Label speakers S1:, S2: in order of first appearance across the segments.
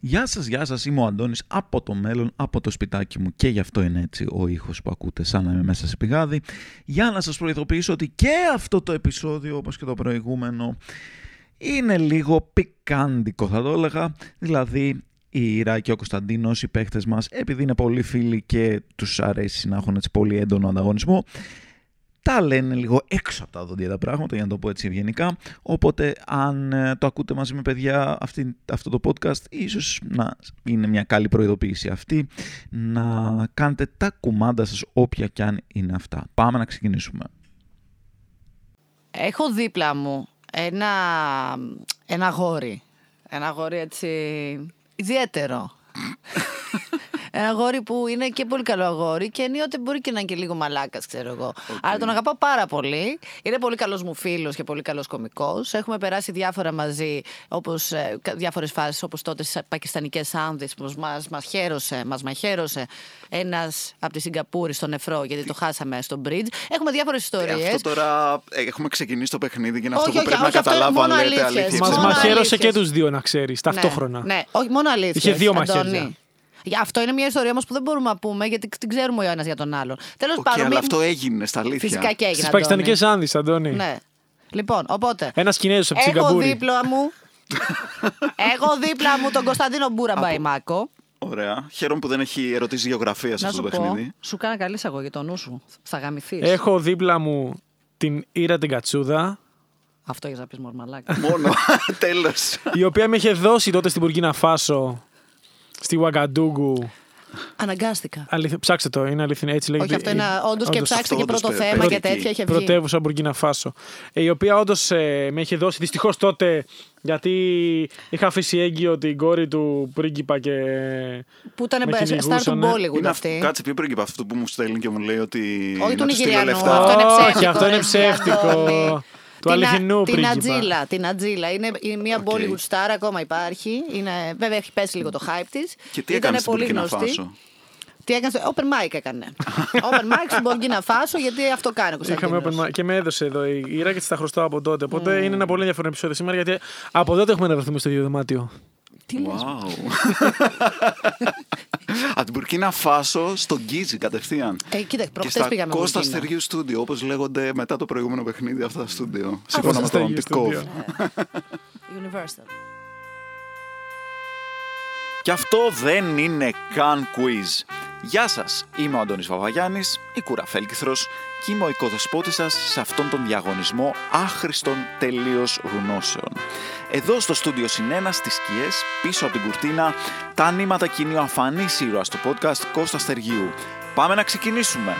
S1: Γεια σας, γεια σας, είμαι ο Αντώνης από το μέλλον, από το σπιτάκι μου και γι' αυτό είναι έτσι ο ήχος που ακούτε σαν να είμαι μέσα σε πηγάδι για να σας προειδοποιήσω ότι και αυτό το επεισόδιο όπως και το προηγούμενο είναι λίγο πικάντικο θα το έλεγα δηλαδή η Ήρα και ο Κωνσταντίνος, οι παίχτες μας επειδή είναι πολύ φίλοι και τους αρέσει να έχουν έτσι πολύ έντονο ανταγωνισμό τα λένε λίγο έξω από τα δόντια τα πράγματα, για να το πω έτσι ευγενικά. Οπότε, αν ε, το ακούτε μαζί με παιδιά αυτή, αυτό το podcast, ίσως να είναι μια καλή προειδοποίηση αυτή, να κάνετε τα κουμάντα σας όποια κι αν είναι αυτά. Πάμε να ξεκινήσουμε.
S2: Έχω δίπλα μου ένα, ένα γόρι. Ένα γόρι έτσι ιδιαίτερο. ένα γόρι που είναι και πολύ καλό αγόρι και ενίοτε μπορεί και να είναι και λίγο μαλάκας, ξέρω εγώ. Αλλά τον αγαπάω πάρα πολύ. Είναι πολύ καλός μου φίλος και πολύ καλός κωμικός. Έχουμε περάσει διάφορα μαζί, ε, όπω διάφορες φάσεις, όπως τότε στις πακιστανικές άνδε που μας μας χαίρωσε, μας μαχαίρωσε ένας από τη Σιγκαπούρη στον νεφρό, γιατί το χάσαμε στο bridge. Έχουμε διάφορες
S3: Ε,
S2: ιστορίε.
S3: Αυτό τώρα ε, έχουμε ξεκινήσει το παιχνίδι και είναι
S2: Όχι,
S3: αυτό που
S2: όχι,
S3: πρέπει
S2: όχι,
S3: να
S2: αυτό
S3: καταλάβω αν
S2: μόνο
S3: λέτε
S2: αλήθειες.
S3: αλήθεια.
S2: Μας
S4: Μα
S2: Μόνο
S4: μαχαίρωσε
S2: αλήθειες.
S4: και τους δύο, να ξέρεις, ταυτόχρονα.
S2: Ναι, ναι. όχι μόνο αλήθεια.
S4: Είχε δύο μαχαίρια.
S2: Αυτό είναι μια ιστορία όμως που δεν μπορούμε να πούμε γιατί την ξέρουμε ο ένα για τον άλλον. Τέλος
S3: Οκ,
S2: πάντων.
S3: αλλά
S2: μην-
S3: αυτό έγινε στα αλήθεια.
S2: Φυσικά και έγινε.
S4: Στις
S2: Αντώνη.
S4: πακιστανικέ άνδε, Αντώνη.
S2: Ναι. Λοιπόν, οπότε.
S4: Ένας Κινέζος από τη
S2: Έχω
S4: Σιγκαπούρη.
S2: δίπλα μου. έχω δίπλα μου τον Κωνσταντίνο Μπούρα Μπαϊμάκο.
S3: Ωραία. Χαίρομαι που δεν έχει ερωτήσει γεωγραφία σε
S2: Να
S3: αυτό
S2: σου
S3: το
S2: πω.
S3: παιχνίδι.
S2: Σου κάνα καλή εισαγωγή το νου σου. Θα γαμηθείς.
S4: Έχω δίπλα μου την Ήρα την Κατσούδα,
S2: Αυτό για να πεις μορμαλάκι.
S3: Μόνο. Τέλος.
S4: η οποία με είχε δώσει τότε στην Πουρκίνα Φάσο, στη Ουαγκαντούγκου.
S2: Αναγκάστηκα.
S4: Αληθι... Ψάξτε το, είναι αληθινή. Έτσι λέγεται. Ε,
S2: Όχι, αυτό είναι όντως και
S4: Όντως.
S2: ψάξτε
S3: αυτό
S2: και
S3: όντως
S2: πρώτο
S3: πε-
S2: θέμα και
S3: πρωτική.
S2: τέτοια είχε βγει.
S4: πρωτεύουσα Μπουρκίνα Φάσο. Ε, η οποία όντως με είχε δώσει δυστυχώς τότε, γιατί είχα αφήσει έγκυο την κόρη του πρίγκιπα και.
S2: Που ήταν
S4: με
S2: star του
S4: κυνηγούσανε.
S2: Bollywood
S3: Είναι αυ-
S2: αυτή.
S3: Κάτσε πιο πριν αυτό που μου στέλνει και μου λέει ότι.
S2: Όχι του
S3: να του στείλω
S2: Νιγηριανού.
S3: λεφτά.
S2: Αυτό είναι ψεύτικο.
S4: Όχι, αυτό είναι
S2: ρε,
S4: ψεύτικο.
S2: Αντώνη.
S4: Του
S2: Την Α-
S4: αληθινού
S2: Την
S4: πρίγκιπα.
S2: Ατζίλα. Την Ατζίλα. Είναι είναι μια Bollywood star, ακόμα υπάρχει. Είναι- Βέβαια έχει πέσει λίγο το hype της.
S3: Και τι έκανε στην Πουρκίνα Φάσο.
S2: Τι έκανε. στο- Open mic έκανε. open mic στην Μποργκίνα Φάσο, γιατί αυτό κάνει ο
S4: Είχαμε
S2: Κωνσταντίνος.
S4: open mic και με έδωσε εδώ η Ήρα και της τα χρωστάω από τότε. Οπότε είναι ένα πολύ ενδιαφέρον επεισόδιο σήμερα γιατί από τότε έχουμε αναβρεθούμε στο ίδιο δωμάτιο.
S3: Wow. Από την Πουρκίνα Φάσο στον Γκίζι κατευθείαν.
S2: Ε, κοίτα,
S3: και
S2: προχτές
S3: στα
S2: πήγαμε.
S3: Κώστα
S2: Μπουργκίνα.
S3: Στεριού Στούντιο, όπως λέγονται μετά το προηγούμενο παιχνίδι αυτά τα στούντιο. Σύμφωνα
S4: Κώστα
S3: με τον
S4: Στεριού
S3: Τικόβ.
S4: στούντιο.
S2: Universal.
S3: Και αυτό δεν είναι καν quiz. Γεια σας, είμαι ο Αντώνης Βαβαγιάννης, η Κουραφέλκυθρος και είμαι ο οικοδεσπότης σας σε αυτόν τον διαγωνισμό άχρηστων τελείως γνώσεων. Εδώ στο στούντιο Συνένας στις σκιές, πίσω από την κουρτίνα, τα νήματα κινεί ο αφανής ήρωας του podcast Κώστας Στεργίου. Πάμε να ξεκινήσουμε.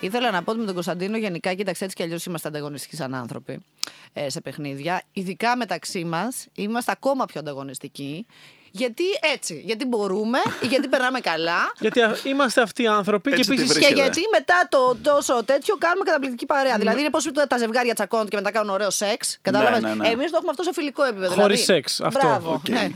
S2: Ήθελα να πω ότι με τον Κωνσταντίνο γενικά, κοίταξε έτσι κι αλλιώς είμαστε ανταγωνιστικοί σαν άνθρωποι ε, σε παιχνίδια. Ειδικά μεταξύ μας είμαστε ακόμα πιο ανταγωνιστικοί. Γιατί έτσι, γιατί μπορούμε, γιατί περνάμε καλά.
S4: Γιατί α- είμαστε αυτοί οι άνθρωποι
S3: Έτσι
S4: και
S3: τη
S4: επίση.
S2: Και
S3: Βρίσκεται.
S2: γιατί μετά το τόσο τέτοιο κάνουμε καταπληκτική παρέα. Δηλαδή είναι πώς τα ζευγάρια τσακώνονται και μετά κάνουν ωραίο σεξ. Κατάλαβες.
S3: ναι, ναι.
S2: Εμείς το έχουμε αυτό σε φιλικό επίπεδο.
S4: Χωρίς
S2: δηλαδή,
S4: σεξ, αυτό.
S2: Μπράβο.
S3: Οκ.
S2: ναι.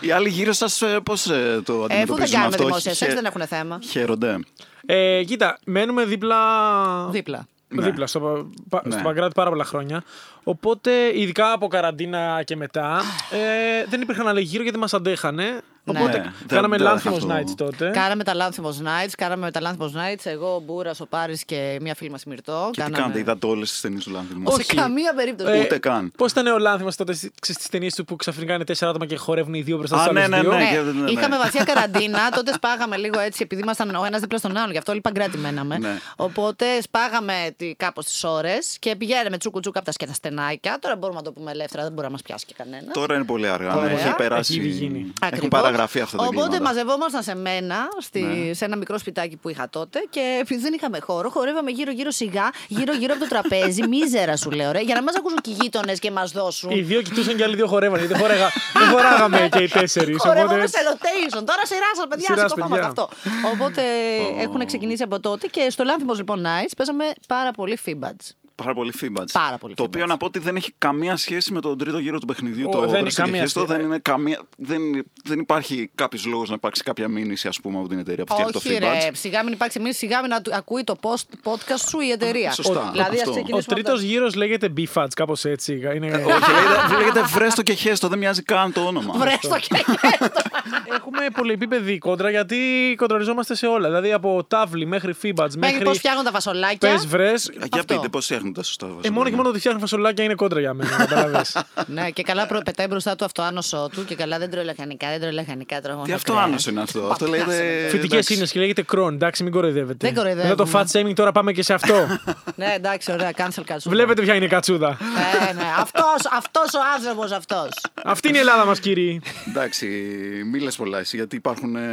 S3: Οι άλλοι γύρω σας ε, πώς ε, το
S2: Ε, αφού δεν
S3: αντιμετωπίζουν
S2: κάνουμε
S3: αυτό.
S2: δημόσια σεξ,
S3: Χε-
S2: δεν έχουν θέμα.
S3: Χαίρονται.
S4: Ε, κοίτα, μένουμε δίπλα. Ναι.
S2: Δίπλα.
S4: Δίπλα στο, πα- πα-
S3: Ναι.
S4: στο Παγκράτη πάρα πολλά χρόνια. Οπότε, ειδικά από καραντίνα και μετά, ε, δεν υπήρχαν άλλοι γύρω γιατί μας αντέχανε. Οπότε,
S3: Ναι. Δεν-
S4: κάναμε
S3: δεν
S4: λάνθιμος
S3: αυτό.
S4: nights τότε.
S2: Κάναμε τα Λάνθιμος Nights, κάναμε τα Λάνθιμος Nights, εγώ, ο Μπούρας, ο Πάρης και μια φίλη μας η Μυρτώ.
S3: Και τι κάνετε, είδατε όλες τις ταινίες του Λάνθιμου.
S2: Σε καμία περίπτωση.
S3: Ε, ούτε καν.
S4: Πώς ήταν ο λάνθιμος τότε στι ταινίες του που ξαφνικά είναι τέσσερα άτομα και χορεύουν οι δύο μπροστά
S3: Α,
S4: στους
S3: ναι,
S4: άλλους
S3: ναι,
S4: δύο.
S3: ναι.
S2: Ναι,
S3: και- ναι, ναι.
S2: είχαμε βαθιά καραντίνα, τότε σπάγαμε λίγο έτσι, επειδή ήμασταν ο ένας δίπλα στον άλλον, γι' αυτό όλοι παγκράτη μέναμε.
S3: Ναι.
S2: Οπότε σπάγαμε κάπως τις ώρες και πηγαίναμε τσούκου τσούκου από τα σκέτα στενάκια. Τώρα μπορούμε να το πούμε ελεύθερα, δεν μπορεί να μας πιάσει και κανένα.
S3: Τώρα είναι πολύ αργά. ναι,
S2: Ωραία.
S3: Έχει περάσει.
S4: Έχει ήδη γίνει.
S3: Έχουν
S2: Ακριβώς.
S3: παραγραφεί αυτά τα
S2: Οπότε
S3: εγκλήματα. Ναι.
S2: μαζευόμασταν σε μένα, στη, σε ένα μικρό σπιτάκι που είχα τότε και επειδή δεν είχαμε χώρο, χορεύαμε γύρω-γύρω σιγά, γύρω-γύρω από το τραπέζι, μίζερα σου λέω, ρε, για να μας ακούσουν και οι γείτονες και μας δώσουν.
S4: Οι δύο κοιτούσαν και οι άλλοι δύο χορεύανε. γιατί Δεν, χορέγα- δεν χοράγαμε και οι τέσσερις.
S2: Χορεύαμε σε rotation. Τώρα σειρά σα, παιδιά,
S4: Σειράς,
S2: σηκώ φάμα
S4: παιδιά.
S2: αυτό. Οπότε έχουν ξεκινήσει από τότε και στο Λάνθιμος λοιπόν Nights παίζαμε πάρα πολύ φίμπατζ.
S3: πάρα πολύ φίμπατς.
S2: Πάρα πολύ
S3: Το οποίο
S2: φίμπατς.
S3: να πω ότι δεν έχει καμία σχέση με τον τρίτο γύρο του παιχνιδιού.
S4: Ο,
S3: το
S4: δεν
S3: δεν,
S4: έχει καμία σχέση.
S3: δεν, είναι καμία, δεν, δεν υπάρχει κάποιος λόγος να υπάρξει κάποια μήνυση ας πούμε, από την εταιρεία που φτιάχνει το
S2: Όχι, ρε.
S3: Feedbats.
S2: Σιγά μην υπάρξει μήνυση, σιγά μην να του- ακούει το post- podcast σου η εταιρεία.
S3: Σωστά,
S2: Δηλαδή, ας
S3: αυτό.
S4: Ο
S2: ξεκινήσουμε. από
S4: τρίτο
S2: τα-
S4: γύρος λέγεται B-Fats, κάπως έτσι.
S2: Ε,
S4: Είναι...
S3: Όχι, λέγεται, λέγεται βρέστο και χέστο, δεν μοιάζει καν το όνομα.
S2: Βρες το χέρι.
S4: Έχουμε πολυεπίπεδη κόντρα γιατί κοντραριζόμαστε σε όλα. Δηλαδή από τάβλη μέχρι φίμπατ
S2: Μέχρι πώ
S4: μέχρι
S2: φτιάχνουν τα φασολάκια.
S4: πες βρες.
S3: Για
S2: Αυτό.
S3: πείτε πώς έχουν τα σωστά
S4: Ε, μόνο και μόνο ότι φτιάχνουν φασολάκια είναι κόντρα για μένα. καταλαβες.
S2: Ναι, και καλά προ- πετάει μπροστά του αυτό άνοσό του και καλά δεν τρώει λαχανικά, δεν τρώει λαχανικά. τρώω
S3: Τι
S2: μόνο
S3: αυτό
S2: κρέας.
S3: άνος είναι αυτό. Αυτό
S2: Παπιάς είναι.
S3: λέγεται.
S4: Φοιτικέ
S3: εντάξει.
S4: είναι και λέγεται κρόν. Εντάξει, μην κοροϊδεύετε.
S2: Δεν κοροϊδεύουμε.
S4: Μετά το fat shaming τώρα πάμε και σε αυτό.
S2: Ναι, εντάξει, ωραία, cancel κάτσου.
S4: Βλέπετε ποια είναι η κατσούδα.
S2: Ναι, ναι, αυτός, αυτός ο άνθρωπος αυτός.
S4: Αυτή είναι η Ελλάδα μας, κύριοι.
S3: Εντάξει, μη λες πολλά εσύ, γιατί υπάρχουν ε,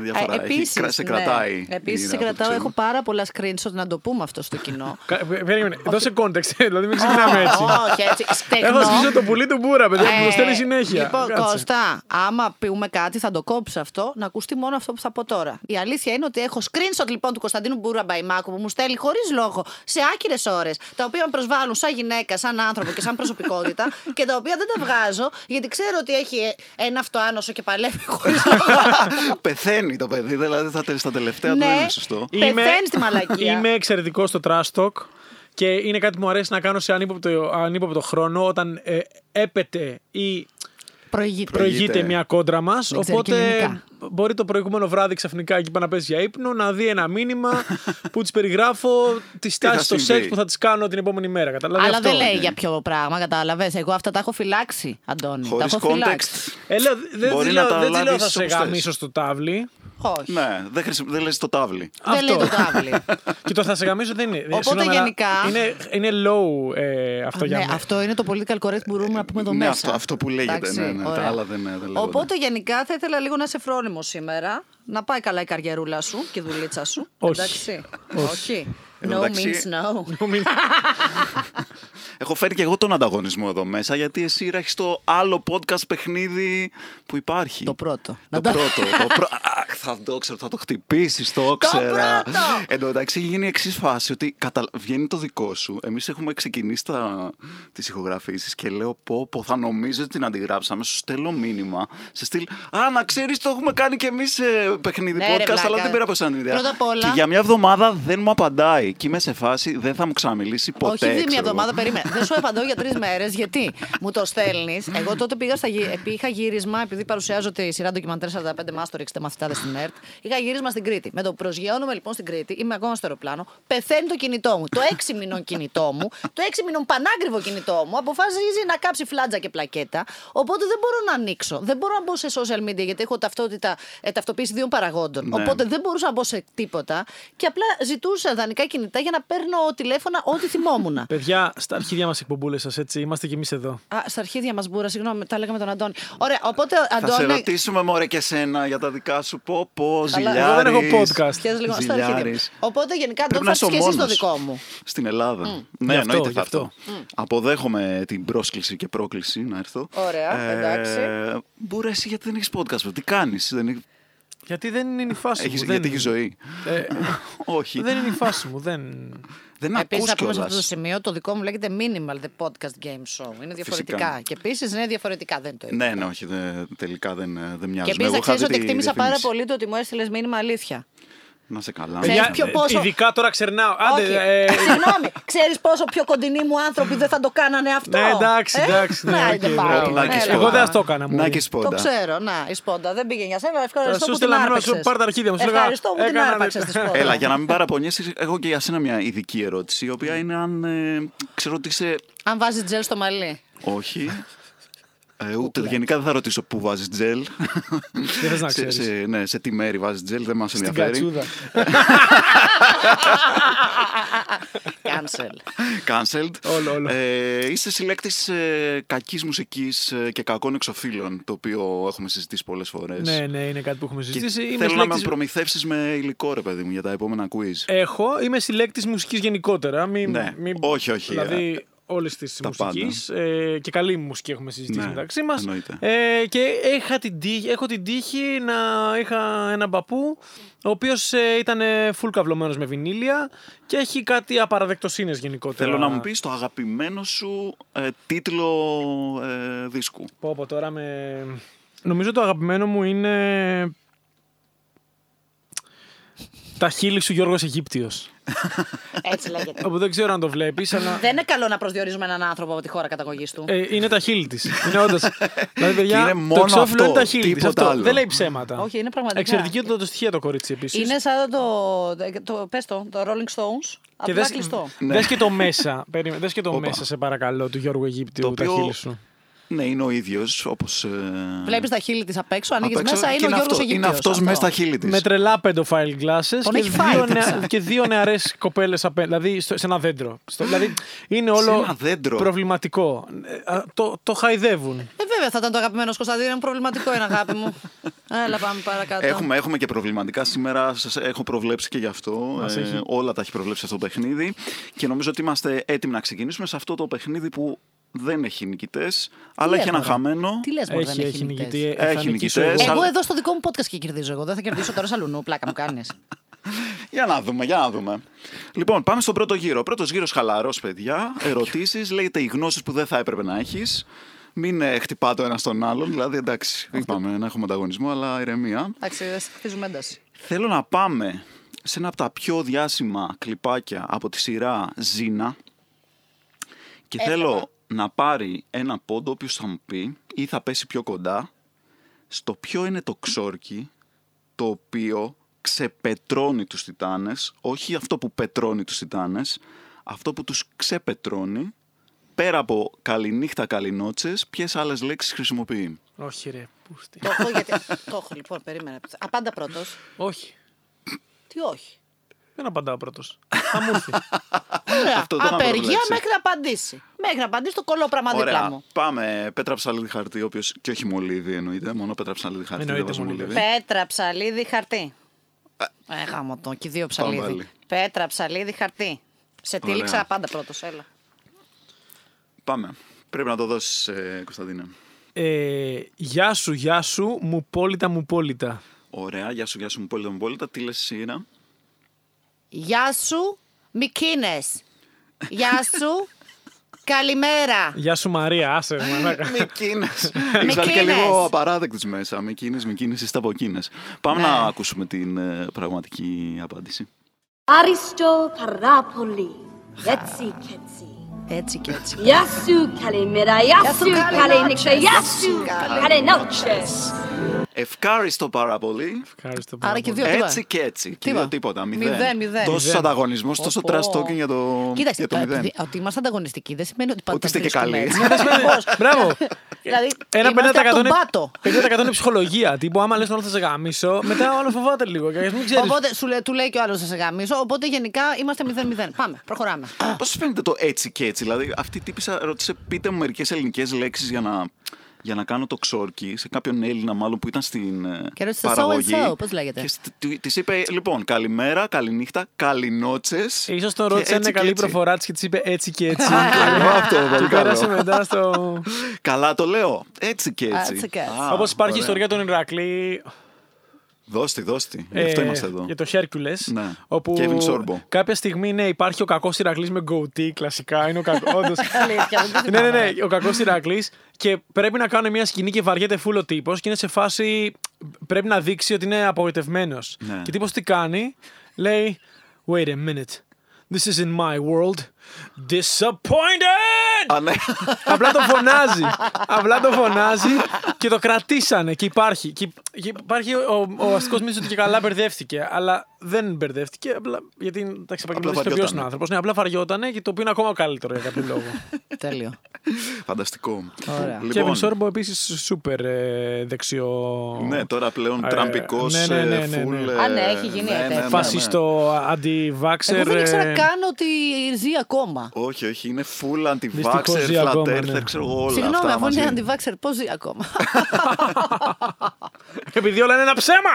S3: διαφορά.
S2: Ε,
S3: Έχει- κρα- σε
S2: ναι.
S3: κρατάει. η
S2: Επίσης σε
S3: άποψή
S2: κρατάω,
S3: μου.
S2: έχω πάρα πολλά screenshot να το πούμε αυτό στο κοινό.
S4: Κα- πε- Περίμενε, δώσε context, δηλαδή μην ξεκινάμε έτσι.
S2: Όχι, έτσι, στεγνό.
S4: Έχω σκίσει το πουλί του μπούρα, παιδιά, που
S2: Ε,
S4: μου στέλνει συνέχεια.
S2: Λοιπόν,
S4: Κάτσε.
S2: Κώστα, άμα πούμε κάτι, θα το κόψει αυτό, να ακουστεί μόνο αυτό που θα πω τώρα. Η αλήθεια είναι ότι έχω screenshot λοιπόν του Κωνσταντίνου Μπούρα Μπαϊμάκου που μου στέλνει χωρίς λόγο σε άκυρες ώρες, τα οποία με προσβάλλουν σαν γυναίκα, σαν άνθρωπο και σαν προσωπικότητα και τα οποία δεν τα βγάζω γιατί ξέρω ότι έχει ε, ένα αυτοάνωσο και παλεύει χωρίς λόγο.
S3: Πεθαίνει το παιδί, δηλαδή θα τελειώσει τα τελευταία του
S2: Ναι.
S3: είναι σωστό.
S2: Πεθαίνεις στη μαλακία.
S4: Είμαι εξαιρετικός στο trash talk και είναι κάτι που μου αρέσει να κάνω σε ανύποπτο, ανύποπτο χρόνο όταν ε, έπεται ή
S2: Προηγείται.
S4: προηγείται μια κόντρα μας.
S2: Δεν ξέρει και
S4: Οπότε
S2: ελληνικά.
S4: μπορεί το προηγούμενο βράδυ ξαφνικά εκεί πάνω να πέσει για ύπνο να δει ένα μήνυμα που της περιγράφω τι
S3: θα
S4: τάσει στο σεξ
S3: συμβεί.
S4: που θα τι κάνω την επόμενη μέρα. Καταλάβει
S2: Αλλά
S4: αυτό. ναι.
S2: δεν λέει για ποιο πράγμα, κατάλαβες. Εγώ αυτά τα έχω φυλάξει, Αντώνη.
S3: Χωρίς
S2: τα έχω φυλάξει.
S3: context.
S4: Ε, λέω, δεν
S3: Μπορεί
S4: της
S3: να
S4: λέω-
S3: τα
S4: δεν της λέω
S3: λάβεις
S4: θα σε
S3: όπως θες.
S4: γαμίσω στο τάβλι.
S2: Όχι.
S3: Ναι, δεν, χρησι... δεν λες το τάβλι.
S2: Δεν λέει το τάβλι.
S4: Και το θα σε γαμίσω δεν είναι. Ε,
S2: Οπότε
S4: Συγγνώμη, αλλά
S2: γενικά-
S4: Είναι, είναι low ε, αυτό για
S2: ναι,
S4: μένα.
S2: αυτό είναι το political correct που μπορούμε να πούμε εδώ
S3: ναι,
S2: μέσα.
S3: αυτό- αυτό που λέγεται,
S2: Εντάξει,
S3: ναι, ναι, τα
S2: ωραία.
S3: άλλα δεν- δεν ναι. λέγονται.
S2: Οπότε γενικά θα ήθελα λίγο να είσαι φρόνιμο σήμερα. Να πάει καλά η καριερούλα σου και η δουλίτσα σου.
S4: Όχι.
S2: Εντάξει. Όχι.
S3: Εν τω
S2: No
S3: μεταξύ-
S2: means no.
S3: Έχω φέρει και εγώ τον ανταγωνισμό εδώ μέσα, γιατί εσύ ράχεις το άλλο podcast παιχνίδι που υπάρχει.
S2: Το πρώτο.
S3: Το
S2: Να τα-
S3: πρώτο. το πρω- Αχ, θα το ξέρω, θα το χτυπήσεις, το
S2: Το
S3: ξέρα.
S2: πρώτο!
S3: Εν τω μεταξύ έχει γίνει η εξής φάση, ότι κατα... βγαίνει το δικό σου. Εμείς έχουμε ξεκινήσει τα... τις ηχογραφήσεις και λέω πω, πω θα νομίζω ότι την αντιγράψαμε. Σου στέλνω μήνυμα σε στυλ. Α, να ξέρεις, το έχουμε κάνει κι εμείς παιχνίδι
S2: Ναι, ρε,
S3: podcast, αλλά
S2: βλάκα.
S3: δεν πήρα από εσένα την ιδέα.
S2: Πρώτα απ' όλα-
S3: Και για μια εβδομάδα δεν μου απαντάει. Και είμαι σε φάση, δεν θα μου ξαμιλήσει ποτέ.
S2: Όχι, δει μια
S3: ξέρω εγώ.
S2: εβδομάδα, περίμενα. Δεν σου απαντώ για τρεις μέρες. Γιατί μου το στέλνεις. Εγώ τότε πήγα στα, γυ- επί- είχα γύρισμα, επειδή παρουσιάζω τη σειρά ντοκιμαντέρ 45 Μάστορ 60 μαθητάδε στην ΕΡΤ. Είχα γύρισμα στην Κρήτη. Με το που προσγειώνομαι λοιπόν στην Κρήτη, είμαι ακόμα στο αεροπλάνο. Πεθαίνει το κινητό μου. Το έξι μηνών κινητό μου, το έξι μηνών πανάκριβο κινητό μου, αποφασίζει να κάψει φλάτζα και πλακέτα. Οπότε δεν μπορώ να ανοίξω. Δεν μπορώ να μπω σε social media γιατί έχω ταυτότητα, ε, ταυτοποίηση δύο παραγόντων.
S3: Ναι.
S2: Οπότε δεν μπορούσα να μπω σε τίποτα. Και απλά ζητούσα δανεικά κινητά για να παίρνω τηλέφωνα ό,τι θυμόμουν.
S4: Παιδιά, στα αρχίδια μας εκπομπούλες σας, έτσι. Είμαστε κι εμείς εδώ.
S2: Α, στα αρχίδια μας μπούρα, συγγνώμη, τα λέγαμε τον Αντώνη. Ωραία, οπότε
S3: Θα σε
S2: Αντώνη.
S3: ρωτήσουμε μωρέ και σένα για τα δικά σου. Πω, πω,
S2: Καλά,
S3: ζηλιάρης.
S4: Εγώ δεν έχω podcast.
S2: Πιέζεις λίγο στα αρχίδια. μου.
S3: Ζηλιάρης.
S2: Οπότε γενικά Αντώνη
S3: Πρέπει
S2: θα
S3: να είσαι ο
S2: έρθεις και εσύ
S3: μόνος
S2: στο δικό μου.
S3: Στην Ελλάδα.
S4: Γι'
S3: Ναι,
S4: αυτό,
S3: εννοείται
S4: γι'
S3: θα
S4: αυτό.
S3: αυτό. Αποδέχομαι την πρόσκληση και πρόκληση να έρθω. Ε,
S2: Ωραία, εντάξει.
S3: Μπορεί εσύ γιατί δεν έχεις podcast, παιδί. τι κάνεις. Δεν... έχ-
S4: Γιατί δεν είναι η φάση
S3: έχεις-
S4: μου.
S3: γιατί
S4: δεν...
S3: έχεις ζωή.
S4: Ε,
S3: Όχι.
S4: δεν είναι η φάση μου. Δεν...
S3: Δεν
S2: Επίσης,
S3: ακούς
S2: να πούμε σε
S3: κιόλας.
S2: αυτό το σημείο, το δικό μου λέγεται Minimal The Podcast Game Show. Είναι διαφορετικά.
S3: Φυσικά.
S2: Και επίσης είναι διαφορετικά, δεν το είπα.
S3: Ναι, ναι, όχι, δε- τελικά δεν, ε, δεν μοιάζουμε.
S2: Και επίσης
S3: Εγώ
S2: να
S3: είχα
S2: ξέρεις
S3: δει
S2: ότι
S3: τη
S2: εκτίμησα πάρα
S3: διαφήμιση.
S2: πολύ το ότι μου έστειλες μήνυμα αλήθεια.
S3: Να σε καλά.
S2: Ξέρεις
S3: ναι.
S2: ποιο πόσο-
S4: Ειδικά τώρα ξερνάω. Άντε,
S2: Όχι.
S4: ε,
S2: Συγγνώμη, ξέρεις πόσο πιο κοντινοί μου άνθρωποι δεν θα το κάνανε αυτό.
S4: Ναι, εντάξει,
S2: Ε?
S4: εντάξει, ναι,
S2: Να,
S4: οκ,
S2: άντε,
S4: ναι,
S2: πάρα.
S4: οκ.
S2: Έλα,
S3: Νάκης
S4: Εγώ
S3: Πόντα.
S4: δεν θα το έκανα, μου.
S3: Νάκης
S2: Το
S3: Πόντα.
S2: ξέρω, να, η σπόντα δεν πήγε για σένα.
S4: Θα σου
S2: Ευχαριστώ που την
S4: στείλα μήνυμα,
S2: άρπαξες.
S4: σου πάρ' τα αρχίδια μου, σου λέγα,
S2: Ευχαριστώ που την
S4: έκανα,
S2: άρπαξες τη
S4: ναι.
S2: σπόντα.
S3: Έλα, για να μην παραπονιέσει, έχω και για σένα μια ειδική ερώτηση, η οποία είναι αν ε, ξέρω ότι είσαι
S2: Αν βάζεις τζελ στο μαλλί.
S3: Όχι. Ε, ούτε, γενικά δεν θα ρωτήσω πού βάζεις τζελ.
S4: Δεν θες να
S3: σε,
S4: ξέρεις.
S3: σε- ναι, σε τι μέρη βάζεις τζελ, δεν μας
S4: Στην
S3: ενδιαφέρει.
S4: κατσούδα.
S2: Κάνσελ.
S3: Cancelled.
S4: Όλο, όλο.
S3: Ε, είσαι συλλέκτης ε, κακής μουσικής και κακών εξοφύλων, το οποίο έχουμε συζητήσει πολλές φορές.
S4: Ναι, ναι, είναι κάτι που έχουμε συζητήσει. Είμαι
S3: Θέλω να με
S4: συλλέκτης- Ε,
S3: προμηθεύσεις με υλικό, ρε παιδί μου, για τα επόμενα quiz.
S4: Έχω, είμαι συλλέκτης μουσικής γενικότερα. Μην,
S3: Ναι.
S4: μην-
S3: Όχι, όχι,
S4: Δηλαδή, όλη τη
S3: Τα
S4: μουσικής. Ε, και καλή μουσική έχουμε συζητήσει
S3: Ναι,
S4: μεταξύ μας.
S3: εννοείται.
S4: Ε, και είχα την τύχη, έχω την τύχη να είχα έναν παππού, ο οποίος ήταν ε, full καυλωμένο με βινίλια και έχει κάτι απαραδεκτοσύνες γενικότερα.
S3: Θέλω να μου πεις το αγαπημένο σου ε, τίτλο ε, δίσκου.
S4: Πω, πω, τώρα με... Νομίζω το αγαπημένο μου είναι... Τα χείλη σου Γιώργος Αιγύπτιος.
S5: Έτσι λέγεται.
S3: Ε.
S4: Όπου δεν ξέρω αν το βλέπεις, αλλά...
S5: Δεν είναι καλό να προσδιορίζουμε έναν άνθρωπο από τη χώρα καταγωγής του.
S4: Ε, είναι τα χείλη της. Είναι όντως. δηλαδή, παιδιά,
S3: είναι
S4: το
S3: μόνο
S4: εξώφυλλο
S3: αυτό,
S4: είναι τα χείλη της.
S3: τίποτα
S4: Αυτό.
S3: άλλο.
S4: Δεν λέει ψέματα.
S5: Όχι, είναι πραγματικά.
S4: Εξαιρετική το, το στοιχείο το κορίτσι επίσης.
S5: Είναι σαν το, το, το, πες το, το Rolling Stones,
S4: Και
S5: απλά
S4: δες,
S5: κλειστό.
S3: Ναι.
S4: δες και το μέσα. Περίμενε, δες και το μέσα, σε παρακαλώ, του Γιώργου Αιγύπτιου,
S3: Το
S4: τα
S3: οποίο-
S4: χείλη σου.
S3: Ναι, είναι ο ίδιος, όπως... Ε,
S2: Βλέπεις τα χείλη της απ' έξω,
S3: απ'
S2: ανοίγει
S3: έξω.
S2: μέσα,
S3: Και
S2: είναι ο Γιώργος
S3: αυτό,
S2: Αιγύπτιο.
S3: Είναι αυτός μέσα στα χείλη της.
S4: Με τρελά pedophile glasses
S2: Τον
S4: και,
S2: έχει φάει
S4: δύο
S2: το
S4: νεα-
S2: ψάρι.
S4: και δύο νεαρές κοπέλες απέναντι. Δηλαδή στο- σε ένα δέντρο. Στο- δηλαδή είναι όλο
S3: ένα δέντρο.
S4: προβληματικό. Ε, α, Το, το χαϊδεύουν.
S2: Ε, βέβαια θα ήταν το αγαπημένος Κωνσταντίνο, είναι προβληματικό είναι αγάπη μου. Έλα, πάμε παρακάτω.
S3: Έχουμε, έχουμε και προβληματικά σήμερα. Σας έχω προβλέψει και γι' αυτό. Ε,
S4: έχει.
S3: όλα τα έχει προβλέψει αυτό το παιχνίδι. Και νομίζω ότι είμαστε έτοιμοι να ξεκινήσουμε σε αυτό το παιχνίδι που δεν έχει νικητές, αλλά έχει ένα
S2: μωρέ.
S3: χαμένο.
S2: Τι λες, Μπορεί
S4: έχει,
S2: δεν έχει
S4: έχει
S2: νικητές.
S4: νικητή. θα
S3: Έχει
S4: νικήσω
S3: νικητές,
S4: εγώ.
S2: Εγώ
S3: αλλά-
S2: εδώ στο δικό μου podcast και κερδίζω εγώ. Δεν θα κερδίσω τώρα σαλουνού, πλάκα μου κάνεις.
S3: Για να δούμε, για να δούμε. Λοιπόν, πάμε στον πρώτο γύρο. Πρώτος γύρος χαλαρός, παιδιά. Ερωτήσεις, λέγεται οι γνώσεις που δεν θα έπρεπε να έχεις. Μην ε, χτυπά το ένας τον άλλον. Δηλαδή, εντάξει, είπαμε να έχουμε ανταγωνισμό, αλλά ηρεμία.
S2: Εντάξει, δεν χτίζουμε ένταση.
S3: Θέλω να πάμε σε ένα από τα πιο διάσημα κλιπάκια από τη σειρά Ζήνα και
S2: Ε,
S3: θέλω να πάρει ένα πόντο όποιο θα μου πει ή θα πέσει πιο κοντά στο ποιο είναι το ξόρκι το οποίο ξεπετρώνει τους Τιτάνες, όχι αυτό που πετρώνει τους Τιτάνες, αυτό που τους ξεπετρώνει, πέρα από καληνύχτα καληνότσες, ποιες άλλες λέξεις χρησιμοποιεί.
S4: Όχι ρε, πούστη.
S2: το έχω γιατί. το έχω λοιπόν, περίμενα. Απάντα πρώτος.
S4: όχι.
S2: Τι όχι.
S4: Δεν απαντάω πρώτος. Θα μου έρθει.
S2: Ωραία.
S3: Αυτό το είχαμε
S2: Απεργία
S3: προβλέψει.
S2: μέχρι να απαντήσει. Μέχρι να απαντήσει το κολλό πράγμα δίπλα μου.
S3: Πάμε. Πέτρα ψαλίδι χαρτί, όποιο. και όχι μολύβι εννοείται. Μόνο πέτρα ψαλίδι χαρτί.
S4: Εννοείται
S3: δεν βάζω
S4: μολύβι.
S3: μολύβι.
S2: Πέτρα, ψαλίδι, χαρτί. Ε, γάμο το, και δύο ψαλίδι.
S3: πάλι.
S2: Πέτρα, ψαλίδι, χαρτί. Σε
S3: Ωραία.
S2: τύλιξα πάντα πρώτος, έλα.
S3: Πάμε. Πρέπει να το δώσεις, ε, Κωνσταντίνε.
S4: Ε, γεια σου, γεια σου, μου πόλητα, μου πόλητα.
S3: Ωραία. Γεια σου, γεια σου, μου πόλητα μου πόλητα. Τι λες, Σύρα.
S2: Γεια σου, Μικίνες. Γεια σου, καλημέρα.
S4: Γεια σου Μαρία, άσε με, μαλάκα.
S3: Μη κίνε. Ήσαν και
S2: κίνες.
S3: λίγο απαράδεκτη μέσα. Μη κίνε, μη κίνε, είστε από κίνες. Πάμε
S2: Ναι.
S3: να ακούσουμε την ε, πραγματική απάντηση.
S6: Aristo Karapoli. Yetsi Ketsi.
S2: Έτσι και έτσι.
S6: Yasu Kalimera. Yasu Kalinike. Yasu Kalinoches.
S3: Ευχάριστο πάρα πολύ.
S4: Ευχαριστώ πάρα
S2: Άρα και
S4: πολύ.
S2: δύο τίποτα.
S3: Έτσι και έτσι. Και
S2: Τίποτα.
S3: δύο τίποτα.
S2: Μηδέν, μηδέν.
S3: Τόσο
S4: Μηδέν.
S3: ανταγωνισμό, τόσο
S2: Πω, πω.
S3: trash talking για το,
S2: Κοίταξε,
S3: για το
S2: το-
S3: μηδέν.
S2: ότι- ότι είμαστε ανταγωνιστικοί δεν σημαίνει ότι πάντα
S3: Ότι
S2: τα
S3: είστε και
S2: βρίσκουμε
S3: καλοί.
S2: έτσι.
S4: Ναι, Μπράβο.
S2: Δηλαδή,
S4: Ένα
S2: είμαστε από
S4: 50%
S2: τον
S4: είναι,
S2: πάτο.
S4: 50% είναι ψυχολογία. Τύπου, άμα λες τώρα θα σε γαμίσω, μετά όλο φοβάται λίγο. Και ας μην ξέρεις.
S2: Οπότε σου λέει, του λέει και ο άλλος θα σε γαμίσω. Οπότε γενικά είμαστε 0-0. Πάμε, προχωράμε.
S3: Πώς σου φαίνεται το έτσι και έτσι, δηλαδή αυτή η τύπησα ρώτησε πείτε μου μερικές ελληνικές λέξεις για να, για να κάνω το ξόρκι σε κάποιον Έλληνα μάλλον που ήταν στην ε,
S2: Και ρώτησε, «So and
S3: παραγωγή.
S2: so, πώς λέγεται?»
S3: Και στη- του- της είπε λοιπόν καλημέρα, καληνύχτα, καληνότσες.
S4: σω
S3: Ίσως
S4: τον ρώτησε είναι καλή προφορά της και της είπε έτσι και έτσι.
S3: Ακριβώς αυτό, πολύ
S4: και πέρασε
S3: καλό.
S4: μετά στο.
S3: Καλά το λέω. Έτσι και έτσι.
S2: Έτσι και έτσι.
S3: Α,
S4: Όπως υπάρχει η
S3: ωραία.
S4: ιστορία των Ηρακλή.
S3: Δώστη, δώστη. Γι' αυτό
S4: ε,
S3: είμαστε εδώ.
S4: Για το Hercules.
S3: Ναι.
S4: Όπου
S3: Kevin Sorbo.
S4: κάποια στιγμή ναι, υπάρχει ο κακός Ηρακλής με γκουτί, κλασικά. Είναι ο κακό. όντως. ναι, ναι, ναι. Ο κακός Ηρακλής. Και πρέπει να κάνουν μια σκηνή και βαριέται φούλο ο τύπος και είναι σε φάση. Πρέπει να δείξει ότι είναι απογοητευμένος.
S3: Ναι.
S4: Και τύπος τι κάνει, λέει. Wait a minute. This is in my world. Disappointed!
S3: Α, ναι.
S4: Απλά το φωνάζει. Απλά το φωνάζει και το κρατήσανε. Και υπάρχει. Και, και υπάρχει ο, ο αστικός μίσο ότι και καλά μπερδεύτηκε. Αλλά δεν μπερδεύτηκε. Απλά, γιατί εντάξει, επαγγελματία το
S3: βαριότανε.
S4: ο άνθρωπος. Ναι, απλά βαριότανε και το οποίο είναι ακόμα καλύτερο για κάποιο λόγο.
S2: Τέλειο.
S3: Φανταστικό. Λοιπόν,
S2: Ωραία.
S4: Και ο Σόρμπο επίσης σούπερ ε, δεξιό.
S3: Ναι, τώρα πλέον
S4: Ε,
S3: τραμπικός,
S4: ναι, ναι,
S3: ε,
S4: ναι, ναι, ναι.
S3: full, ε,
S5: Α, ναι, έχει γίνει
S3: ναι, ναι, ναι, ναι.
S4: Φασιστό αντιβάξερ.
S2: Εγώ δεν ήξερα
S4: ε,
S2: καν ότι ζει ακόμα.
S3: Όχι, όχι, είναι full
S4: Δυστυχώς
S3: anti-vaxxer,
S4: ζει ακόμα,
S3: flat earth,
S4: ναι.
S3: ξέρω εγώ όλα
S2: Συγγνώμη,
S3: αυτά
S2: αφού είναι
S3: μαζί.
S2: αντιβάξερ, πώς ζει ακόμα.
S4: Επειδή όλα είναι ένα ψέμα!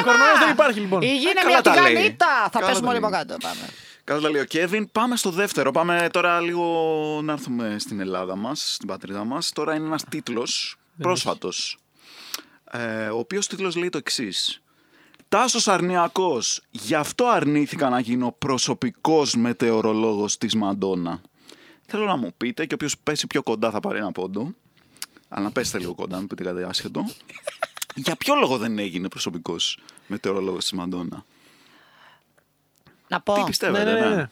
S4: Ο κορονοϊός δεν υπάρχει λοιπόν.
S2: Η γη είναι
S3: καλά
S2: μια
S3: τα λέει.
S2: τηγανίτα. Θα
S3: Καλά
S2: πέσουμε
S3: τα
S2: όλοι από
S3: λέει.
S2: κάτω. Πάμε.
S3: Καλά λέει ο Κέβιν. Πάμε στο δεύτερο. Πάμε τώρα λίγο να έρθουμε στην Ελλάδα μας, στην πατρίδα μας. Τώρα είναι ένας τίτλος πρόσφατος. Ε, ο οποίος τίτλος λέει το εξής. Τάσος Αρνιακός. Γι' αυτό αρνήθηκα να γίνω προσωπικός μετεωρολόγος της Μαντόνα. Θέλω να μου πείτε και όποιο πέσει πιο κοντά θα πάρει ένα πόντο. Αλλά πέστε λίγο κοντά, μην πείτε κάτι άσχετο. Για ποιο λόγο δεν έγινε προσωπικός μετεωρολόγος της Μαντόνα.
S2: Να
S3: Τι
S2: πω.
S3: πιστεύετε,
S4: ναι, ναι, ναι.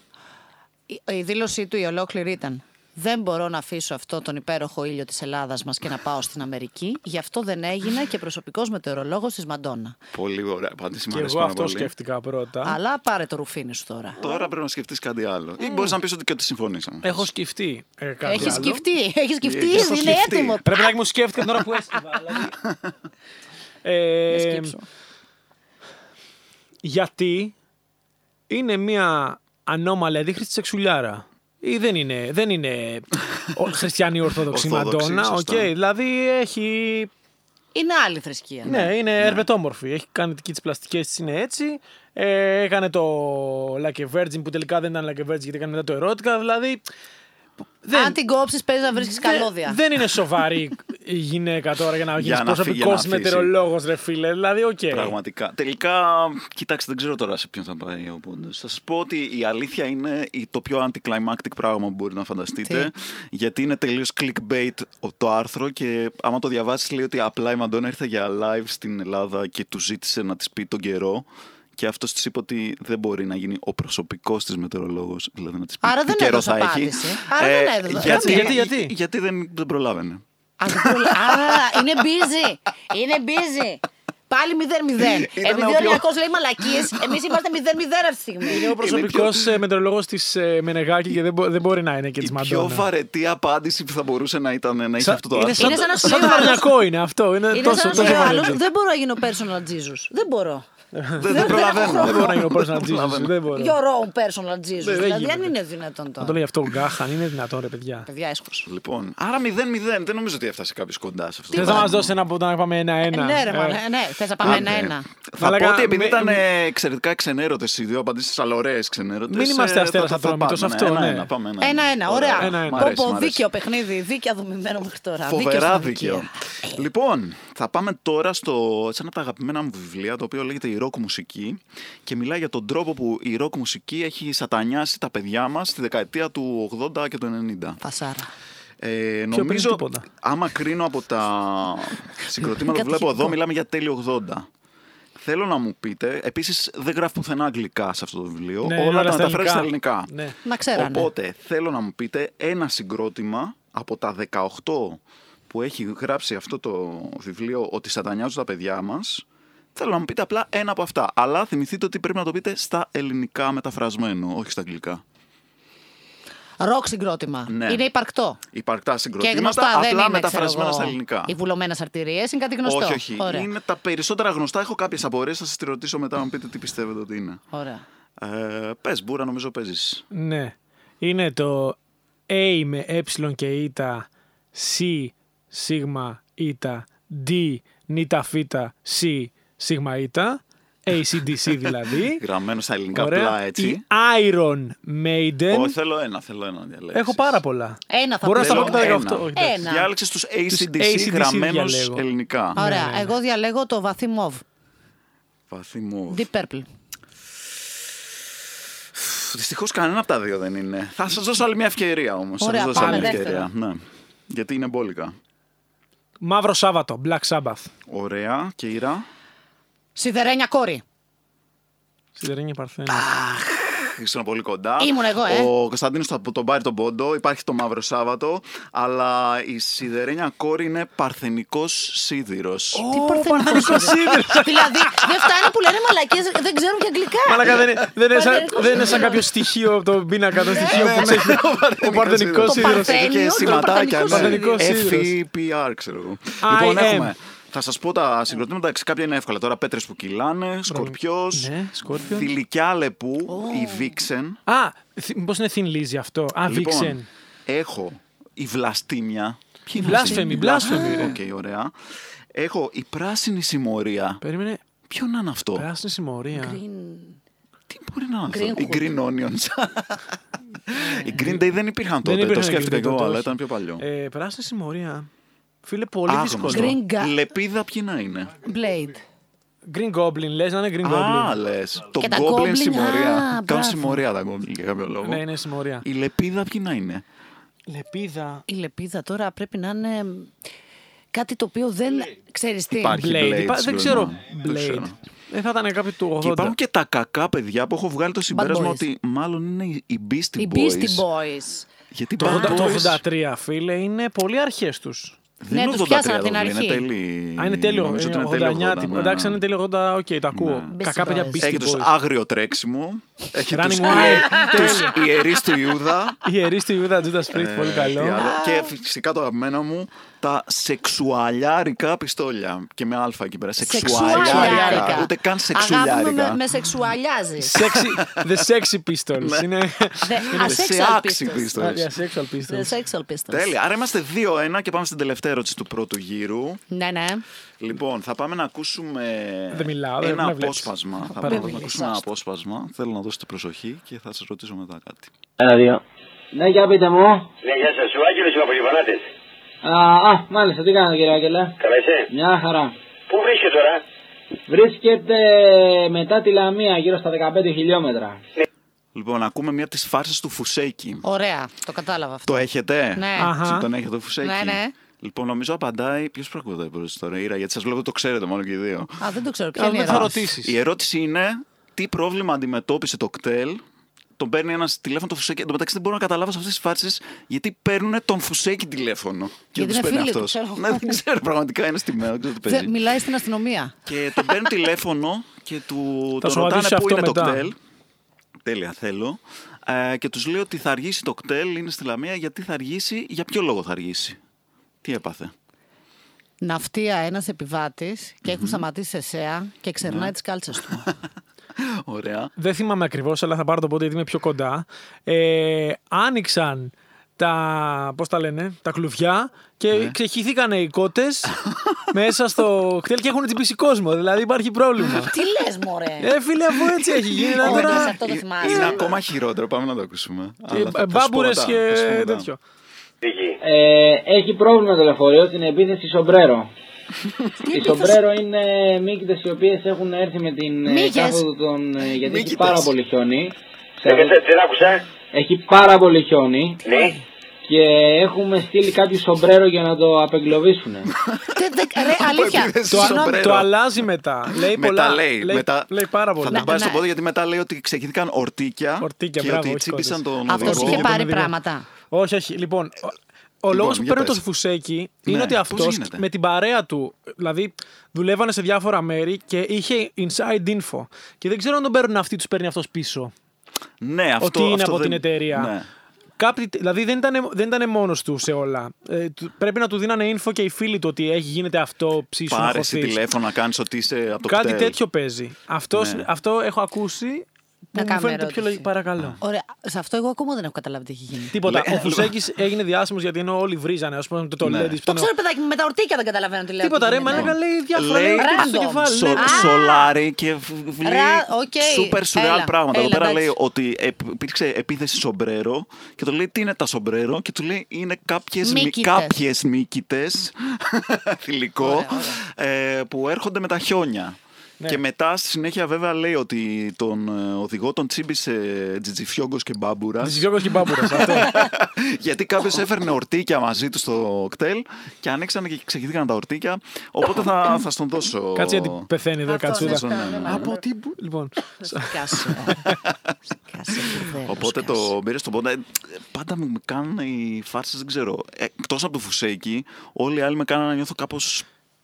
S2: Η, η δήλωσή του η ολόκληρη ήταν. Δεν μπορώ να αφήσω αυτό τον υπέροχο ήλιο της Ελλάδας μας και να πάω στην Αμερική. Γι' αυτό δεν έγινα και προσωπικός μετεωρολόγος της Μαντόνα.
S3: Πολύ ωραία απάντηση. Μου
S4: Και
S3: αρέσει
S4: εγώ
S3: πάρα
S4: αυτό
S3: πολύ.
S4: σκέφτηκα πρώτα.
S2: Αλλά πάρε το ρουφίνι σου τώρα.
S3: Τώρα πρέπει να σκεφτείς κάτι άλλο. Ή μπορείς να πεις ότι και ότι συμφωνήσαμε.
S4: Έχω σκεφτεί ε, κάτι
S2: Έχεις
S4: άλλο.
S2: σκεφτεί, έχεις σκεφτεί,
S3: Έχεις το
S2: είναι
S3: σκεφτεί.
S2: έτοιμο.
S4: Πρέπει να μου σκέφτηκα την ώρα που έσκυβα. δηλαδή. Ε,
S2: σκύψω.
S4: γιατί είναι μια ανώμαλη αντίχρηστη σεξουλιάρα. Ή δεν είναι, δεν είναι ο- χριστιανή Ορθόδοξη
S3: Ορθόδοξη,
S4: Μαντόνα. οκ.
S3: σωστά.
S4: δηλαδή έχει.
S2: Είναι άλλη θρησκεία.
S4: Ναι, είναι ερβετόμορφη. Έχει κάνει και τι πλαστικέ τη είναι έτσι. Ε, έκανε το Like a Virgin που τελικά δεν ήταν Like a Virgin γιατί έκανε μετά το ερώτηκα. Δηλαδή.
S2: Αν την κόψεις, παίζει να βρίσκεις καλώδια.
S4: Δεν είναι σοβαρή η γυναίκα τώρα για να γίνεις
S3: να φύγει,
S4: προσωπικό
S3: να αφήσει.
S4: μετεωρολόγο, ρε φίλε. Δηλαδή, οκ.
S2: Ε.
S3: Πραγματικά. Τελικά, κοιτάξτε, δεν ξέρω τώρα σε ποιον θα πάει ο πόντος. Θα σας πω ότι η αλήθεια είναι η- το πιο anticlimactic πράγμα που μπορείτε να φανταστείτε. Γιατί είναι τελείως clickbait ο- το άρθρο και άμα το διαβάσεις, λέει ότι απλά η Μαντόνα ήρθε για live στην Ελλάδα και του ζήτησε να της πει τον καιρό. Και αυτός της είπε ότι δεν μπορεί να γίνει ο προσωπικός της μετεωρολόγος. Δηλαδή να της πει
S2: Άρα
S3: τι
S2: δεν
S3: καιρό
S2: έδωσε
S3: θα έχει. Ε,
S2: απάντηση. Άρα δεν έδωσε.
S3: γιατί,
S4: Γιατί,
S3: γιατί,
S4: γιατί?
S3: δεν, δεν προλάβαινε.
S2: Α, δεν προλα- Α, είναι busy. Είναι busy. Πάλι 0-0.
S3: Ήταν
S2: Επειδή
S3: ο
S2: ο
S3: πιο-
S2: Ολυμπιακός λέει μαλακίε, εμείς είμαστε 0-0 αυτή τη στιγμή.
S4: Είναι ο ε, προσωπικό μετεωρολόγος της ε, Μενεγάκη και δεν, μπο- δεν μπορεί να είναι και
S3: Η
S4: τη
S3: πιο
S4: Μαντόνα.
S3: βαρετή απάντηση που θα μπορούσε να ήταν να είχε αυτό το
S4: είναι
S3: άρθρο.
S4: σαν,
S2: Είναι σαν να
S4: το-
S2: σου
S4: σαν
S2: λέει
S4: το
S2: ο άλλος-
S4: Βαρνιακό είναι αυτό. Είναι
S2: Είναι
S4: τόσο,
S2: σαν να
S4: τόσο
S2: λέει ο άλλο,
S4: βαρετό.
S2: δεν μπορώ να γίνω personal Jesus. Δεν μπορώ.
S3: Δεν, δεν προλαβαίνω.
S4: Δεν μπορεί να γίνει ο
S3: Δεν
S4: personal Jesus.
S3: προλαβαίνω.
S4: Δεν μπορεί.
S2: Your own personal Jesus. Δηλαδή,
S4: γίνεται.
S2: αν είναι δυνατόν
S4: Να το
S2: τώρα.
S4: λέει αυτό ο Γκάχαν, είναι δυνατόν, ρε παιδιά.
S2: Παιδιά, έσχος.
S3: Λοιπόν, άρα 0-0. Δεν νομίζω ότι έφτασε κάποιος κοντά σε αυτό.
S4: Θε
S3: το
S4: να μα
S3: πράγμα.
S4: δώσει ένα που να πάμε ένα-ένα.
S2: Ναι, ρε,
S4: Ε,
S2: μαλα- ναι, θες να πάμε
S3: Άντε.
S2: ένα-ένα.
S3: Θα
S4: Μαλάκα,
S3: πω ότι επειδή
S4: μη-
S3: ήταν
S4: μη-
S3: ε, εξαιρετικά ξενέρωτες οι δύο απαντήσεις, αλλά ωραίε ξενέρωτες.
S4: Μην είμαστε αστέρας ατρόμητος, αυτό, ναι.
S3: πάμε, ένα,
S2: Ένα-ένα, ωραία.
S4: Ένα-ένα.
S3: Μ'
S2: Πω,
S3: αρέσει,
S2: πω,
S3: μ' αρέσει.
S2: δίκαιο παιχνίδι, δίκαια δομημένο μέχρι τώρα.
S3: Φοβερά
S2: στην
S3: δίκαιο.
S2: αδικία.
S3: Λοιπόν, θα πάμε τώρα στο σε ένα από τα αγαπημένα μου βιβλία, το οποίο λέγεται Η ροκ μουσική και μιλάει για τον τρόπο που η ροκ μουσική έχει σατανιάσει τα παιδιά μας στη δεκαετία του 80 και του 90.
S2: Φασάρα.
S3: Ε,
S4: πριν
S3: νομίζω,
S4: τίποτα.
S3: άμα κρίνω από τα συγκροτήματα που βλέπω εδώ, μιλάμε για τέλειο 80. Θέλω να μου πείτε, επίσης δεν γράφει πουθενά αγγλικά σε αυτό το βιβλίο,
S4: Ναι,
S3: όλα
S4: όλα
S3: τα
S4: στα
S3: μεταφράζει στα
S4: ελληνικά.
S3: ελληνικά.
S4: Ναι.
S2: Να ξέρανε.
S3: Οπότε θέλω να μου πείτε ένα συγκρότημα από τα 18 που έχει γράψει αυτό το βιβλίο ότι σατανιάζουν τα παιδιά μας. Θέλω να μου πείτε απλά ένα από αυτά. Αλλά θυμηθείτε ότι πρέπει να το πείτε στα ελληνικά μεταφρασμένο, όχι στα αγγλικά.
S2: Ροκ συγκρότημα.
S3: Ναι.
S2: Είναι υπαρκτό.
S3: Υπαρκτά
S2: Και
S3: συγκροτήματα,
S2: γνωστά
S3: απλά
S2: δεν είναι.
S3: μεταφρασμένα στα ελληνικά.
S2: Οι βουλωμένες αρτηρίες είναι κάτι γνωστό.
S3: Όχι, όχι.
S2: Ωραία.
S3: Είναι τα περισσότερα γνωστά. Έχω κάποιες απορίες. Θα σας τη ρωτήσω μετά να μου πείτε τι πιστεύετε ότι είναι.
S2: Ωραία.
S3: Ε, Πες, Μπούρα, νομίζω παίζεις.
S4: Ναι. Είναι το A με ε και η, C σίγμα η, D νίτα φ, C σίγμα η, ACDC δηλαδή.
S3: Γραμμένο στα ελληνικά απλά έτσι.
S4: Η Iron Maiden.
S3: Όχι, θέλω ένα, θέλω ένα να διαλέξεις.
S4: Έχω πάρα πολλά.
S2: Ένα θα
S4: Μπορώ να
S2: πεις.
S4: στα πω
S3: Θέλω
S4: και τα 18.
S3: ένα.
S4: Όχι, εντάξει.
S2: Ένα.
S3: Διάλεξες τους ACDC
S4: ACDC
S3: γραμμένους
S4: διαλέγω.
S3: ελληνικά.
S2: Ωραία. Εγώ διαλέγω το βαθύ μοβ.
S3: Βαθύ μου.
S2: Deep Purple.
S3: Δυστυχώς κανένα από τα δύο δεν είναι. Θα σας δώσω άλλη μια ευκαιρία όμως. Θα
S2: Ωραία,
S3: σας δώσω άλλη
S2: πάμε,
S3: μια
S2: δεύτερο.
S3: ευκαιρία. Ναι. Γιατί είναι μπόλικα.
S4: Μαύρο Σάββατο, Black Sabbath.
S3: Ωραία, Κύρα.
S2: Σιδερένια κόρη.
S4: Σιδερένια Παρθένα.
S3: Ήσουν πολύ κοντά.
S2: Ήμουν εγώ, ε.
S3: Ο Κωνσταντίνος το, τον πάρει τον πόντο. Υπάρχει το Μαύρο Σάββατο. Αλλά η σιδερένια κόρη είναι παρθενικός σίδηρος.
S2: Τι παρθενικός Δηλαδή δεν φτάνει που λένε μαλακίες, δεν ξέρουν και αγγλικά.
S4: Μαλάκα δεν είναι, δεν είναι σαν,
S2: Παρθενικός
S4: δεν είναι σαν
S2: σίδηρος.
S4: κάποιο στοιχείο από τον πίνακα των στοιχείων που έχει ο
S3: σίδηρος.
S4: παρθενικό
S2: Το
S4: σίδηρο.
S2: παρθέ-
S3: και
S2: Παρθένιο,
S3: σηματάκια. ναι.
S2: το
S4: παρθενικό σίδηρος.
S3: FEPR, ξέρω εγώ.
S4: I
S3: Λοιπόν,
S4: am.
S3: έχουμε. Θα σας πω τα συγκροτήματα. Εντάξει, κάποια είναι εύκολα. Τώρα πέτρες που κυλάνε, σκορπιός.
S4: Ναι, Σκόρπιον.
S3: Θηλυκιά λεπού, η Βίξεν.
S4: Α, μήπως είναι Thin Lizzy αυτό. Α, Vixen.
S3: Λοιπόν, έχω η Βλαστήμια. Ποιοι είναι
S4: Blasphemy,
S3: οι Βλαστήμοι?
S4: Blasphemy, ρε.
S3: Οκ, ωραία. Έχω η Πράσινη Συμμορία.
S4: Περίμενε.
S3: Ποιο να είναι αυτό.
S4: Πράσινη συμμορία.
S3: Τι μπορεί να είναι αυτό. Οι
S5: Green Hood.
S3: Green Onions. Οι Green Day δεν υπήρχαν τότε. Το
S4: υπήρχαν
S3: σκέφτηκα
S4: Green Day
S3: εγώ,
S4: τότε,
S3: αλλά
S4: όχι.
S3: ήταν πιο παλιό.
S4: Ε, πράσινη συμμορία. Φίλε, πολύ
S3: Άγνωστο.
S4: δύσκολο.
S5: Green Ga-
S3: Λεπίδα ποιοι να είναι.
S2: Blade.
S4: Green Goblin, λες να είναι Green Goblin.
S3: Α, λες. Το
S2: Και τα
S3: Goblin
S2: Goblin, α,
S3: συμμορία.
S2: μπράβο.
S3: Κάνουν συμμορία τα Goblin για κάποιο λόγο.
S4: Ναι, είναι συμμορία.
S3: Η λεπίδα ποιοι να είναι.
S4: Λεπίδα.
S2: Η λεπίδα τώρα πρέπει να είναι κάτι το οποίο δεν ξέρεις τι.
S3: Υπάρχει. Blade,
S4: Blade. Υπά-
S3: σίγουρα,
S4: Δεν ξέρω.
S3: ναι. Δεν
S4: Blade.
S3: ξέρω.
S4: Δεν θα ήταν κάποιο του
S3: Και
S4: 80.
S3: υπάρχουν και τα κακά παιδιά που έχω βγάλει το συμπέρασμα
S2: Boys.
S3: ότι μάλλον είναι οι- οι Beastie Boys.
S2: Οι Beastie Boys.
S3: Γιατί
S4: Το 80
S3: Bad
S4: Το
S3: Boys
S4: 83, φίλε, είναι πολύ αρχές τους.
S3: δεν
S2: Ναι,
S3: είναι
S2: τους
S3: 83
S2: πιάσανε από την
S3: εδώ,
S2: αρχή.
S3: Είναι τέλειο.
S4: Α, είναι τέλειο.
S3: Ε,
S4: ε,
S3: Νομίζω ότι
S4: είναι
S3: είναι τέλειο
S4: 89
S3: 80,
S4: τύπο.
S3: ναι,
S4: Εντάξει, αν
S3: ναι.
S4: είναι τέλειο 80, οκ, τα ακούω.
S2: Beastie
S4: Κακά παιδιά
S2: Boys.
S3: Έχει
S4: Beastie
S3: τους
S4: Boys.
S3: άγριο τρέξιμο. Έχει
S4: Running
S3: τους,
S4: Wild.
S3: τους ιερείς του Ιούδα.
S4: Ιερή στη Ιούδα Τζούντας Σπρίτ, πολύ
S3: Ε,
S4: καλό.
S3: τι άλλο. Και φυσικά το αγαπημένο μου, τα σεξουαλιάρικα πιστόλια. Και με αλφα εκεί πέρα. Σεξουαλιάρικα.
S2: Σεξουαλιάρικα.
S3: Ούτε καν
S2: Αγάπη μου, με, με
S3: σεξουλιάρικα.
S2: σεξουαλιάζει.
S4: Sexy, the sexy
S3: Ναι.
S4: pistols. είναι.
S2: The
S3: Σε
S2: asexual
S3: άξι
S2: pistols.
S4: The
S3: πιστόλια.
S4: sexual
S2: The
S4: pistols.
S2: sexual pistols.
S3: Τέλεια. Άρα είμαστε 2-1 και πάμε στην τελευταία ερώτηση του πρώτου γύρου.
S2: Ναι, ναι.
S3: Λοιπόν, θα πάμε να ακούσουμε
S4: Δεν μιλάω, δεν-
S3: ένα
S4: δεν βλέπεις.
S3: απόσπασμα. Θα
S4: παρέμβεις.
S3: πάμε να ακούσουμε ένα απόσπασμα. Θέλω να δώσετε προσοχή και θα σας ρωτήσω μετά κάτι.
S7: Ένα, δύο. Ναι, για πείτε μου.
S8: Ναι, γεια σας. Ο Άγγελος είμαι από Λιβανάτες.
S7: Α, α, μάλιστα, τι κάνετε κύριε Άγγελε.
S8: Καλά είσαι.
S7: Μια χαρά.
S8: Πού βρίσκεσαι τώρα.
S7: Βρίσκεται μετά τη Λαμία, γύρω στα 15 χιλιόμετρα.
S3: Λοιπόν, ακούμε μία από τις φάρσες του Φουσέκη.
S2: Ωραία, το κατάλαβα αυτό.
S3: Το έχετε.
S2: Ναι.
S4: Αχα.
S3: Εσύ Τον έχετε το Φουσέκη.
S2: Ναι, ναι.
S3: Λοιπόν, νομίζω απαντάει. Ποιος προακολουθεί την ιστορία, γιατί σας βλέπω το ξέρετε μόνο και οι δύο.
S2: Α, δεν το ξέρω. Ποια
S4: Αλλά
S2: είναι η
S4: δεν θα
S2: ερώτηση.
S4: ρωτήσει.
S3: Η ερώτηση είναι τι πρόβλημα αντιμετώπισε το κτέλ. Τον παίρνει ένας τηλέφωνο το φουσέκι. Εν τω μεταξύ δεν μπορώ να καταλάβω σε αυτές τις φάσεις γιατί παίρνουν τον φουσέκι τηλέφωνο. Και
S2: Γιατί
S3: τους
S2: είναι
S3: παίρνει
S2: φίλοι του,
S3: αυτός.
S2: ξέρω εγώ.
S3: Ναι, δεν ξέρω, πραγματικά είναι στη μέρα, δεν ξέρω τι
S2: Θε-
S3: παίζει.
S2: Μιλάει στην αστυνομία.
S3: Και τον παίρνει τηλέφωνο και του
S4: Θα
S3: τον
S4: σου
S3: ρωτάνε
S4: απαντήσω
S3: πού είναι
S4: αυτό
S3: το
S4: μετά.
S3: κτέλ. Τέλεια, θέλω. Ε, και τους λέει ότι θα αργήσει το κτέλ, είναι στη Λαμία. Γιατί θα αργήσει, για ποιο λόγο θα αργήσει. Τι έπαθε.
S2: Ναυτία ένας επιβάτης και έχουν σταματήσει σε ΣΕΑ και
S3: Ναι.
S2: ξερνάει τις κάλτσες του.
S3: Ωραία.
S4: Δεν θυμάμαι ακριβώς, αλλά θα πάρω το πότε γιατί είμαι πιο κοντά. Ε, άνοιξαν τα, πώς τα λένε, τα κλουβιά και
S3: Ναι.
S4: ξεχύθηκαν οι κότες μέσα στο κτέλ και έχουν τσιμπήσει κόσμο. Δηλαδή υπάρχει πρόβλημα.
S2: Τι λες, Μωρέ.
S4: ε, φίλε, αφού έτσι έχει γίνει.
S2: Ωραία,
S4: τώρα-
S2: σε αυτό το
S3: Ε,
S2: θυμάσαι.
S3: Είναι ακόμα χειρότερο, πάμε να το ακούσουμε. Αλλά θα- θα σου πω
S4: Μπάμπουρες
S3: μετά, θα σου πω
S4: Ε, και
S3: μετά.
S4: τέτοιο.
S8: Εκεί.
S7: Ε, έχει πρόβλημα το λεωφορείο στην επίθεση Σομπρέρο. Η Σομπρέρο είναι μύκητε οι οποίες έχουν έρθει με την ε,
S2: Μύκες.
S7: κάθοδο των. ε, Γιατί έχει
S3: Μύκητες.
S7: πάρα πολύ χιόνι.
S8: Ε, Δεν δεν άκουσα.
S7: Έχει πάρα πολύ χιόνι
S8: Ναι.
S7: και έχουμε στείλει κάποιο Σομπρέρο για να το απεγκλωβίσουν.
S2: Τε- τε- Ρε, αλήθεια.
S3: επίθεση
S4: Το,
S3: Σομπρέρο.
S4: το αλλάζει μετά. Λέει
S3: Ε, Μετά
S4: πολλά.
S3: λέει, μετά-
S4: λέει
S3: Θα
S4: πάρα πολλά.
S3: τα
S2: Ναι,
S3: πάρει στο
S2: ναι.
S3: πόδι γιατί μετά λέει ότι ξεχύθηκαν ορτίκια,
S4: Ορτίκια,
S3: και
S4: μπράβο,
S3: ότι
S4: όχι
S3: τσίπησαν
S4: κόντες.
S3: τον
S2: Αυτός
S3: οδηγό.
S2: είχε πάρει
S4: τον οδηγό.
S2: πράγματα.
S4: Όχι, όχι. Λοιπόν, ο, ο λόγος που
S3: για
S4: παίρνω
S3: πες.
S4: το φουσέκι είναι
S3: Ναι,
S4: ότι
S3: πώς
S4: αυτός
S3: γίνεται?
S4: με την παρέα του, δηλαδή δουλεύανε σε διάφορα μέρη και είχε inside info. Και δεν ξέρω αν τον παίρνουν αυτοί, τους παίρνει αυτός πίσω.
S3: Ναι, αυτό,
S4: ότι είναι
S3: αυτό
S4: από
S3: δεν-
S4: την εταιρεία.
S3: Ναι.
S4: Κάποιοι, δηλαδή δεν ήταν, δεν ήτανε μόνος του σε όλα. Ε, του- πρέπει να του δίνανε info και οι φίλοι του ότι έχει γίνεται αυτό ψήσου να
S3: Πάρε εσύ
S4: χωθείς.
S3: τηλέφωνο να κάνεις ότι είσαι από το
S4: Κάτι
S3: κτέλ.
S4: τέτοιο παίζει. Αυτός,
S3: Ναι.
S4: Αυτό έχω ακούσει.
S2: Να
S4: Που μου
S2: κάνουμε
S4: φαίνεται πιο
S2: ερώτηση.
S4: λογικό. Παρακαλώ.
S2: Ωραία, σε αυτό εγώ ακόμα δεν έχω καταλάβει τι έχει γίνει.
S4: Τίποτα.
S3: Λέ-
S4: Ο Φουσέκης έγινε διάσημος γιατί ενώ όλοι βρίζανε. Ας πούμε το
S3: Ναι.
S4: Ladies
S3: Το
S4: που
S2: Το
S4: ήταν ο-
S2: ξέρω, παιδάκι μου, με τα ορτίκια δεν καταλαβαίνω τι λέω. Ναι,
S4: Τίποτα
S2: τι
S4: ρε,
S2: γίνεται.
S4: μαλάκα λέει διάφορα.
S3: Λέει
S4: Λέει χτύπησε το
S2: random.
S4: κεφάλι.
S3: Σο,
S4: λέει.
S3: σολάρι και βλέπει
S2: Ρα- οκ.
S3: σούπερ σουρεάλ
S2: Έλα,
S3: πράγματα. Εδώ
S2: έλα,
S3: πέρα
S2: εντάξει.
S3: λέει ότι επ- υπήρξε επίθεση σομπρέρο και του λέει τι είναι τα σομπρέρο και του λέει είναι κάποιες μυ-
S2: Μύκητες.
S3: κάποιες μύκητες, θηλυκό, ε, που έρχονται με τα χιόνια.
S4: Ναι.
S3: Και μετά στη συνέχεια βέβαια λέει ότι τον ε, οδηγό τον τσίμπησε τζιτζιφιόγκος και μπάμπουρας.
S4: Ζυγιώκος και μπάμπουρας, αυτό.
S3: Γιατί κάποιος έφερνε ορτίκια μαζί του στο κτέλ και ανοίξανε και ξεχύθηκαν τα ορτίκια. Οπότε θα, θα στον δώσω.
S4: Κάτσε γιατί πεθαίνει εδώ η
S2: Αυτό,
S4: κατσούδα.
S2: ναι, ναι, ναι.
S4: Από τι. που- Λοιπόν.
S2: Σκάσε. Σκάσε, μπουρδέλο,
S3: Οπότε
S2: σκάσε.
S3: το πήρε στον πόντα. Ε, Πάντα μου κάνουν οι φάρσες, δεν ξέρω. Εκτός από το φουσέκι, όλοι οι άλλοι με κάνανε να νιώθω κάπως.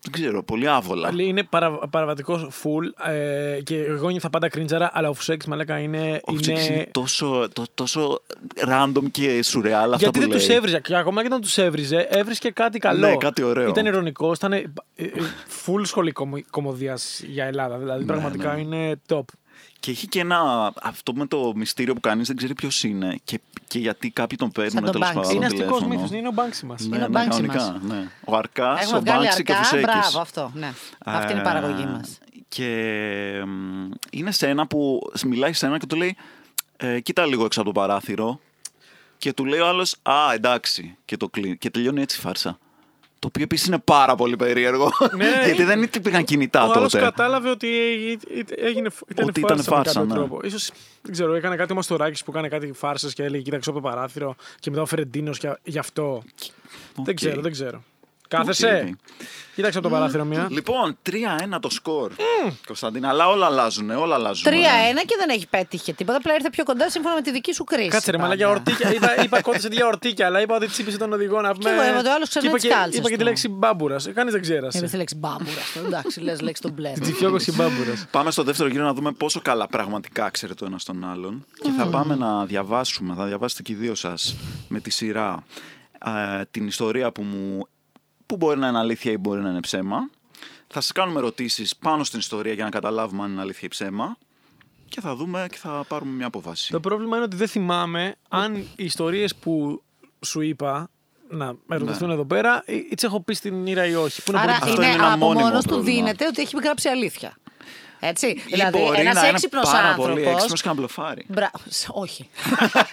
S3: Δεν ξέρω, πολύ άβολα.
S4: Είναι παρα, παραβατικός full ε, και εγώ νιώθα πάντα κρίντζαρα, αλλά ο Φουσέκης μαλάκα είναι.
S3: Ο Φουσέκης είναι
S4: είναι...
S3: τόσο, το- τόσο random και σουρεάλ αυτά
S4: Γιατί
S3: που
S4: δεν τους
S3: λέει.
S4: έβριζε. Και ακόμα και όταν τους έβριζε, έβρισκε κάτι καλό.
S3: Ναι, κάτι ωραίο.
S4: Ήταν ηρωνικό, ήταν full σχολή κομμωδίας για Ελλάδα. Δηλαδή
S3: Ναι,
S4: πραγματικά είναι top.
S3: Και έχει και ένα. Αυτό με το μυστήριο που κανεί δεν ξέρει ποιος είναι και, και γιατί κάποιοι τον παίρνουν
S2: τον
S3: τέλος
S2: Banks.
S3: πάντων.
S4: Είναι αστικός
S3: τηλέφωνο.
S4: μύθος, είναι ο Banksy μας.
S3: Ναι,
S2: Είναι ο
S3: ναι,
S2: Banksy
S3: κανονικά,
S2: μας.
S3: ναι. Ο Αρκάς, ο
S2: Έχουμε βγάλει
S3: Μπάνξι και ο
S2: αρκά.
S3: Φουσέκης.
S2: Μπράβο, αυτό. Ναι. Αυτή είναι η παραγωγή
S3: Ε,
S2: μας.
S3: Και μ, είναι σε ένα που μιλάει σε ένα και του λέει «Ε, Κοίτα λίγο έξω από το παράθυρο. Και του λέει ο άλλος Α, εντάξει. Και, το κλείνει. και τελειώνει έτσι η φάρσα. Το οποίο επίσης είναι πάρα πολύ περίεργο.
S4: Ναι.
S3: γιατί δεν υπήρχαν κινητά
S4: ο άλλος
S3: τότε.
S4: κατάλαβε ότι έγινε, ήταν
S3: Ότι ήταν
S4: φάρσα,
S3: φάρσα,
S4: με
S3: ναι.
S4: κάποιο τρόπο. Ίσως, δεν ξέρω, έκανε κάτι ο Μαστοράκης που έκανε κάτι φάρσες και έλεγε κοίταξε από το παράθυρο και μετά ο Φερεντίνος και γι' αυτό. Δεν
S3: Οκ.
S4: ξέρω, δεν ξέρω. Κάθεσαι. Κοίταξε από το παράθυρο μία.
S3: Λοιπόν, 3-1 το σκορ. Κωνσταντίνα, αλλά όλα αλλάζουν. Όλα αλλάζουν.
S2: 3-1 και δεν έχει πέτυχε τίποτα. Απλά ήρθε πιο κοντά σύμφωνα με τη δική σου κρίση.
S4: Κάτσε ρε
S2: πάντα.
S4: μαλακιά ορτίκια. είπα, είπα κότησε για ορτίκια, αλλά είπα ότι τσίπησε τον οδηγό να πούμε.
S2: εγώ, είπα, το άλλο
S4: Και
S2: ξερνάει
S4: είπα
S2: τις
S4: και-
S2: κάλτσες
S4: Είπα και τη
S2: του.
S4: λέξη μπάμπουρας. Κανείς δεν ξέρασε.
S2: Είπε τη λέξη μπάμπουρας. Εντάξει, λες λέξη τον μπλε.
S4: Τσιφιόκο και μπάμπουρας.
S3: Πάμε στο δεύτερο γύρο να δούμε πόσο καλά πραγματικά ξέρετε ο ένας τον άλλον. Και θα πάμε να διαβάσουμε, θα διαβάσετε και οι δύο σας με τη σειρά ε, την ιστορία που μου. που μπορεί να είναι αλήθεια ή μπορεί να είναι ψέμα. Θα σας κάνουμε ερωτήσεις πάνω στην ιστορία για να καταλάβουμε αν είναι αλήθεια ή ψέμα. Και θα δούμε και θα πάρουμε μια αποφάση.
S4: Το πρόβλημα είναι ότι δεν θυμάμαι αν οι ιστορίες που σου είπα να
S3: Ναι.
S4: ερωτηθούν εδώ πέρα ή ή τις έχω πει στην Ήρα ή όχι. Που είναι
S2: Άρα
S4: πολύ
S3: Αυτό
S2: είναι,
S3: είναι ένα
S2: από
S3: μόνιμο
S2: μόνος του
S3: πρόβλημα.
S2: δίνεται ότι έχει γράψει αλήθεια. Έτσι. δηλαδή,
S3: μπορεί
S2: ένας
S3: να είναι
S2: έξυπνος
S3: πάρα πολύ
S2: άνθρωπος.
S3: έξυπνος και να μπλοφάρει.
S2: Μπρα... σ- Όχι.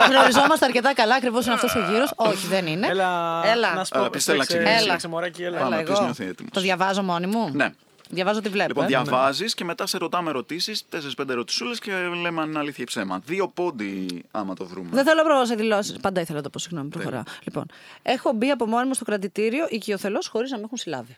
S2: Γνωριζόμαστε αρκετά καλά, ακριβώς είναι αυτός ο γύρος. Όχι, δεν είναι.
S4: Έλα,
S2: ε, Έλα.
S4: να σου πω.
S3: Έλα, Πιστέλα,
S4: φτιάξε-
S3: ξεκινήσει.
S4: φτιάξε μωράκι, έλα.
S3: Πάμε.
S2: Έλα,
S3: ποιος
S2: εγώ.
S3: νιώθει έτοιμος.
S2: Το διαβάζω μόνη μου.
S3: Ναι.
S2: Διαβάζω τι βλέπω.
S3: Λοιπόν,
S2: ε.
S3: διαβάζεις και μετά σε ρωτάμε ερωτήσεις, 4-5 ερωτησούλες και λέμε αν είναι αλήθεια ή ψέμα. Δύο πόντι άμα το βρούμε.
S2: Δεν θέλω να προβάλλω σε δηλώσεις. Πάντα ήθελα να το πω, συγγνώμη, προχωράω.
S3: Ναι.
S2: Λοιπόν, έχω μπει από μόνη μου στο κρατητήριο οικειοθελώς χωρίς να με έχουν συλλάβει.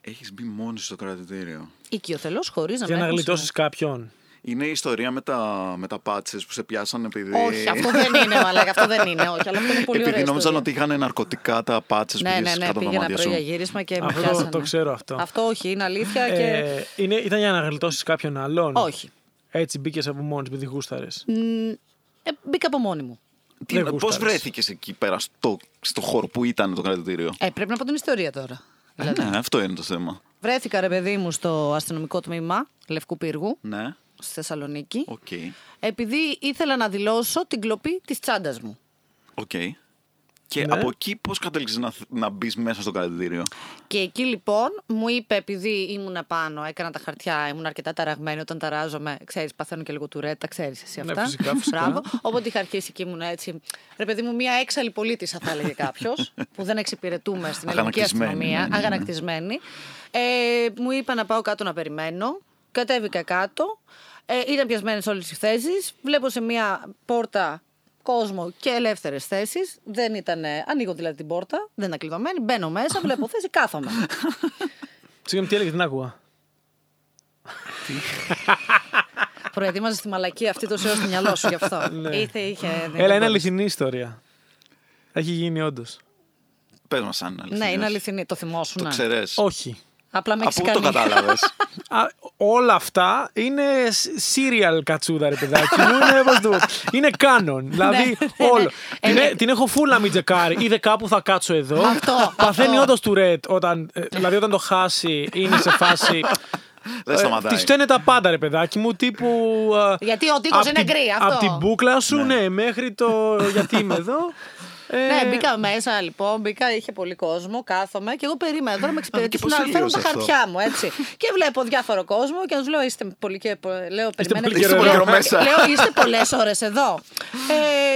S3: Έχεις μπει μόνος στο κρατητήριο.
S2: Οικειοθελώς χωρίς να με
S4: Για να
S2: έχουν
S4: γλιτώσει κάποιον.
S3: Είναι η ιστορία με τα, με τα πάτσες που σε πιάσαν επειδή.
S2: συλλάβει. Όχι, αυτό δεν είναι, μαλάκα, αυτό δεν είναι. Όχι, αλλά αυτό είναι πολύ
S3: επειδή
S2: ωραίο.
S3: νόμιζαν ότι είχαν ναρκωτικά τα πάτσες
S2: Ναι,
S3: που
S2: ναι,
S3: είχες
S2: ναι,
S3: κάτω από τα
S2: πήγαινα
S3: μάτια
S2: πρωί
S3: σου.
S2: για γύρισμα και με
S4: Αυτό
S2: πιάσανε.
S4: το ξέρω αυτό.
S2: Αυτό όχι, είναι αλήθεια και.
S4: Ε, είναι, ήταν για να γλιτώσεις κάποιον άλλον.
S2: Όχι.
S4: Έτσι μπήκες από μόνη επειδή γούσταρες.
S2: Ε, μπήκα από μόνη μου.
S4: Δεν
S3: Τι, πώς
S4: γούσταρες.
S3: βρέθηκες εκεί πέρα στο, στο χώρο που ήταν το κρατητήριο.
S2: Ε, πρέπει να πω την ιστορία τώρα.
S3: Ε, ναι, αυτό είναι το θέμα.
S2: Βρέθηκα ρε παιδί μου στο αστυνομικό τμήμα Λευκού Πύργου
S3: Ναι,
S2: στη Θεσσαλονίκη
S3: οκ.
S2: επειδή ήθελα να δηλώσω την κλοπή της τσάντας μου.
S3: οκ. Και
S2: Ναι.
S3: από εκεί πώς κατέληξες να, να μπεις μέσα στο κρατητήριο.
S2: Και εκεί λοιπόν μου είπε, επειδή ήμουν πάνω, έκανα τα χαρτιά, ήμουν αρκετά ταραγμένη όταν ταράζομαι. ξέρεις, παθαίνω και λίγο τουρέτα, ξέρεις εσύ
S4: Ναι,
S2: αυτά.
S4: φυσικά, φυσικά.
S2: Μπράβο. Οπότε είχα αρχίσει και ήμουν έτσι. Ρε παιδί μου, μία έξαλλη πολίτησα, θα έλεγε κάποιος, που δεν εξυπηρετούμε στην ελληνική
S3: Αγανακτισμένη,
S2: αστυνομία.
S3: ναι, ναι, ναι.
S2: Αγανακτισμένη. Ε, μου είπα να πάω κάτω να περιμένω. Κατέβηκα κάτω. Ε, ήταν πιασμένες όλες οι θέσεις. Βλέπω σε μία πόρτα κόσμο και ελεύθερες θέσεις. Δεν ήταν. Ανοίγω δηλαδή την πόρτα, δεν ήταν κλειδωμένη. Μπαίνω μέσα, βλέπω θέση, κάθομαι.
S4: Συγγνώμη, τι έλεγες, την άκουγα.
S2: Προετοίμαζες τη μαλακία αυτή το σέο στο μυαλό σου γι' αυτό.
S3: Ναι.
S2: Ήθε, είχε. δεν
S4: Έλα, είναι
S2: μπορεί.
S4: αληθινή ιστορία. Έχει γίνει όντως.
S3: Πες μας αν είναι αλήθεια.
S2: Ναι, είναι αληθινή. Το θυμόσουν. ναι.
S3: Το ξέρες.
S4: Όχι.
S2: Απλά με
S3: Από
S2: έχει
S3: πού το
S2: κάνει.
S3: κατάλαβες.
S4: Α, όλα αυτά είναι σ- serial κατσούδα, ρε παιδάκι μου. Είναι, πώς το πω, είναι κάνον. Δηλαδή,
S2: ναι.
S4: όλο.
S2: Ε,
S4: την,
S2: ναι.
S4: ε- την έχω φούλα μην τζεκάρει. Είδε κάπου θα κάτσω εδώ.
S2: Αυτό,
S4: Παθαίνει
S2: αυτό.
S4: όντως του ρετ. Όταν, ε, δηλαδή, όταν το χάσει, είναι σε φάση. ε,
S3: Δεν σταματάει.
S4: Τη φταίνε τα πάντα, ρε παιδάκι μου. Τύπου. ε,
S2: Γιατί ο τείχος
S4: απ'
S2: είναι
S4: την-
S2: γκρι, αυτό.
S4: Απ' την μπούκλα σου, ναι, μέχρι το. Γιατί είμαι εδώ. Ε,
S2: Ναι, μπήκα μέσα λοιπόν, μπήκα, είχε πολύ κόσμο, κάθομαι και εγώ περίμενα τώρα με εξυπηρετήσουν
S3: πώς
S2: να φέρουν
S3: τελείωσε
S2: τα
S3: αυτό.
S2: χαρτιά μου, έτσι. και βλέπω διάφορο κόσμο και τους λέω: Είστε πολύ και. πο- Λέω, περιμένετε.
S4: πολύ καιρό
S2: λέω,
S4: εδώ.
S3: μέσα».
S2: λέω, Είστε πολλές ώρες εδώ.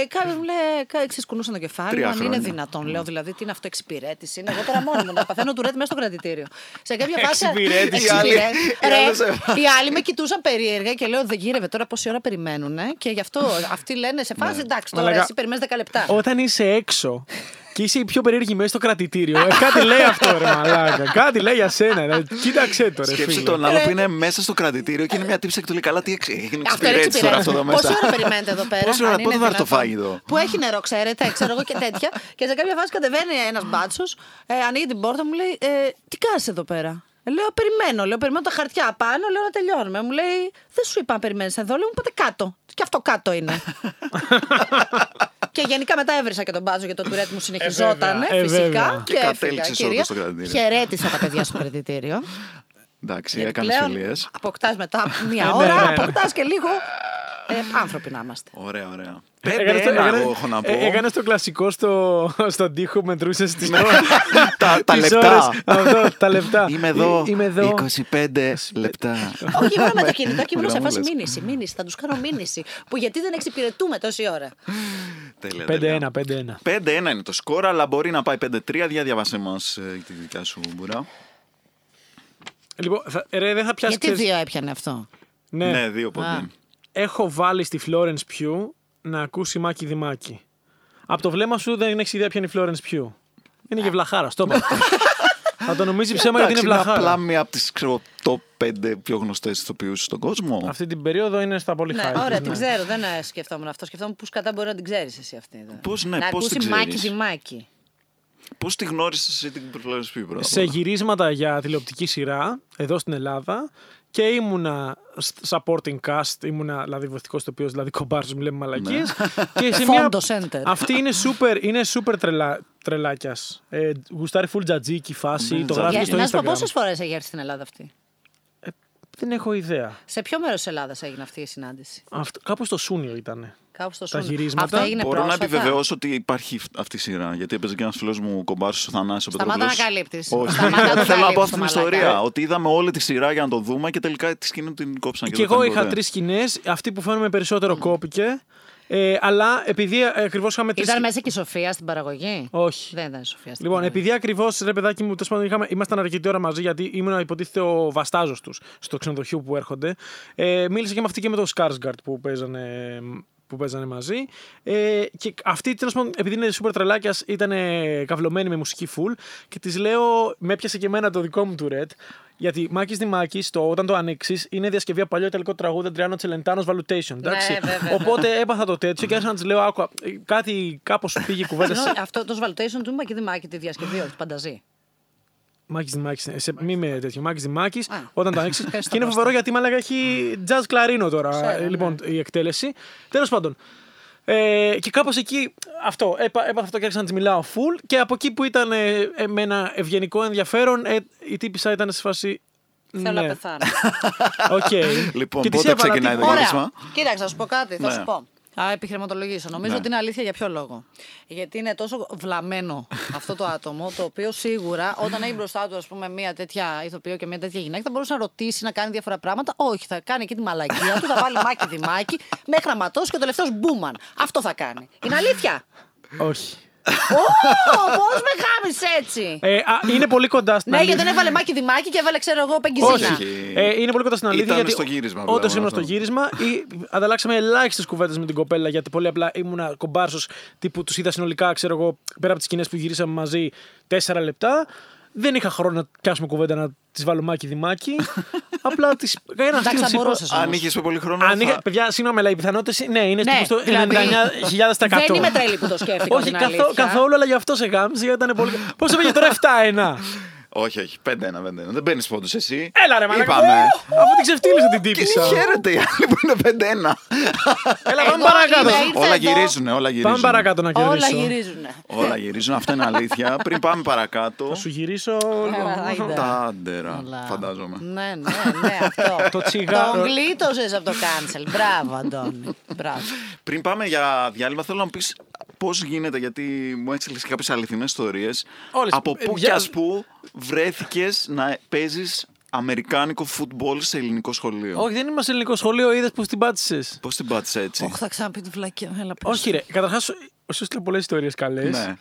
S2: ε, Κάποιο μου λέει: κα- Ξεσκουνούσαν το κεφάλι
S3: Τρία
S2: μου, αν είναι
S3: χρόνια.
S2: δυνατόν. λέω: Δηλαδή, τι είναι αυτό, εξυπηρέτηση. Είναι εγώ τώρα μόνο μου να παθαίνω του ρέτ μέσα στο κρατητήριο. Σε κάποια φάση.
S4: Εξυπηρέτηση.
S2: Εξυπηρέ-
S3: Οι άλλοι-
S2: Ρε,
S3: οι άλλοι σε-
S2: Οι άλλοι με κοιτούσαν περίεργα και λέω: Δεν γύρευε τώρα πόση ώρα περιμένουν. Και γι' αυτό αυτοί λένε σε
S3: Ναι.
S2: φάση εντάξει, τώρα
S4: Μαλάκα.
S2: εσύ περιμένεις 10 λεπτά.
S4: όταν είσαι έξω και είσαι η πιο περίεργη μέσα στο κρατητήριο, ε, κάτι λέει αυτό ρε μαλάκα. Κάτι λέει για σένα. δηλαδή, κοίταξέ το ρε
S3: Σκέψου
S4: φίλε.
S3: τον
S2: Ε,
S3: άλλο που είναι μέσα στο κρατητήριο και είναι μια τύψη και του λέει καλά τι εξ- έγινε
S2: Αυτό είναι
S3: εξυπηρέτηση τώρα αυτό εδώ μέσα.
S2: Πόση ώρα περιμένετε εδώ πέρα.
S3: Πόση ώρα,
S2: αν
S3: πότε
S2: είναι
S3: θα έρθει το
S2: δυνατόν.
S3: φάγητο?
S2: Που έχει νερό, ξέρετε, ξέρω εγώ και τέτοια. Και σε κάποια φάση κατεβαίνει ένας μπάτσος, ε, ανοίγει την πόρτα, μου λέει ε, Τι κάνεις εδώ πέρα. Ε, Λέω, περιμένω, λέω, περιμένω τα χαρτιά πάνω, λέω να τελειώνουμε. Μου λέει, δεν σου είπα να περιμένεις εδώ, λέω, μου πάτε κάτω. Και αυτό κάτω είναι. και γενικά μετά έβρισα και τον μπάτσο γιατί το τουρέτ μου συνεχιζόταν.
S4: βέβαια, ε, βέβαια.
S2: φυσικά.
S3: Και
S2: έφυγα,
S3: κατέληξες
S2: κυρία.
S3: όντως στο κρατητήριο.
S2: Χαιρέτησα τα παιδιά στο κρατητήριο.
S3: Εντάξει,
S5: Ε,
S2: Γιατί
S3: έκανες
S2: πλέον
S3: φιλίες.
S2: Αποκτάς μετά
S4: Ε, ναι,
S2: μία ώρα,
S4: ναι, ναι.
S2: αποκτάς και λίγο. Ε, άνθρωποι να είμαστε.
S3: Ωραία, ωραία.
S4: Έκανες
S3: Πέντε
S4: Ε, το-
S3: ένα,
S4: έκανες-
S3: εγώ έχω να πω. Ναι.
S4: ε, έκανες το κλασικό στο, στον τοίχο που μετρούσε τι
S3: Τα λεπτά, τα
S4: τις
S3: λεπτά.
S4: ώρες. Αυτό, τα λεπτά.
S3: Είμαι εδώ,
S4: Ε, είμαι εδώ.
S3: 25 λεπτά.
S5: Όχι, ήμουν με το κινητό και ήμουν σε φάση
S3: Γραμμούλες.
S5: μήνυση. Μήνυση, θα τους κάνω μήνυση. Που γιατί δεν εξυπηρετούμε τόση ώρα.
S3: Τέλεια, τέλεια.
S4: 5-1, 5-1.
S3: 5-1 είναι το σκορ, αλλά μπορεί να πάει 5-3. Διαβάσέ μας ε, τη δικιά σου μπουρά.
S4: Λοιπόν, θα, ρε, δεν θα πιάσεις.
S2: Γιατί δύο έπιανε αυτό.
S4: Ναι.
S3: Ναι, δύο ποντί.
S4: Έχω βάλει στη Florence Pugh να ακούσει Μάκη Δημάκη. Από το βλέμμα σου δεν έχεις ιδέα ποια είναι η Florence Pugh. Είναι και βλαχάρα, το είπα. Θα το νομίζει ψέμα γιατί είναι
S3: Εντάξει, είναι απλά
S4: βλαχάρα.
S3: μία από τις ξέρω, top 5 πιο γνωστές ηθοποιούς στον κόσμο.
S4: Αυτή την περίοδο είναι στα πολύ
S5: Ναι,
S4: high.
S5: ωραία, την
S4: Ναι.
S5: ξέρω. Δεν ε, σκεφτόμουν αυτό. Σκεφτόμουν πώς κατά μπορεί να την ξέρεις εσύ αυτή. εδώ.
S3: Πώς, ναι,
S5: να
S3: πώς την
S5: ακούσει
S3: ξέρεις.
S5: Μάκη Δημάκη.
S3: Πώς τη γνώρισες εσύ την Florence Pugh πρώτα?
S4: σε γυρίσματα για τηλεοπτική σειρά εδώ στην Ελλάδα και ήμουνα σ- supporting cast, ήμουνα δηλαδή βοηθικός το οποίος δηλαδή κομπάρσο μου λέμε μαλακίες. και σε μια...
S5: ε.
S2: Φόντο center.
S4: Αυτή είναι super, είναι super τρελά, τρελάκιας. Ε, γουστάρει full τζατζίκι φάση, το γράφει και
S5: Για-
S4: στο
S5: Να σου πω
S4: Instagram.
S5: πόσες φορές έχει έρθει στην Ελλάδα αυτή.
S4: Δεν έχω ιδέα.
S5: Σε ποιο μέρος της Ελλάδας έγινε αυτή η συνάντηση.
S4: Αυτό, κάπου στο Σούνιο ήταν.
S5: Κάπου στο
S4: Τα
S5: Σούνιο.
S4: γυρίσματα.
S5: Αυτό έγινε
S3: Μπορώ
S5: πρόσφατα.
S3: να επιβεβαιώσω ότι υπάρχει φ- αυτή η σειρά. Γιατί έπαιζε και ένας φίλος μου κομπάρσος ο Θανάσης ο
S2: Σταμάτα
S3: Πετρόπουλος.
S2: να καλύπτεις.
S3: Όχι.
S2: Σταμάτα να το
S3: Θέλω να πω αυτή την
S2: καλύπτεις, μαλάκα.
S3: ιστορία. Ότι είδαμε όλη τη σειρά για να το δούμε και τελικά τη σκηνή την κόψαν.
S4: Και
S3: δεν
S4: εγώ
S3: φάνηκε
S4: είχα
S3: ποτέ.
S4: τρεις σκηνές. Αυτή που φαίνομαι περισσότερο κόπηκε. Ε, αλλά επειδή ακριβώς είχαμε τρεις.
S2: Ήταν μέσα και η Σοφία στην παραγωγή.
S4: Όχι.
S2: Δεν ήταν η Σοφία στην
S4: Λοιπόν,
S2: παραγωγή.
S4: επειδή ακριβώς ρε παιδάκι μου, τέλος πάντων είχαμε- ήμασταν αρκετή ώρα μαζί, γιατί ήμουν υποτίθεται ο βαστάζος τους στο ξενοδοχείο που έρχονται. Ε, μίλησα και με αυτή και με τον Σκάρσγκαρτ που παίζανε, που παίζανε μαζί. Ε, και αυτή τέλος πάντων, επειδή είναι σούπερ τρελάκια, ήταν καυλωμένη με μουσική full. Και της λέω, με έπιασε και εμένα το δικό μου του ρετ. Γιατί Μάκης Δημάκης, το, όταν το ανοίξει, είναι διασκευή παλιό ιταλικό τραγούδι Αντριάνο Τσελεντάνο Valutation. εντάξει.
S5: Ναι, βέβαια.
S4: Οπότε έπαθα το τέτοιο και άρχισα να της λέω, άκουα, ε, κάτι κάπως πήγε η κουβέντα. σε-
S5: Συγγνώμη, Αυτό το σβαλτέισον του Μάκη Δημάκη τη διασκευή, όχι πανταζή.
S4: Μάκης Δημάκης. Ε, σε- μη με τέτοιο. Μάκης Δημάκης.
S5: Α.
S4: Όταν το ανοίξεις. και
S5: Ευχαριστώ,
S4: είναι φοβερό γιατί μάλλον έχει jazz κλαρίνο τώρα.
S5: Ξέρω, ναι.
S4: ε, λοιπόν, η εκτέλεση. Τέλος πάντων. Ε, και κάπως εκεί αυτό. Έπα, έπαθα αυτό και άρχισα να τη μιλάω full. Και από εκεί που ήταν ε, ε, με ένα ευγενικό ενδιαφέρον, ε, η τύπησα ήταν σε φάση.
S5: Θέλω να
S4: ναι.
S5: πεθάνω.
S4: Οκ.
S3: Λοιπόν,
S4: Και της
S3: πότε
S4: έβαλα
S3: ξεκινάει
S4: την-
S3: το γύρισμα?
S5: Ωραία. Κοίταξε, να σου πω κάτι. Θα
S3: Ναι.
S5: σου πω. Α, επιχειρηματολογήσω. Νομίζω ότι είναι αλήθεια για ποιο λόγο. Γιατί είναι τόσο βλαμμένο αυτό το άτομο, το οποίο σίγουρα όταν έχει μπροστά του, ας πούμε, μια τέτοια ηθοποιό και μια τέτοια γυναίκα, θα μπορούσε να ρωτήσει, να κάνει διάφορα πράγματα. Όχι, θα κάνει εκεί τη μαλακία του, θα βάλει μάκι τη μάκι, με χραματώσει και ο τελευταίος μπούμαν. Αυτό θα κάνει. Είναι αλήθεια.
S4: Όχι.
S5: Ω, πώ με γάμισε έτσι.
S4: Ε, α, είναι πολύ κοντά στην
S5: Ναι,
S4: αλήθεια.
S5: γιατί δεν έβαλε μάκι δημάκι και έβαλε, ξέρω εγώ, πεγκυζίνα.
S3: Όχι.
S4: Ε, είναι πολύ κοντά στην αλήθεια.
S3: Ήταν
S4: γιατί
S3: στο γύρισμα,
S4: Όντως
S3: βλέπω,
S4: ήμουν
S3: αυτό.
S4: στο γύρισμα. Ή, ανταλλάξαμε ελάχιστες κουβέντες με την κοπέλα γιατί πολύ απλά ήμουνα κομπάρσος τύπου τους είδα συνολικά, ξέρω εγώ, πέρα από τις σκηνές που γυρίσαμε μαζί, τέσσερα λεπτά. Δεν είχα χρόνο να πιάσουμε κουβέντα να τη βάλω μάκι δημάκι. απλά τη. Ένα
S5: Εντάξει, θα μπορούσε
S3: Αν είχες πιο πολύ χρόνο.
S4: αν
S3: θα-
S4: είχα, παιδιά, συγγνώμη, αλλά οι πιθανότητες ναι, είναι
S5: Ναι,
S4: στο
S5: δηλαδή,
S4: 99.000%.
S5: Δεν είμαι τρέλη που το σκέφτηκα.
S4: Όχι
S5: την
S4: καθό-
S5: αλήθεια.
S4: καθόλου, αλλά γι' αυτό σε γάμισε, γιατί ήταν πολύ. Πώς πήγε τώρα 7-1.
S3: Όχι, όχι. 5-1, 5-1. Δεν παίρνεις πόντους εσύ.
S4: Έλα ρε, μαλάκα.
S3: Είπαμε.
S4: Αφού την ξεφτύλισε την
S3: Και
S4: τύπησα.
S3: χαίρεται η άλλη που είναι 5-1.
S4: Έλα,
S2: Εγώ
S4: πάμε παρακάτω.
S2: είμαι- Ήρθα
S3: όλα
S2: εδώ.
S3: γυρίζουν, όλα γυρίζουν.
S4: Πάμε παρακάτω να
S2: Όλα
S4: κερδίσω.
S2: γυρίζουν.
S3: Όλα γυρίζουν, αυτό είναι αλήθεια. Πριν πάμε παρακάτω.
S4: Σου γυρίσω.
S3: Τα άντερα, φαντάζομαι.
S2: Ναι, ναι, ναι, αυτό.
S4: Το τσιγάρο.
S2: Τον γλίτωσες από το cancel. Μπράβο, Αντώνη. Μπράβο.
S3: Πριν πάμε για διάλειμμα, θέλω να μου πεις πώς γίνεται, γιατί μου έστειλες κάποιες αληθινές ιστορίες.
S4: Όλες.
S3: Από
S4: Ε,
S3: πού
S4: για-
S3: και ας πού βρέθηκες να παίζεις αμερικάνικο φουτμπολ σε ελληνικό σχολείο.
S4: Όχι, δεν είμαστε ελληνικό σχολείο, είδες που την πάτησες.
S3: Πώς την πάτησε έτσι.
S2: Οχ, θα ξαναπεί τη βλακία. Έλα, πες.
S4: Όχι, ρε. Καταρχάς, σου έστειλα πολλές ιστορίες καλές.
S3: Ναι.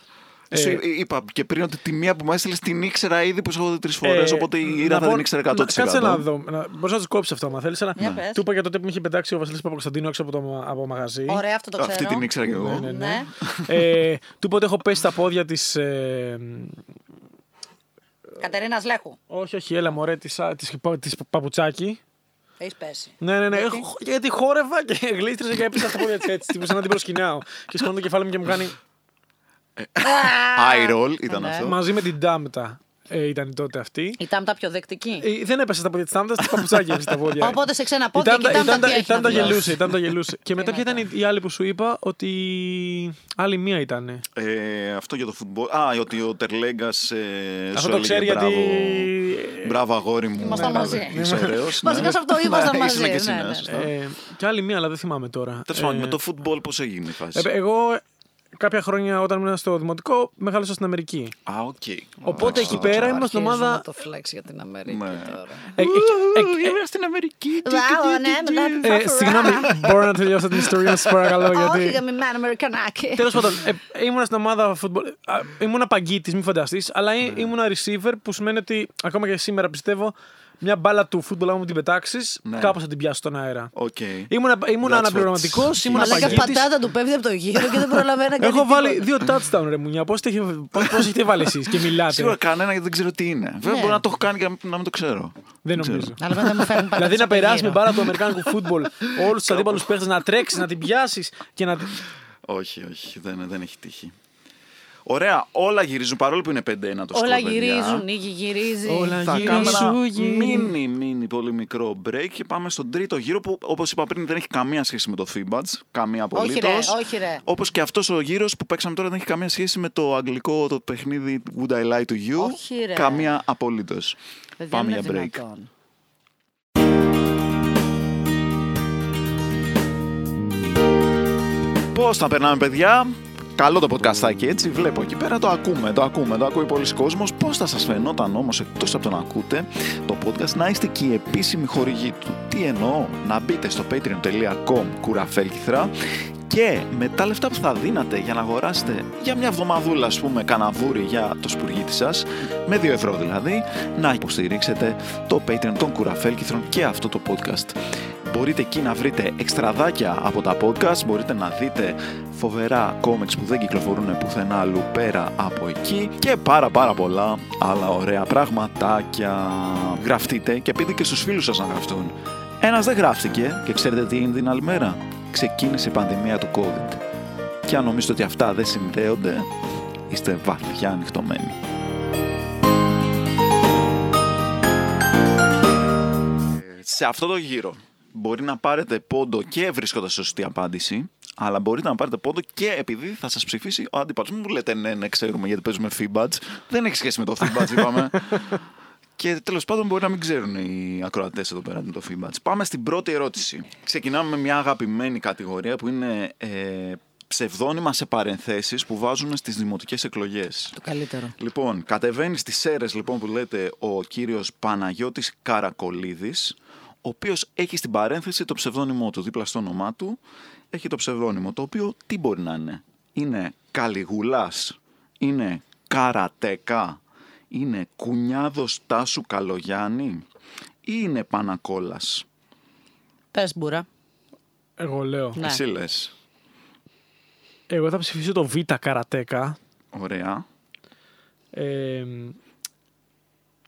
S4: Ε.
S3: Σου εί- είπα και πριν ότι τη μία που μου έστειλες την ήξερα ήδη που σου έχω δει τρεις φορές. οπότε η Ήρα θα την ήξερε 100%.
S4: Κάτσε Ε, να δω. Μπορείς να του κόψεις αυτό, άμα θέλεις. Αλλά...
S5: πες.
S4: Του είπα για το τότε που με είχε πετάξει ο Βασίλη Παπακοσταντίνου έξω από το μα- από μαγαζί.
S5: Ωραία, αυτό το ξέρω.
S3: Αυτή την ήξερα και εγώ.
S5: Ναι.
S4: ε, του είπα ότι έχω πέσει τα πόδια της. Ε,
S5: Κατερίνας Λέχου.
S4: όχι, όχι, έλα μωρέ, της Παπουτσάκη.
S5: Έχει πέσει.
S4: Ναι, ναι, ναι. Γιατί, γιατί χόρευα και γλίστριζα και έπεισα στα πόδια της έτσι. Τύπου σαν να την προσκυνάω. και σκόνω το κεφάλι μου και μου κάνει.
S3: High roll
S4: Ναι.
S3: ήταν αυτό.
S4: Μαζί με την Ντάμτα ε, ήταν τότε αυτή.
S5: Η Τάμτα πιο δεκτική.
S4: Ε, δεν έπεσε στα πόδια της Τάμτα, της παπουτσάκιας έπεσε στα πόδια.
S2: Οπότε σε ξένα
S4: Η
S2: πόδια και
S4: Τάμτα- η
S2: κοιτάμε
S4: Τάμτα-
S2: τα
S4: η Τάμτα
S2: τι
S4: γελούσε, η Τάμτα γελούσε. Και μετά ποια ήταν η- η άλλη που σου είπα ότι. Άλλη μία ήταν.
S3: Ε, αυτό για το φουτμπολ. Α, ότι ο Τερλέγκα. Ε,
S4: Αυτό
S3: σου
S4: το
S3: έλεγε
S4: ξέρει γιατί.
S3: μπράβο. Μπράβο, αγόρι μου.
S2: Ήμασταν
S3: Ναι,
S2: μαζί.
S3: ναι, Είσαι ωραίο.
S2: Βασικά σε αυτό ήμασταν μαζί,
S3: και εσύ,
S2: ναι,
S3: ναι,
S2: ναι.
S3: σωστά.
S4: Ε, και άλλη μία, αλλά δεν θυμάμαι τώρα.
S3: Τέλος πάντων,
S4: Ε,
S3: με το φουτμπολ πώς έγινε η φάση.
S4: ε, Εγώ κάποια χρόνια όταν ήμουν στο δημοτικό, μεγάλωσα στην Αμερική.
S3: Α, οκ.
S4: Οπότε εκεί πέρα ήμουν στην
S2: Αρχίζουμε
S4: ομάδα.
S2: το flex για την Αμερική
S3: Ναι.
S2: τώρα.
S4: Ε, ε, ε, ε,
S3: Είμαι στην Αμερική.
S2: Wow, ναι, μετά την
S4: Ε, συγγνώμη, μπορώ να τελειώσω την ιστορία σα, παρακαλώ.
S2: Όχι,
S4: γιατί...
S2: γαμημένα Αμερικανάκι.
S4: Τέλο πάντων, ε, ήμουνα στην ομάδα φουτμπολ. α, Ήμουνα παγκίτη, μην φανταστεί, αλλά
S3: Ναι.
S4: ή- ήμουνα receiver που σημαίνει ότι ακόμα και σήμερα πιστεύω μια μπάλα του φούτμπολ, άμα μου την πετάξεις,
S3: Ναι.
S4: κάπως θα την πιάσει στον αέρα.
S3: Οκ.
S4: Ήμουνα, ήμουνα
S3: That's
S4: αναπληρωματικός,
S3: what-
S4: ήμουνα
S2: Μαλάκα
S4: παγκίτη.
S2: πατάτα του πέφτει από το γύρο και δεν προλαβαίνει να κάνει
S4: Έχω
S2: τίποτα.
S4: βάλει δύο touchdown ρε μουνιά. Πώς έχετε βάλει εσείς και
S3: Σίγουρα
S4: μιλάτε.
S3: κανένα γιατί δεν ξέρω τι είναι.
S2: Ναι.
S3: Βέβαια μπορεί να το έχω κάνει και να μην το ξέρω.
S4: Δεν νομίζω.
S2: Αλλά δεν μου φέρνει
S4: Δηλαδή να περάσει με μπάλα του Αμερικάνικου φούτμπολ όλους τους αντίπαλους παίχτες, να τρέξεις, να την πιάσεις και να.
S3: Όχι, όχι, δεν, δεν έχει τύχει. Ωραία, όλα γυρίζουν παρόλο που είναι 5-1 το σκορ.
S2: Όλα
S3: παιδιά.
S2: γυρίζουν, νίκη γυρίζει.
S3: Θα κάνουμε ένα
S4: γυρίσου, γυρί.
S3: μίνι, μίνι πολύ μικρό break και πάμε στον τρίτο γύρο που όπως είπα πριν δεν έχει καμία σχέση με το FIBATS, καμία
S2: Όχι
S3: απολύτως.
S2: ρε, όχι ρε.
S3: Όπως και αυτός ο γύρος που παίξαμε τώρα δεν έχει καμία σχέση με το αγγλικό το παιχνίδι Would I Lie to You.
S2: Όχι, ρε.
S3: Καμία απολύτως.
S2: Παιδιά,
S3: Πάμε
S2: είναι
S3: για break.
S2: δυνατόν.
S3: Πώς θα περνάμε παιδιά. Καλό το podcastάκι έτσι, βλέπω εκεί πέρα, το ακούμε, το ακούμε, το ακούει πολλοί κόσμος. Πώς θα σας φαινόταν όμως, εκτός από το να ακούτε, το podcast να είστε και οι επίσημοι χορηγοί του. Τι εννοώ, Λοιπόν, να μπείτε στο patreon.com κουραφέλκυθρα και με τα λεφτά που θα δίνατε για να αγοράσετε για μια εβδομαδούλα ας πούμε καναβούρι για το σπουργίτι σας, με 2 ευρώ δηλαδή, να υποστηρίξετε το Patreon των κουραφέλκυθρων και αυτό το podcast. Μπορείτε εκεί να βρείτε εξτραδάκια από τα podcast, μπορείτε να δείτε φοβερά κόμιξ που δεν κυκλοφορούν πουθενά αλλού πέρα από εκεί και πάρα πάρα πολλά άλλα ωραία πραγματάκια. Γραφτείτε και πείτε και στους φίλους σας να γραφτούν. Ένας δεν γράφτηκε και ξέρετε τι είναι την άλλη μέρα. Ξεκίνησε η πανδημία του COVID. Και αν νομίζετε ότι αυτά δεν συνδέονται, είστε βαθιά ανοιχτωμένοι. σε αυτό το γύρο μπορεί να πάρετε πόντο και βρίσκοντας σωστή απάντηση, αλλά μπορείτε να πάρετε πόντο και επειδή θα σας ψηφίσει ο αντίπαλο. Μην μου λέτε ναι, ναι, ξέρουμε γιατί παίζουμε feedbacks. Δεν έχει σχέση με το feedbacks, είπαμε. και τέλος πάντων μπορεί να μην ξέρουν οι ακροατές εδώ πέρα τι είναι το feedbacks. Πάμε στην πρώτη ερώτηση. Ξεκινάμε με μια αγαπημένη κατηγορία που είναι ε, ψευδόνυμα σε παρενθέσεις που βάζουν στις δημοτικές εκλογές.
S2: Το καλύτερο.
S3: Λοιπόν, κατεβαίνει στις ΣΕΡΕΣ λοιπόν που λέτε ο κύριος Παναγιώτης Καρακολίδης, ο οποίος έχει στην παρένθεση το ψευδόνυμό του, δίπλα στο όνομά του, έχει το ψευδόνυμο, το οποίο τι μπορεί να είναι. Είναι Καλιγουλάς, είναι Καρατέκα, είναι Κουνιάδος Τάσου Καλογιάννη ή είναι Πανακόλας.
S2: Πες μπουρα.
S4: Εγώ λέω.
S2: Ναι.
S3: Εσύ λες,
S4: Εγώ θα ψηφίσω το Β καρατέκα.
S3: ωραία.
S4: Ε,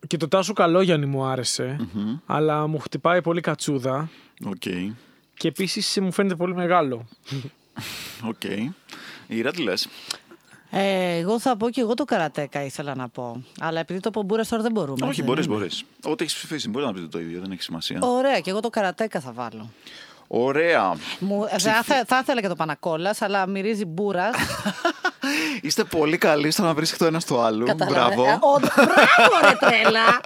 S4: και το Τάσο Καλόγιαννη μου άρεσε, αλλά μου χτυπάει πολύ κατσούδα
S3: Οκ.
S4: και επίσης μου φαίνεται πολύ μεγάλο.
S3: Οκ. Ήρα τι λες.
S2: Ε, εγώ θα πω και εγώ το καρατέκα ήθελα να πω. Αλλά επειδή το πω μπουρα τώρα δεν μπορούμε.
S3: Όχι,
S2: δεν
S3: μπορείς,
S2: είναι.
S3: μπορείς. Ό,τι έχεις ψηφίσει, μπορεί να πείτε το ίδιο, δεν έχει σημασία.
S2: Ωραία, και εγώ το καρατέκα θα βάλω.
S3: Ωραία.
S2: Μου, ε, θα, θα, θα ήθελα και το πανακόλας, αλλά μυρίζει μπουρας.
S3: Είστε πολύ καλοί στο να βρίσκετε το ένας στο άλλο.
S2: Ε,
S3: Μπράβο.
S2: ο- Μπράβο, ρε τρέλα.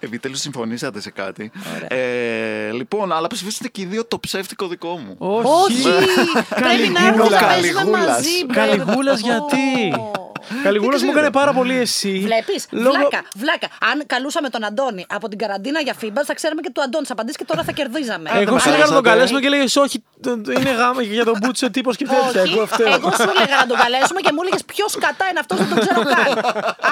S3: Επιτέλους συμφωνήσατε σε κάτι. Ε, λοιπόν, αλλά ψηφίσατε και οι δύο το ψεύτικο δικό μου.
S2: Όχι! Πρέπει να έρθω να παίζουμε
S3: Καλιγούλας.
S2: μαζί.
S4: Καλιγούλα γιατί. Καλιγούλα μου έκανε πάρα πολύ εσύ.
S2: Βλέπεις,
S4: Λόγω-
S2: βλάκα, βλάκα. Αν καλούσαμε τον Αντώνη από την καραντίνα για φίμπα, θα ξέραμε και του Αντώνη. Θα απαντήσεις και τώρα θα κερδίζαμε.
S4: Εγώ
S3: με
S4: σου έλεγα να τον
S3: καλέσατε.
S4: καλέσουμε και λέει Όχι, το- το- είναι γάμα για τον Μπούτσο τύπος και τέτοια.
S2: Όχι,
S4: Εγώ φταίω.
S2: εγώ σου έλεγα να τον καλέσουμε και μου έλεγες ποιος κατά είναι αυτός, δεν τον ξέρω καν.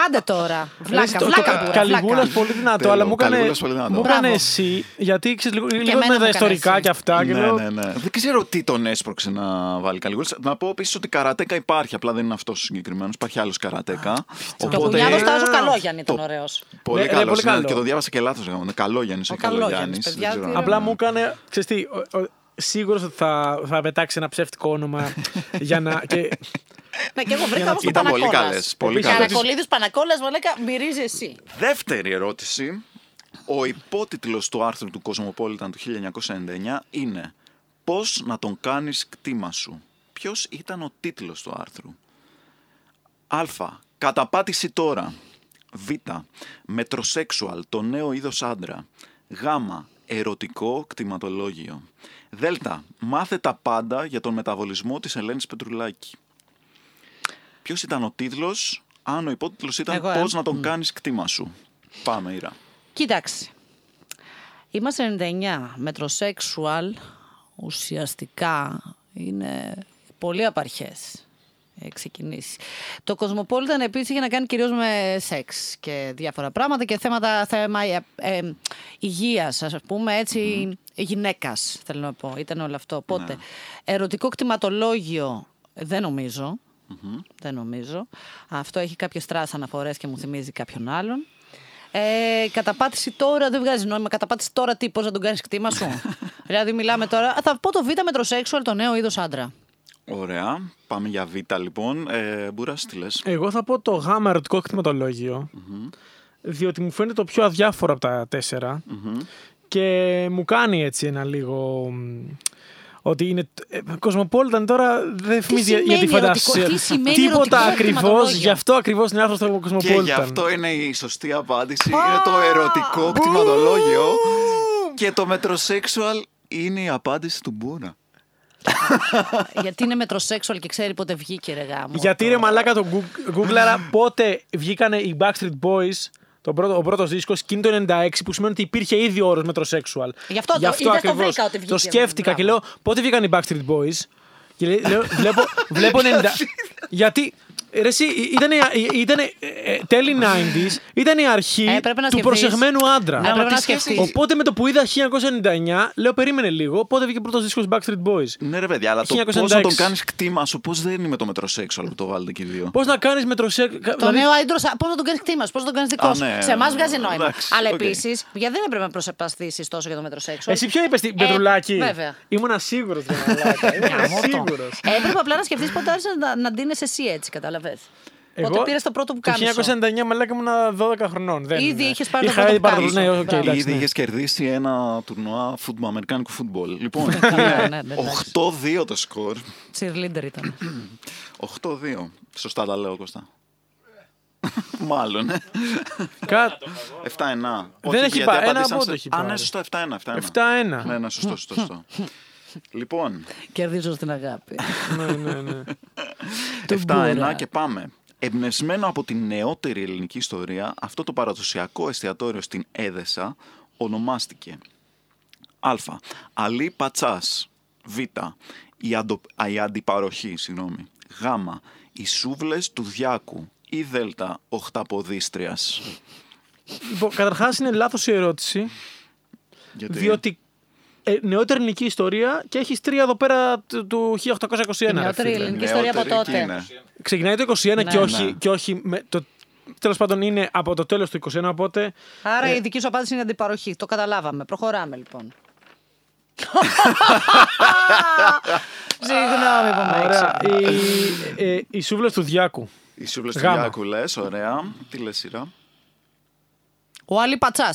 S2: Άντε τώρα. Βλάκα, βλάκα που
S4: Καλιγούλα πολύ δυνατό,
S3: Τέλειο,
S4: αλλά μου έκανε.
S3: Καλιγούλας πολύ δυνατό.
S4: Μου
S3: Μπράβο.
S4: έκανε εσύ, γιατί ξέρεις λίγο, λίγο
S2: εμένα
S4: με
S2: μου έκανε
S4: τα ιστορικά
S2: εσύ.
S4: και αυτά. και
S3: Ναι,
S4: λέω,
S3: ναι, ναι. Δεν ξέρω τι τον έσπρωξε να βάλει Καλιγούλα. Να πω επίσης ότι καρατέκα υπάρχει, απλά δεν είναι αυτός ο συγκεκριμένος. Υπάρχει άλλος καρατέκα.
S2: Το κουνιάδο Τάζο Καλόγιαννη ήταν ωραίος.
S3: Πολύ
S4: Ε, Ναι, ναι,
S3: καλός.
S4: πολύ καλό.
S3: Και το διάβασα και λάθος. Καλόγιαννης.
S2: Ο
S3: Ο Καλόγιαννης.
S2: Καλόγιαννης, παιδιά, τι
S4: Απλά μου έκανε. Ξέρεις τι, ο- ο- σίγουρος ότι θα, θα πετάξει ένα ψεύτικο όνομα για να. Και,
S2: Ναι, και εγώ βρήκα όμως τον
S3: Ήταν πολύ
S2: Πανακόλας.
S3: καλές. Πολύ
S4: Επίσης,
S3: καλές.
S2: Καρακολίδη Πανακόλας, μου λέγα μυρίζει εσύ.
S3: Δεύτερη ερώτηση. Ο υπότιτλος του άρθρου του Cosmopolitan του 1999 είναι «Πώς να τον κάνεις κτήμα σου». Ποιος ήταν ο τίτλος του άρθρου. Α. Καταπάτηση τώρα. Β. Μετροσέξουαλ, το νέο είδος άντρα. Γ. Ερωτικό κτηματολόγιο. Δ. Μάθε τα πάντα για τον μεταβολισμό της Ελένης Πετρουλάκη. Ποιος ήταν ο τίτλος, αν ο υπότιτλος ήταν
S2: Εγώ,
S3: Πώ
S2: ε.
S3: να τον κάνεις κτήμα σου. Πάμε, Ήρα.
S2: Κοίταξε. Είμαστε 99. Μετροσέξουαλ ουσιαστικά είναι πολύ απαρχές. Έχει ξεκινήσει. Το Κοσμοπόλιταν επίσης είχε να κάνει κυρίως με σεξ και διάφορα πράγματα και θέματα θέμα ε, ε, υγείας, ας πούμε, έτσι, γυναίκας, θέλω να πω. Ήταν όλο αυτό. Οπότε, ερωτικό κτηματολόγιο δεν νομιζω Δεν νομίζω. Αυτό έχει κάποιες τρας αναφορές και μου θυμίζει κάποιον άλλον. Ε, καταπάτηση τώρα δεν βγάζει νόημα. Καταπάτηση τώρα τι, πώς να τον κάνεις κτήμα σου. δηλαδή, μιλάμε τώρα. Α, Θα πω το β' μετροσέξουαλ, το νέο είδος άντρα.
S3: Ωραία. Πάμε για Β λοιπόν. Ε, Μπούρας, τι λες.
S4: Εγώ θα πω το γάμα ερωτικό κτηματολόγιο, διότι μου φαίνεται το πιο αδιάφορο από τα τεσσερα και μου κάνει έτσι ένα λίγο... μ, Ότι είναι. ε, Κοσμοπόλιταν τώρα δεν θυμίζει για
S2: σημαίνει
S4: τη φαντασία.
S2: ερωτικό- τι σημαίνει ερωτικό
S4: Τίποτα ακριβώς.
S2: κτηματολόγιο?
S4: Γι' αυτό ακριβώς είναι άρθρο στο
S3: Και
S4: Κοσμοπόλιταν.
S3: γι' αυτό είναι η σωστή απάντηση. Είναι το ερωτικό κτηματολόγιο. Και το μετροσέξουαλ είναι η απάντηση του Μπούρας.
S2: Γιατί είναι μετροσέξουαλ και ξέρει πότε βγήκε, ρε γάμο.
S4: Γιατί ρε μαλάκα το Goog- Google, αλλά πότε βγήκανε οι Backstreet Boys, το πρώτο, ο πρώτος δίσκος, και είναι το 96, που σημαίνει ότι υπήρχε ήδη ο όρος μετροσέξουαλ.
S2: Γι' αυτό το- είδα, το
S4: ακριβώς.
S2: βρήκα ότι βγήκε,
S4: Το σκέφτηκα
S2: μπράβο.
S4: και λέω, πότε βγήκαν οι Backstreet Boys. Και λέ- λέω, βλέπω, βλέπω 90. Γιατί. Ρε εσύ, ήταν, ε, τέλη 90s, ήταν η αρχή
S2: Ε, πρέπει να
S4: του
S2: σκεφτείς.
S4: προσεγμένου άντρα.
S2: Ναι, πρέπει
S4: Αλλά τι
S2: να
S4: σχέση-
S2: σκεφτείς.
S4: Οπότε με το που είδα 1999, λέω περίμενε λίγο, πότε βγήκε ο πρώτος δίσκος Backstreet Boys.
S3: Ναι, ρε παιδιά, αλλά το
S4: 1996.
S3: πώ να τον κάνεις κτήμα σου, πώς δεν είναι με το μετροσέξουαλ που το βάλετε και οι δύο.
S4: Πώς να κάνεις δηλαδή, μετροσέξ...
S2: Το νέο άντρο, πώς να τον κάνεις κτήμα, πώς να τον κάνεις
S3: Δηλαδή- Α,
S2: δικό σου.
S3: ναι,
S2: Σε εμάς
S3: ναι,
S2: βγάζει νόημα.
S3: εντάξει,
S2: Αλλά
S3: οκ.
S2: επίση, γιατί δεν έπρεπε να προσεπαστήσει τόσο για το μετροσέξουαλ. Ε,
S4: Εσύ ποιο είπες στην Πετρουλάκη.
S2: βέβαια.
S4: Ήμουν σίγουρο. Ήμουν σίγουρο.
S2: Έπρεπε απλά να σκεφτείς πότε άρχισες να, να ντύνεσαι εσύ έτσι, καταλαβέ. Πότε πήρες το πρώτο που
S4: Το
S2: κάνεις.
S4: 1999 μαλάκα ήμουν 12 χρονών. Δεν
S2: Ήδη
S4: είναι.
S2: είχες πάρει το
S4: Είχα
S2: πρώτο
S4: ήδη πάρει
S2: πουκάμισο.
S4: Ναι, οκ,
S2: Μπράβο.
S4: εντάξει,
S3: Ήδη
S4: ναι.
S3: είχες κερδίσει ένα τουρνουά φουτμπο, αμερικάνικου φουτμπολ. Λοιπόν,
S2: ναι,
S3: είναι
S2: ναι, εντάξει.
S3: 8-2 το σκορ.
S2: Cheerleader ήταν.
S3: 8-2. Σωστά τα λέω, Κώστα. Μάλλον. ε. 7-1.
S4: Κα- Δεν
S3: Όχι,
S4: έχει
S3: γιατί
S4: πά- ένα
S3: απάντησαν
S4: από
S3: στα-
S4: το έχει
S3: Α, ναι,
S4: πάρει. Hm.
S3: σωστό, 7-1.
S4: 7-1.
S3: Ναι, ναι, σωστό, σωστό, σωστό. λοιπόν,
S2: Κερδίζω στην αγάπη.
S4: ναι, ναι, ναι.
S3: 7-1 και πάμε. Εμπνευσμένο από την νεότερη ελληνική ιστορία, αυτό το παραδοσιακό εστιατόριο στην Έδεσα ονομάστηκε Α. Αλή Πατσάς Β. Η, αντο... α, η αντιπαροχή, συγγνώμη. Γ. Οι σούβλες του Διάκου ή Δ. Οχταποδίστριας.
S4: Λοιπόν, Καταρχάς είναι λάθος η ερώτηση.
S3: Γιατί...
S4: Διότι ε, νεότερη ελληνική ιστορία και έχεις τρία εδώ πέρα του- του 1821. ρε
S2: Νεότερη
S4: φίλε.
S2: ελληνική
S3: νεότερη
S2: ιστορία από τότε.
S3: εκεί είναι.
S4: Ξεκινάει το 21 και όχι.
S3: Ναι.
S4: Και όχι με, το, τέλος πάντων είναι από το τέλος του 21, οπότε
S2: Άρα η δική σου απάντηση είναι αντιπαροχή. Το καταλάβαμε. Προχωράμε λοιπόν. Συγγνώμη που με
S4: Ωραία.
S2: έξω.
S4: Οι, ε, οι σούβλες του Διάκου.
S3: Οι σούβλες του
S4: Γάμα.
S3: Διάκου λες, ωραία. Τι λες σειρά.
S2: Ο Άλλη Πατσά.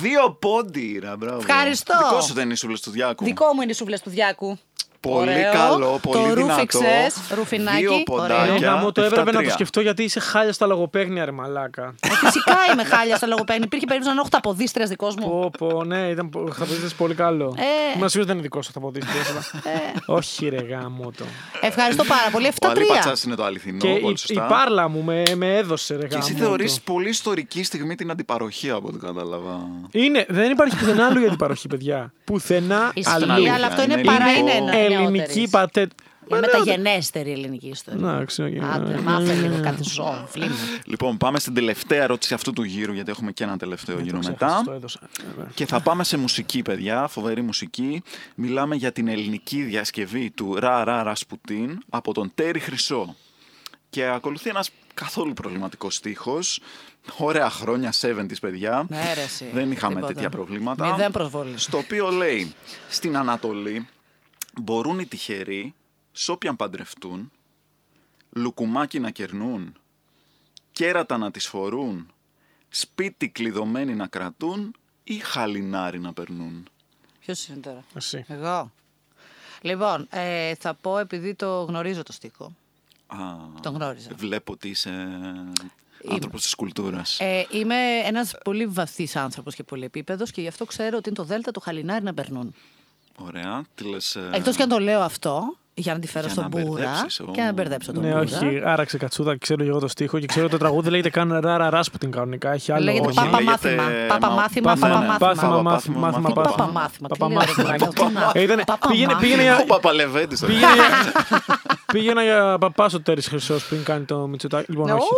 S3: Δύο πόντι, Ήρα, μπράβο.
S2: Ευχαριστώ.
S3: Δικό σου δεν είναι οι σούβλες του Διάκου.
S2: Δικό μου είναι οι σούβλες του Διάκου.
S3: Πολύ
S2: Ωραίο.
S3: καλό, πολύ
S2: το
S3: δυνατό.
S2: ρούφιξες, ρουφινάκι.
S3: Δύο
S2: Ωραίο.
S3: ποντάκια.
S4: Ναι,
S3: Για
S4: γαμώ, το έπρεπε να το
S3: 7-3.
S4: σκεφτώ γιατί είσαι χάλια στα λογοπαίγνια, ρε μαλάκα.
S2: Ε, Φυσικά είμαι χάλια στο λογοπαίγνιο. Υπήρχε περίπτωση να έχω τα ποδίστρια δικός μου.
S4: πω, πω, ναι, ήταν πο- χταποδίστες πολύ καλό.
S2: Ε.
S4: Μα σίγουρα δεν είναι δικός σου χταποδίστες. αλλά- Όχι, ρε γάμο το.
S2: Ευχαριστώ πάρα πολύ.
S3: Ο Αλή
S2: 7-3.
S3: Πατσάς είναι το αληθινό,
S4: Και η,
S3: πολύ
S4: η
S3: σωστά.
S4: πάρλα μου με, με έδωσε, ρε
S3: Και
S4: γάμο.
S3: εσύ θεωρείς πολύ ιστορική στιγμή την αντιπαροχή από ό,τι κατάλαβα.
S4: Είναι, δεν υπάρχει πουθενά αλλού για την παροχή, παιδιά. Πουθενά
S2: Ισχύει,
S4: αλλού.
S2: αλλά αυτό είναι
S3: Είναι
S2: παρά
S3: λίγο
S2: είναι ένα.
S4: Ελληνική πατέ.
S2: Η μεταγενέστερη ελληνική
S3: Ναι.
S2: ιστορία.
S4: Να, ξέρω. και- Ε,
S2: Άντε, μάθε λίγο κάτι ζώο, φλήμμα.
S3: Λοιπόν, πάμε στην τελευταία ερώτηση αυτού του γύρου, γιατί έχουμε και ένα τελευταίο γύρο
S4: Ξέχασα,
S3: μετά.
S4: το έδωσα.
S3: Και θα πάμε σε μουσική, παιδιά, φοβερή μουσική. Μιλάμε για την ελληνική διασκευή του Ρα Ρα Ρασπουτίν από τον Τέρι Χρυσό. Και ακολουθεί ένας καθόλου προβληματικός στίχος. Ωραία χρόνια 70's, παιδιά.
S2: Ναι, ρε, εσύ.
S3: Δεν είχαμε
S2: Τίποτα.
S3: τέτοια προβλήματα.
S2: Μηδέν προσβολή.
S3: Στο οποίο λέει, στην Ανατολή μπορούν οι τυχεροί σ' όποιαν παντρευτούν, λουκουμάκι να κερνούν, κέρατα να τις φορούν, σπίτι κλειδωμένοι να κρατούν ή χαλινάρι να περνούν.
S2: Ποιος είναι τώρα.
S4: Εσύ.
S2: Εγώ. Λοιπόν, ε, θα πω επειδή το γνωρίζω το στίχο.
S3: Α,
S2: Τον γνώριζα.
S3: Ε, βλέπω ότι είσαι άνθρωπος της κουλτούρας.
S2: Ε, είμαι ένας πολύ βαθύς άνθρωπος και πολυεπίπεδος και γι' αυτό ξέρω ότι είναι το Δέλτα του Χαλινάρι να περνούν.
S3: Ωραία. Τι λες, ε,
S2: Εκτός και αν το λέω αυτό, για να τη φέρω
S3: Για
S2: στον
S3: να
S2: Μπούρα
S3: μπερδέψεις, ω.
S2: και να μπερδέψω τον
S4: Ναι,
S2: Μπούρα.
S4: όχι, άραξε κατσούδα, ξέρω εγώ το στίχο και ξέρω το τραγούδι λέγεται καν ράρα ράσπουτιν κανονικά. Έχει άλλο.
S2: Λέγεται
S4: όχι.
S2: Πάπα
S3: λέγεται-
S2: Μάθημα. Πάπα
S3: μα-
S2: Μάθημα,
S3: Πάπα-
S2: Πάπα
S3: ναι,
S2: Μάθημα.
S3: Πάπα-
S4: μάθημα, μάθημα,
S3: Τι
S2: Πάπα
S4: πάθημα.
S2: Μάθημα.
S4: Πάπα
S2: τι λέω, ρε
S4: μάθημα.
S2: μαλάκα, τι να-
S4: Ε, ήτανε-
S2: Πάπα
S4: πήγαινε-
S2: μάθημα.
S4: πήγαινε για-
S3: Ο Παπαλεβέντης. ε. ρε.
S4: Πήγαινα για- Πήγαινα για παπά ο Τέρις Χρυσός πριν κάνει το Μητσοτάκι. Λοιπόν, όχι.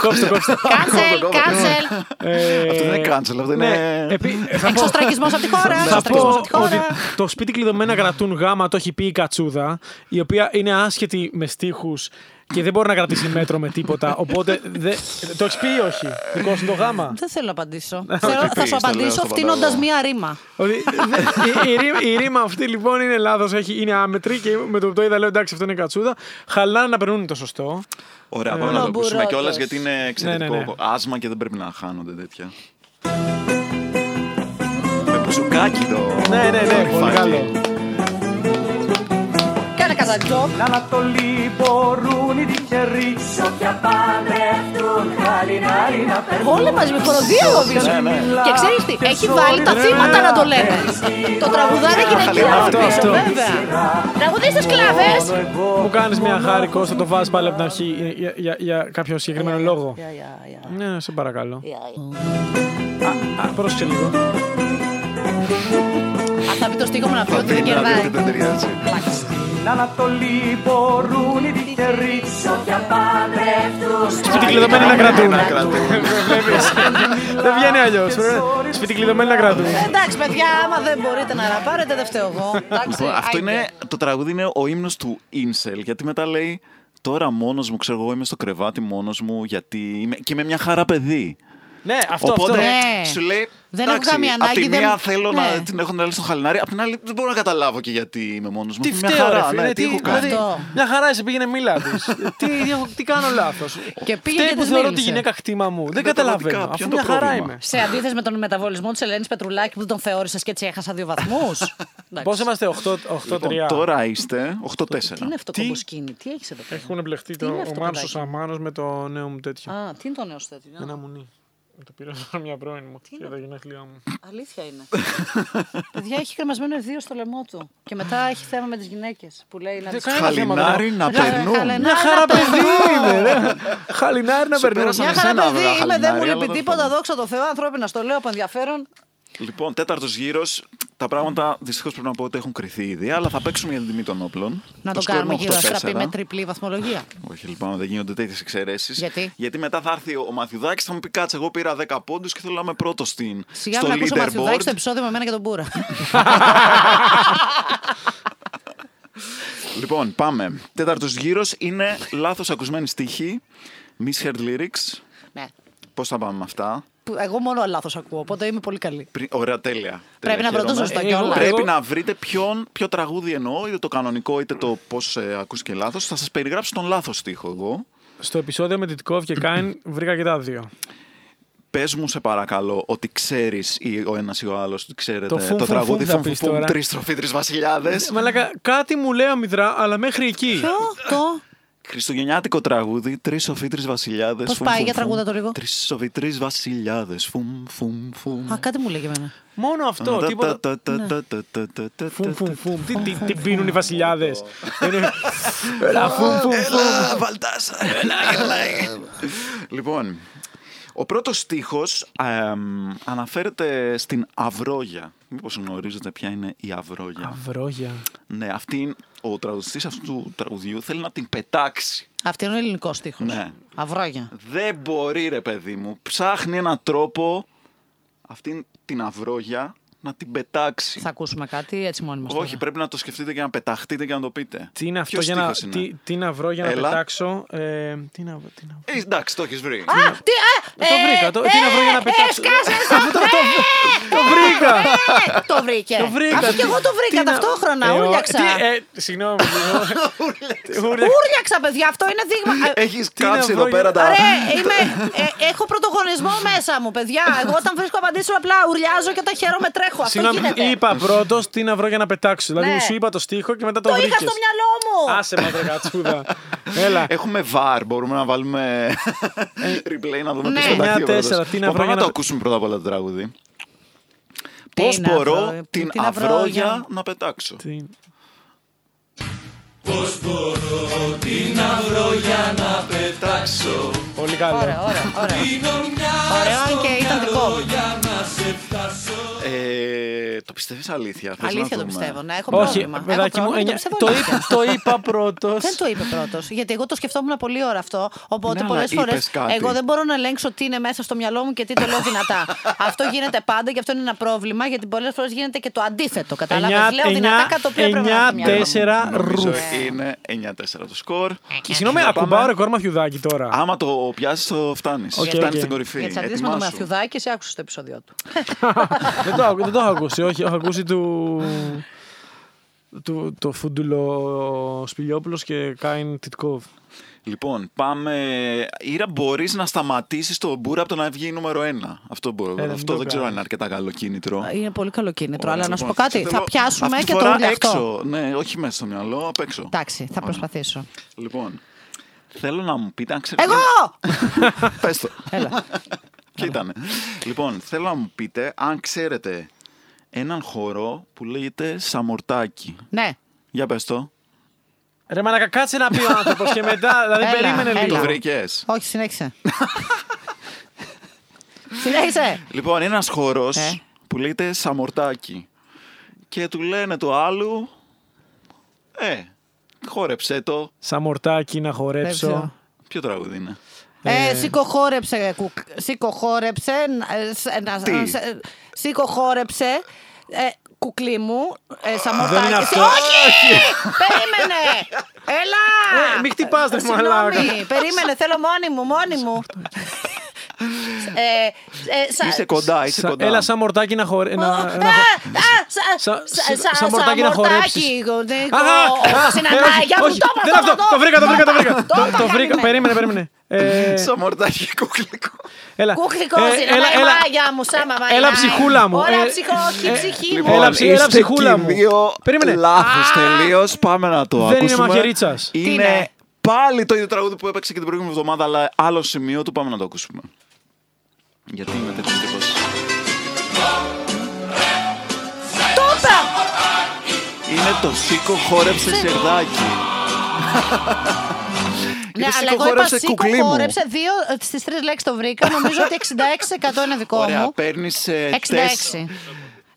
S4: Κόψτε, κόψτε.
S2: Κάνσελ, κάνσελ.
S4: Ε,
S3: Αυτό δεν είναι cancel, αυτό
S4: ναι,
S3: είναι-
S4: επί- θα πω-
S2: Εξωστρακισμό από τη χώρα.
S4: Θα πω
S2: Εξωστρακισμός από τη
S4: ότι
S2: χώρα.
S4: το σπίτι κλειδωμένα κρατούν γάμα, το έχει πει η Κατσούδα, η οποία είναι άσχετη με στίχους και δεν μπορεί να κρατήσει μέτρο με τίποτα. Οπότε. δε- Το έχεις πει ή όχι. Δικό σου το γάμα.
S2: Δεν θέλω να απαντήσω. Θέλω- Θα
S3: πεις,
S2: σου
S3: τα λέω,
S2: απαντήσω
S3: στο
S2: φτύνοντα
S3: πανταλό.
S2: μία ρήμα.
S4: Ότι δε- η, η, ρή- η ρήμα αυτή λοιπόν είναι λάθος, είναι άμετρη και με το που το είδα λέω εντάξει αυτό είναι κατσούδα. Χαλάνε να περνούν το σωστό.
S3: Ωραία, πάμε να το ακούσουμε
S2: Λαμπουρότος.
S3: κιόλας γιατί είναι εξαιρετικό
S4: Ε. Ναι, ναι, ναι.
S3: άσμα και δεν πρέπει να χάνονται τέτοια. Με μπουζουκάκι το.
S4: Ναι, ναι, ναι, πολύ
S3: κορυφάκι.
S4: καλό.
S2: Κάνε κατά τζοκ.
S4: Ανατολή μπορούν οι τυχεροί.
S2: Όλοι μαζί με χοροδία πίσω.
S3: Ναι, ναι.
S2: Και ξέρεις τι, έχει βάλει τα θύματα να το λένε. Το τραγουδάρι και να
S3: χαλινά,
S2: γυρνάει
S4: αυτό,
S2: πίσω,
S4: αυτό.
S2: βέβαια. Τραγουδίστε σκλάβε.
S4: Μου κάνεις μια χάρη Κώστα, το βάζεις πάλι από την αρχή για, για, για, για κάποιο συγκεκριμένο λόγο. Ναι, σε παρακαλώ. Α, α, Πρόσεξε λίγο.
S2: Α, θα πει το στίχο μου να πει ότι δεν
S3: Δίνει να δείτε
S2: κερδάει.
S3: την εταιρεία έτσι.
S4: Σπίτι κλειδωμένοι να κρατούν.
S3: Να κρατούν.
S4: Βλέπεις. Δεν βγαίνει αλλιώς. Σπίτι κλειδωμένοι να κρατούν.
S2: Εντάξει, παιδιά, άμα δεν μπορείτε να ραπάρετε, δεν φταίω εγώ. Εντάξει,
S3: Λοιπόν, Αυτό
S2: άιντε.
S3: είναι, το τραγούδι είναι ο ύμνος του Incel, γιατί μετά λέει Τώρα μόνος μου, ξέρω εγώ, είμαι στο κρεβάτι μόνος μου, γιατί είμαι και είμαι μια χαρά παιδί.
S4: Ναι, αυτό
S3: Οπότε
S4: αυτό.
S2: Ναι.
S3: σου λέει.
S2: Δεν έχω
S3: «Εντάξει,
S2: καμία
S3: Απ' τη
S2: ανάγκη, δεν-
S3: μία θέλω να
S2: ναι.
S3: την έχω να λέω στο χαλινάρι, απ' την άλλη δεν μπορώ να καταλάβω και γιατί είμαι μόνος μου.
S4: Τι
S3: Μια
S4: φταίω, ρε
S3: χαρά,
S4: φίλε,
S3: ναι, τι
S4: τι,
S3: έχω κάνει.
S4: δηλαδή,
S2: Αυτό.
S4: Μια χαρά είσαι, πήγαινε μίλα της. τι, τι έχω- τι κάνω λάθος.
S2: Και πήγε
S4: Φταίει
S2: και
S4: που
S2: της
S4: θεωρώ τη
S2: μίλησε.
S4: γυναίκα χτήμα μου. Δεν
S3: πραγματικά,
S4: καταλαβαίνω.
S3: ποιο
S4: Αφού
S3: είναι το
S4: μια χαρά
S3: πρόβλημα.
S4: είμαι.
S2: Σε αντίθεση με τον μεταβολισμό της Ελένης Πετρουλάκη που δεν τον θεώρησες και έτσι έχασα δύο βαθμούς.
S4: Πώς είμαστε, 8-3.
S3: Λοιπόν, τώρα είστε 8-4.
S2: Τι είναι αυτό το
S4: Τι?
S2: κομποσκίνη, τι έχεις εδώ πέρα.
S4: Έχουν μπλεχτεί
S2: Τι
S4: το,
S2: είναι
S4: ο
S2: αυτό το
S4: Μάνος ο
S2: παιδάκι?
S4: Σαμάνος με το νέο μου τέτοιο.
S2: Α, τι είναι το νέο σου τέτοιο.
S4: Ένα μουνί. Το πήρα από μια πρώην μου για τα γενέθλιά μου.
S2: Αλήθεια είναι. Παιδιά έχει κρεμασμένο ιδίο στο λαιμό του. Και μετά έχει θέμα με τις γυναίκες που λέει να
S4: Δεν
S2: τις-
S4: κάνω
S3: Χαλινάρι να
S2: Ρε,
S3: περνούν.
S2: χαλενά,
S4: Μια χαρά
S2: να
S4: παιδί είμαι. ρε. Χαλινάρι να
S3: Σε
S4: περνούν.
S3: πέρασα
S2: Μια
S3: Σαν
S2: χαρά
S3: εσένα, βέβαια,
S2: παιδί είμαι, δεν μου
S3: χαλινάρι,
S2: λείπει
S3: αλλά δεν
S2: τίποτα,
S3: φτάνει.
S2: δόξα τω Θεώ, ανθρώπινα στο λέω από ενδιαφέρον.
S3: Λοιπόν, τέταρτος γύρος. Τα πράγματα δυστυχώς πρέπει να πω ότι έχουν κρυθεί ήδη, αλλά θα παίξουμε για την τιμή των όπλων.
S2: Να το
S3: σκορ
S2: κάνουμε
S3: είναι
S2: γύρω
S3: 8-4.
S2: στραπή με τριπλή βαθμολογία.
S3: Όχι, λοιπόν, δεν γίνονται τέτοιες εξαιρέσεις.
S2: Γιατί?
S3: μετά θα έρθει ο Μαθιουδάκης, θα μου πει κάτσε. Εγώ πήρα 10 πόντους και θέλω να είμαι πρώτος στην.
S2: Σιγά
S3: στο
S2: να ακούσω Μαθιουδάκη
S3: leaderboard.
S2: στο επεισόδιο με εμένα και τον Μπούρα.
S3: Λοιπόν, πάμε. Τέταρτος γύρος είναι λάθος ακουσμένη στίχη. Misheard lyrics.
S2: Ναι.
S3: Πώς θα πάμε με αυτά.
S2: Που Εγώ μόνο λάθος ακούω, οπότε είμαι πολύ καλή.
S3: Πρι- Ωραία, τέλεια.
S2: Πρέπει να βρω το
S3: Χαίρομαι.
S2: σωστό
S4: Ε,
S2: κιόλα.
S4: εγώ-
S3: Πρέπει να βρείτε ποιον, ποιο τραγούδι εννοώ, είτε το κανονικό είτε το πώς ε, ακούστηκε λάθος. Θα σας περιγράψω τον λάθος στίχο εγώ.
S4: Στο επεισόδιο με Τιτκόβ και Κάιν βρήκα και τα δύο.
S3: Πες μου, σε παρακαλώ, ότι ξέρεις ο ένας ή ο άλλος, ξέρετε
S4: Το φουμ, φουμ,
S3: τραγούδι
S4: φουμ θα πεις τώρα.
S3: Τρεις στροφή, τρεις βασιλιάδες.
S4: Ε, Μαλάκα, κάτι μου λέει αμυδρά, αλλά μέχρι εκεί.
S2: Ποιο το.
S3: Χριστουγεννιάτικο τραγούδι, τρεις σοφοί, τρεις βασιλιάδες.
S2: Πώς πάει, για τραγούδα το λίγο.
S3: Τρεις σοφοί, τρεις βασιλιάδες. Φουμ, φουμ, φουμ.
S2: Α, κάτι μου λέει για μένα.
S4: Μόνο αυτό, τίποτα.
S3: Τα- τα- τα- τα- τα- τα- τα-
S4: Φουμ,
S3: τα-
S4: φουμ, φουμ. Τι- Τι τι πίνουν οι βασιλιάδε. Έλα, φουμ, φουμ, φουμ.
S3: Α, Βαλτάσα. Έλα, γελάει. Λοιπόν, ο πρώτος στίχος αμ, αναφέρεται στην Αυρόγια. Μήπως γνωρίζετε ποια είναι η Αυρόγια.
S4: Βρόγια.
S3: Ναι, αυτή, ο τραγουδιστής αυτού του τραγουδιού θέλει να την πετάξει.
S2: Αυτή είναι ο ελληνικός στίχος.
S3: Ναι.
S2: Αυρόγια.
S3: Δεν μπορεί ρε παιδί μου. Ψάχνει έναν τρόπο αυτήν την Αυρόγια να την πετάξει.
S2: Θα ακούσουμε κάτι έτσι μόνοι μας
S3: Όχι,
S2: τώρα.
S3: πρέπει να το σκεφτείτε και να πεταχτείτε και να το πείτε.
S4: Τι είναι αυτό
S3: Ποιος
S4: για να,
S3: στίχος είναι?
S4: τι, τι να βρω για να
S3: Έλα.
S4: πετάξω. Ε, τι να βρω. Τι να... βρω.
S3: Ε, εντάξει, το έχεις βρει.
S2: Α, τι, α,
S4: το
S2: ε,
S4: βρήκα. Το, τι να βρω για να
S2: ε,
S4: πετάξω.
S2: σκάσε,
S4: Αυτό το, το, το βρήκα.
S2: ε, το βρήκε.
S4: Το βρήκα.
S2: Αφού και εγώ το βρήκα
S4: Τι να-
S2: ταυτόχρονα.
S4: Ε, ο-
S2: Ούρλιαξα.
S4: τι, ε, Συγγνώμη. Ούρλιαξα.
S2: Ούρλιαξα, παιδιά. Αυτό είναι δείγμα. Ε,
S3: Έχεις
S4: τι να
S3: κάψει
S4: βρω
S3: εδώ
S4: για-
S3: πέρα τα.
S2: Ρε, είμαι, ε, έχω πρωτογονισμό μέσα μου, παιδιά. Εγώ όταν βρίσκω απαντήσεις, απλά ουρλιάζω και όταν χαίρομαι τρέχω. Αυτό γίνεται.
S4: Συγγνώμη, είπα πρώτο τι να βρω για να πετάξω.
S2: Ναι.
S4: Δηλαδή σου είπα το στίχο και μετά το
S2: το
S4: βρήκε.
S2: είχα στο μυαλό μου.
S4: Άσε μα κατσούδα. Έλα.
S3: Έχουμε VAR, μπορούμε να βάλουμε replay να δούμε
S2: Ναι.
S3: ποιος θα
S4: Ε, Μια
S3: ταχθεί ο πρώτος.
S4: τέσσερα, τι να
S3: Μα
S4: βρω
S3: Πάμε να
S4: για να
S3: το
S4: το-
S3: ακούσουμε πρώτα απ' όλα το τραγούδι.
S2: Τι
S3: Πώς
S2: να
S3: μπορώ
S2: βρω,
S4: ε,
S3: την
S2: τι να βρω για-
S3: αυρόγια να πετάξω.
S4: Τι- Πολύ καλό.
S2: Ωραία, ωραία, ωραία. Ωραίο, αν και ήταν δικό μου.
S3: Ε, το πιστεύεις αλήθεια. Θες να
S2: Αλήθεια το
S3: δούμε.
S2: πιστεύω. Ναι, έχω
S4: Όχι,
S2: πρόβλημα. Έχω
S4: παιδάκι μου,
S2: πρόβλημα,
S4: εννιά-
S2: το
S4: το,
S2: πιστεύω
S4: είπα, το είπα πρώτος.
S2: Δεν το είπε πρώτος. Γιατί εγώ το σκεφτόμουν πολύ ώρα αυτό. Οπότε
S3: Ναι,
S2: πολλέ
S3: αλλά
S2: φορές
S3: είπες κάτι.
S2: εγώ δεν μπορώ να ελέγξω τι είναι μέσα στο μυαλό μου και τι το λέω δυνατά. αυτό γίνεται πάντα και αυτό είναι ένα πρόβλημα γιατί πολλές φορές γίνεται και το αντίθετο. Κατάλαβες. Λέω δυνατά κάτι το οποίο έπρεπε να είναι.
S4: τέσσερα
S3: Νομίζω
S4: ρουφ. Ε,
S3: είναι 9-4 το σκορ.
S4: Και Συγγνώμη, ακουμπάω ρεκόρ μαθιουδάκι τώρα.
S3: Άμα το πιάσεις, το φτάνεις.
S4: ε, Οκ,
S3: Φτάνεις
S4: οκ.
S3: στην κορυφή.
S2: Για τι αντίθετε με το
S3: Ετοιμάσου.
S2: Μαθιουδάκη, σε άκουσε το επεισόδιο του.
S4: δεν, το, άκου- δεν το έχω ακούσει, όχι. Έχω ακούσει του. του το Φούντουλο Σπηλιόπουλος και Κάιν Τιτκόβ.
S3: Λοιπόν, πάμε. Ήρα, μπορείς να σταματήσεις τον Μπούρα από το να βγει νούμερο 1. Αυτό, μπορώ.
S4: Ε, δεν
S3: Αυτό
S4: το
S3: δεν ξέρω
S4: κάνω. Ε,
S3: αν είναι αρκετά καλό κίνητρο.
S2: Είναι πολύ καλό κίνητρο,
S3: Ωραία,
S2: αλλά να σου
S3: λοιπόν,
S2: πω κάτι.
S3: θέλω
S2: Θα πιάσουμε
S3: αυτή τη
S2: και το
S3: φορά
S2: όλο αυτό.
S3: έξω. Ναι, όχι μέσα στο μυαλό, απ' έξω.
S2: Εντάξει, θα
S3: Ωραία.
S2: προσπαθήσω.
S3: Λοιπόν, θέλω να μου πείτε αν ξέρετε.
S2: Εγώ!
S3: Πες το.
S2: Έλα.
S3: Ποια ήταν. Λοιπόν, θέλω να μου πείτε αν ξέρετε έναν χορό που λέγεται Σαμορτάκι.
S2: Ναι.
S3: Για πες το.
S4: Ρε μαλακα, κάτσε να πει ο άνθρωπος και μετά. Δηλαδή,
S2: Έλα,
S4: περίμενε
S2: έλα.
S4: λίγο.
S3: Το βρήκες.
S2: Όχι, συνέχισε. συνέχισε.
S3: Λοιπόν, είναι ένας χορός
S2: Ε.
S3: που λέγεται Σαμορτάκι. Και του λένε το άλλου, ε, χόρεψέ το.
S4: Σαν μορτάκι να
S2: ξέρω.
S4: χορέψω.
S3: Ποιο τραγούδι είναι.
S2: Ε, σήκω χόρεψε, κουκ. Σήκω χόρεψε. ε, σ- ε, να-
S3: Τι?
S2: ε, σε- ε, Σήκω χόρεψε. ε, κουκλί μου, ε, σαμορτάκι.
S4: Δεν είναι
S2: Ε,
S4: αυτό.
S2: Όχι! Περίμενε! Έλα!
S4: Ε, μη χτυπάς, ρε
S2: Συγγνώμη,
S4: μαλάκα.
S2: Περίμενε, θέλω μόνη μου, μόνη μου. Ε, ε, σα-
S3: Είσαι κοντά, είσαι
S4: Σα-
S3: κοντά.
S4: Έλα, σαν μορτάκι να χορέψω.
S2: Α, α, σα-
S4: Σα-
S2: σα-
S4: σι-
S2: σα-
S4: σαν μορτάκι να
S2: σαμορτάκι,
S4: χορέψεις.
S2: γονίκο,
S4: Αχα, α,
S2: συναντάει,
S4: ε,
S2: για
S4: όχι,
S2: μου, το είπα,
S4: δεν αυτό,
S2: είπα,
S4: Το βρήκα, το βρήκα, το
S2: είπα,
S4: βρήκα.
S2: το είπα,
S4: Το βρήκα,
S2: καημένε.
S4: περίμενε, περίμενε. Ε,
S3: Σαμορτάκι κουκλικό.
S4: Έλα.
S2: Κούκλικος,
S4: Ε,
S2: είναι
S4: έλα, έλα.
S2: μάγια μου, σαν
S3: Ε,
S2: μαμά.
S4: Έλα, ψυχούλα μου.
S2: Ωραία,
S4: Ε,
S2: ψυχο, όχι, ψυχή μου.
S3: Λοιπόν,
S4: Έλα, ψι- έλα,
S3: είστε
S4: ψυχούλα
S3: και
S4: μου.
S3: οι δύο
S4: Περίμενε.
S3: Λάθος τελείως. Πάμε να το
S4: Δεν είναι
S3: ακούσουμε.
S4: Μαχαιρίτσας.
S3: Είναι,
S2: είναι?
S3: πάλι το ίδιο τραγούδι που έπαιξε και την προηγούμενη εβδομάδα, αλλά άλλο σημείο του. Πάμε να το ακούσουμε. Γιατί είμαι τέτοιος τύπος.
S2: Το είπα!
S3: Είναι το Σίκο χόρεψε σερδάκι.
S2: Ναι,
S3: Είναι
S2: αλλά
S3: «Σήκω,
S2: εγώ είπα
S3: χόρεψε,
S2: σήκω,
S3: Ε, κουκλί μου».
S2: χόρεψε, δύο ε, στις τρεις λέξεις το βρήκα. Νομίζω ότι 66% είναι δικό
S3: Ωραία, ε,
S2: μου.
S3: παίρνει.
S2: 66.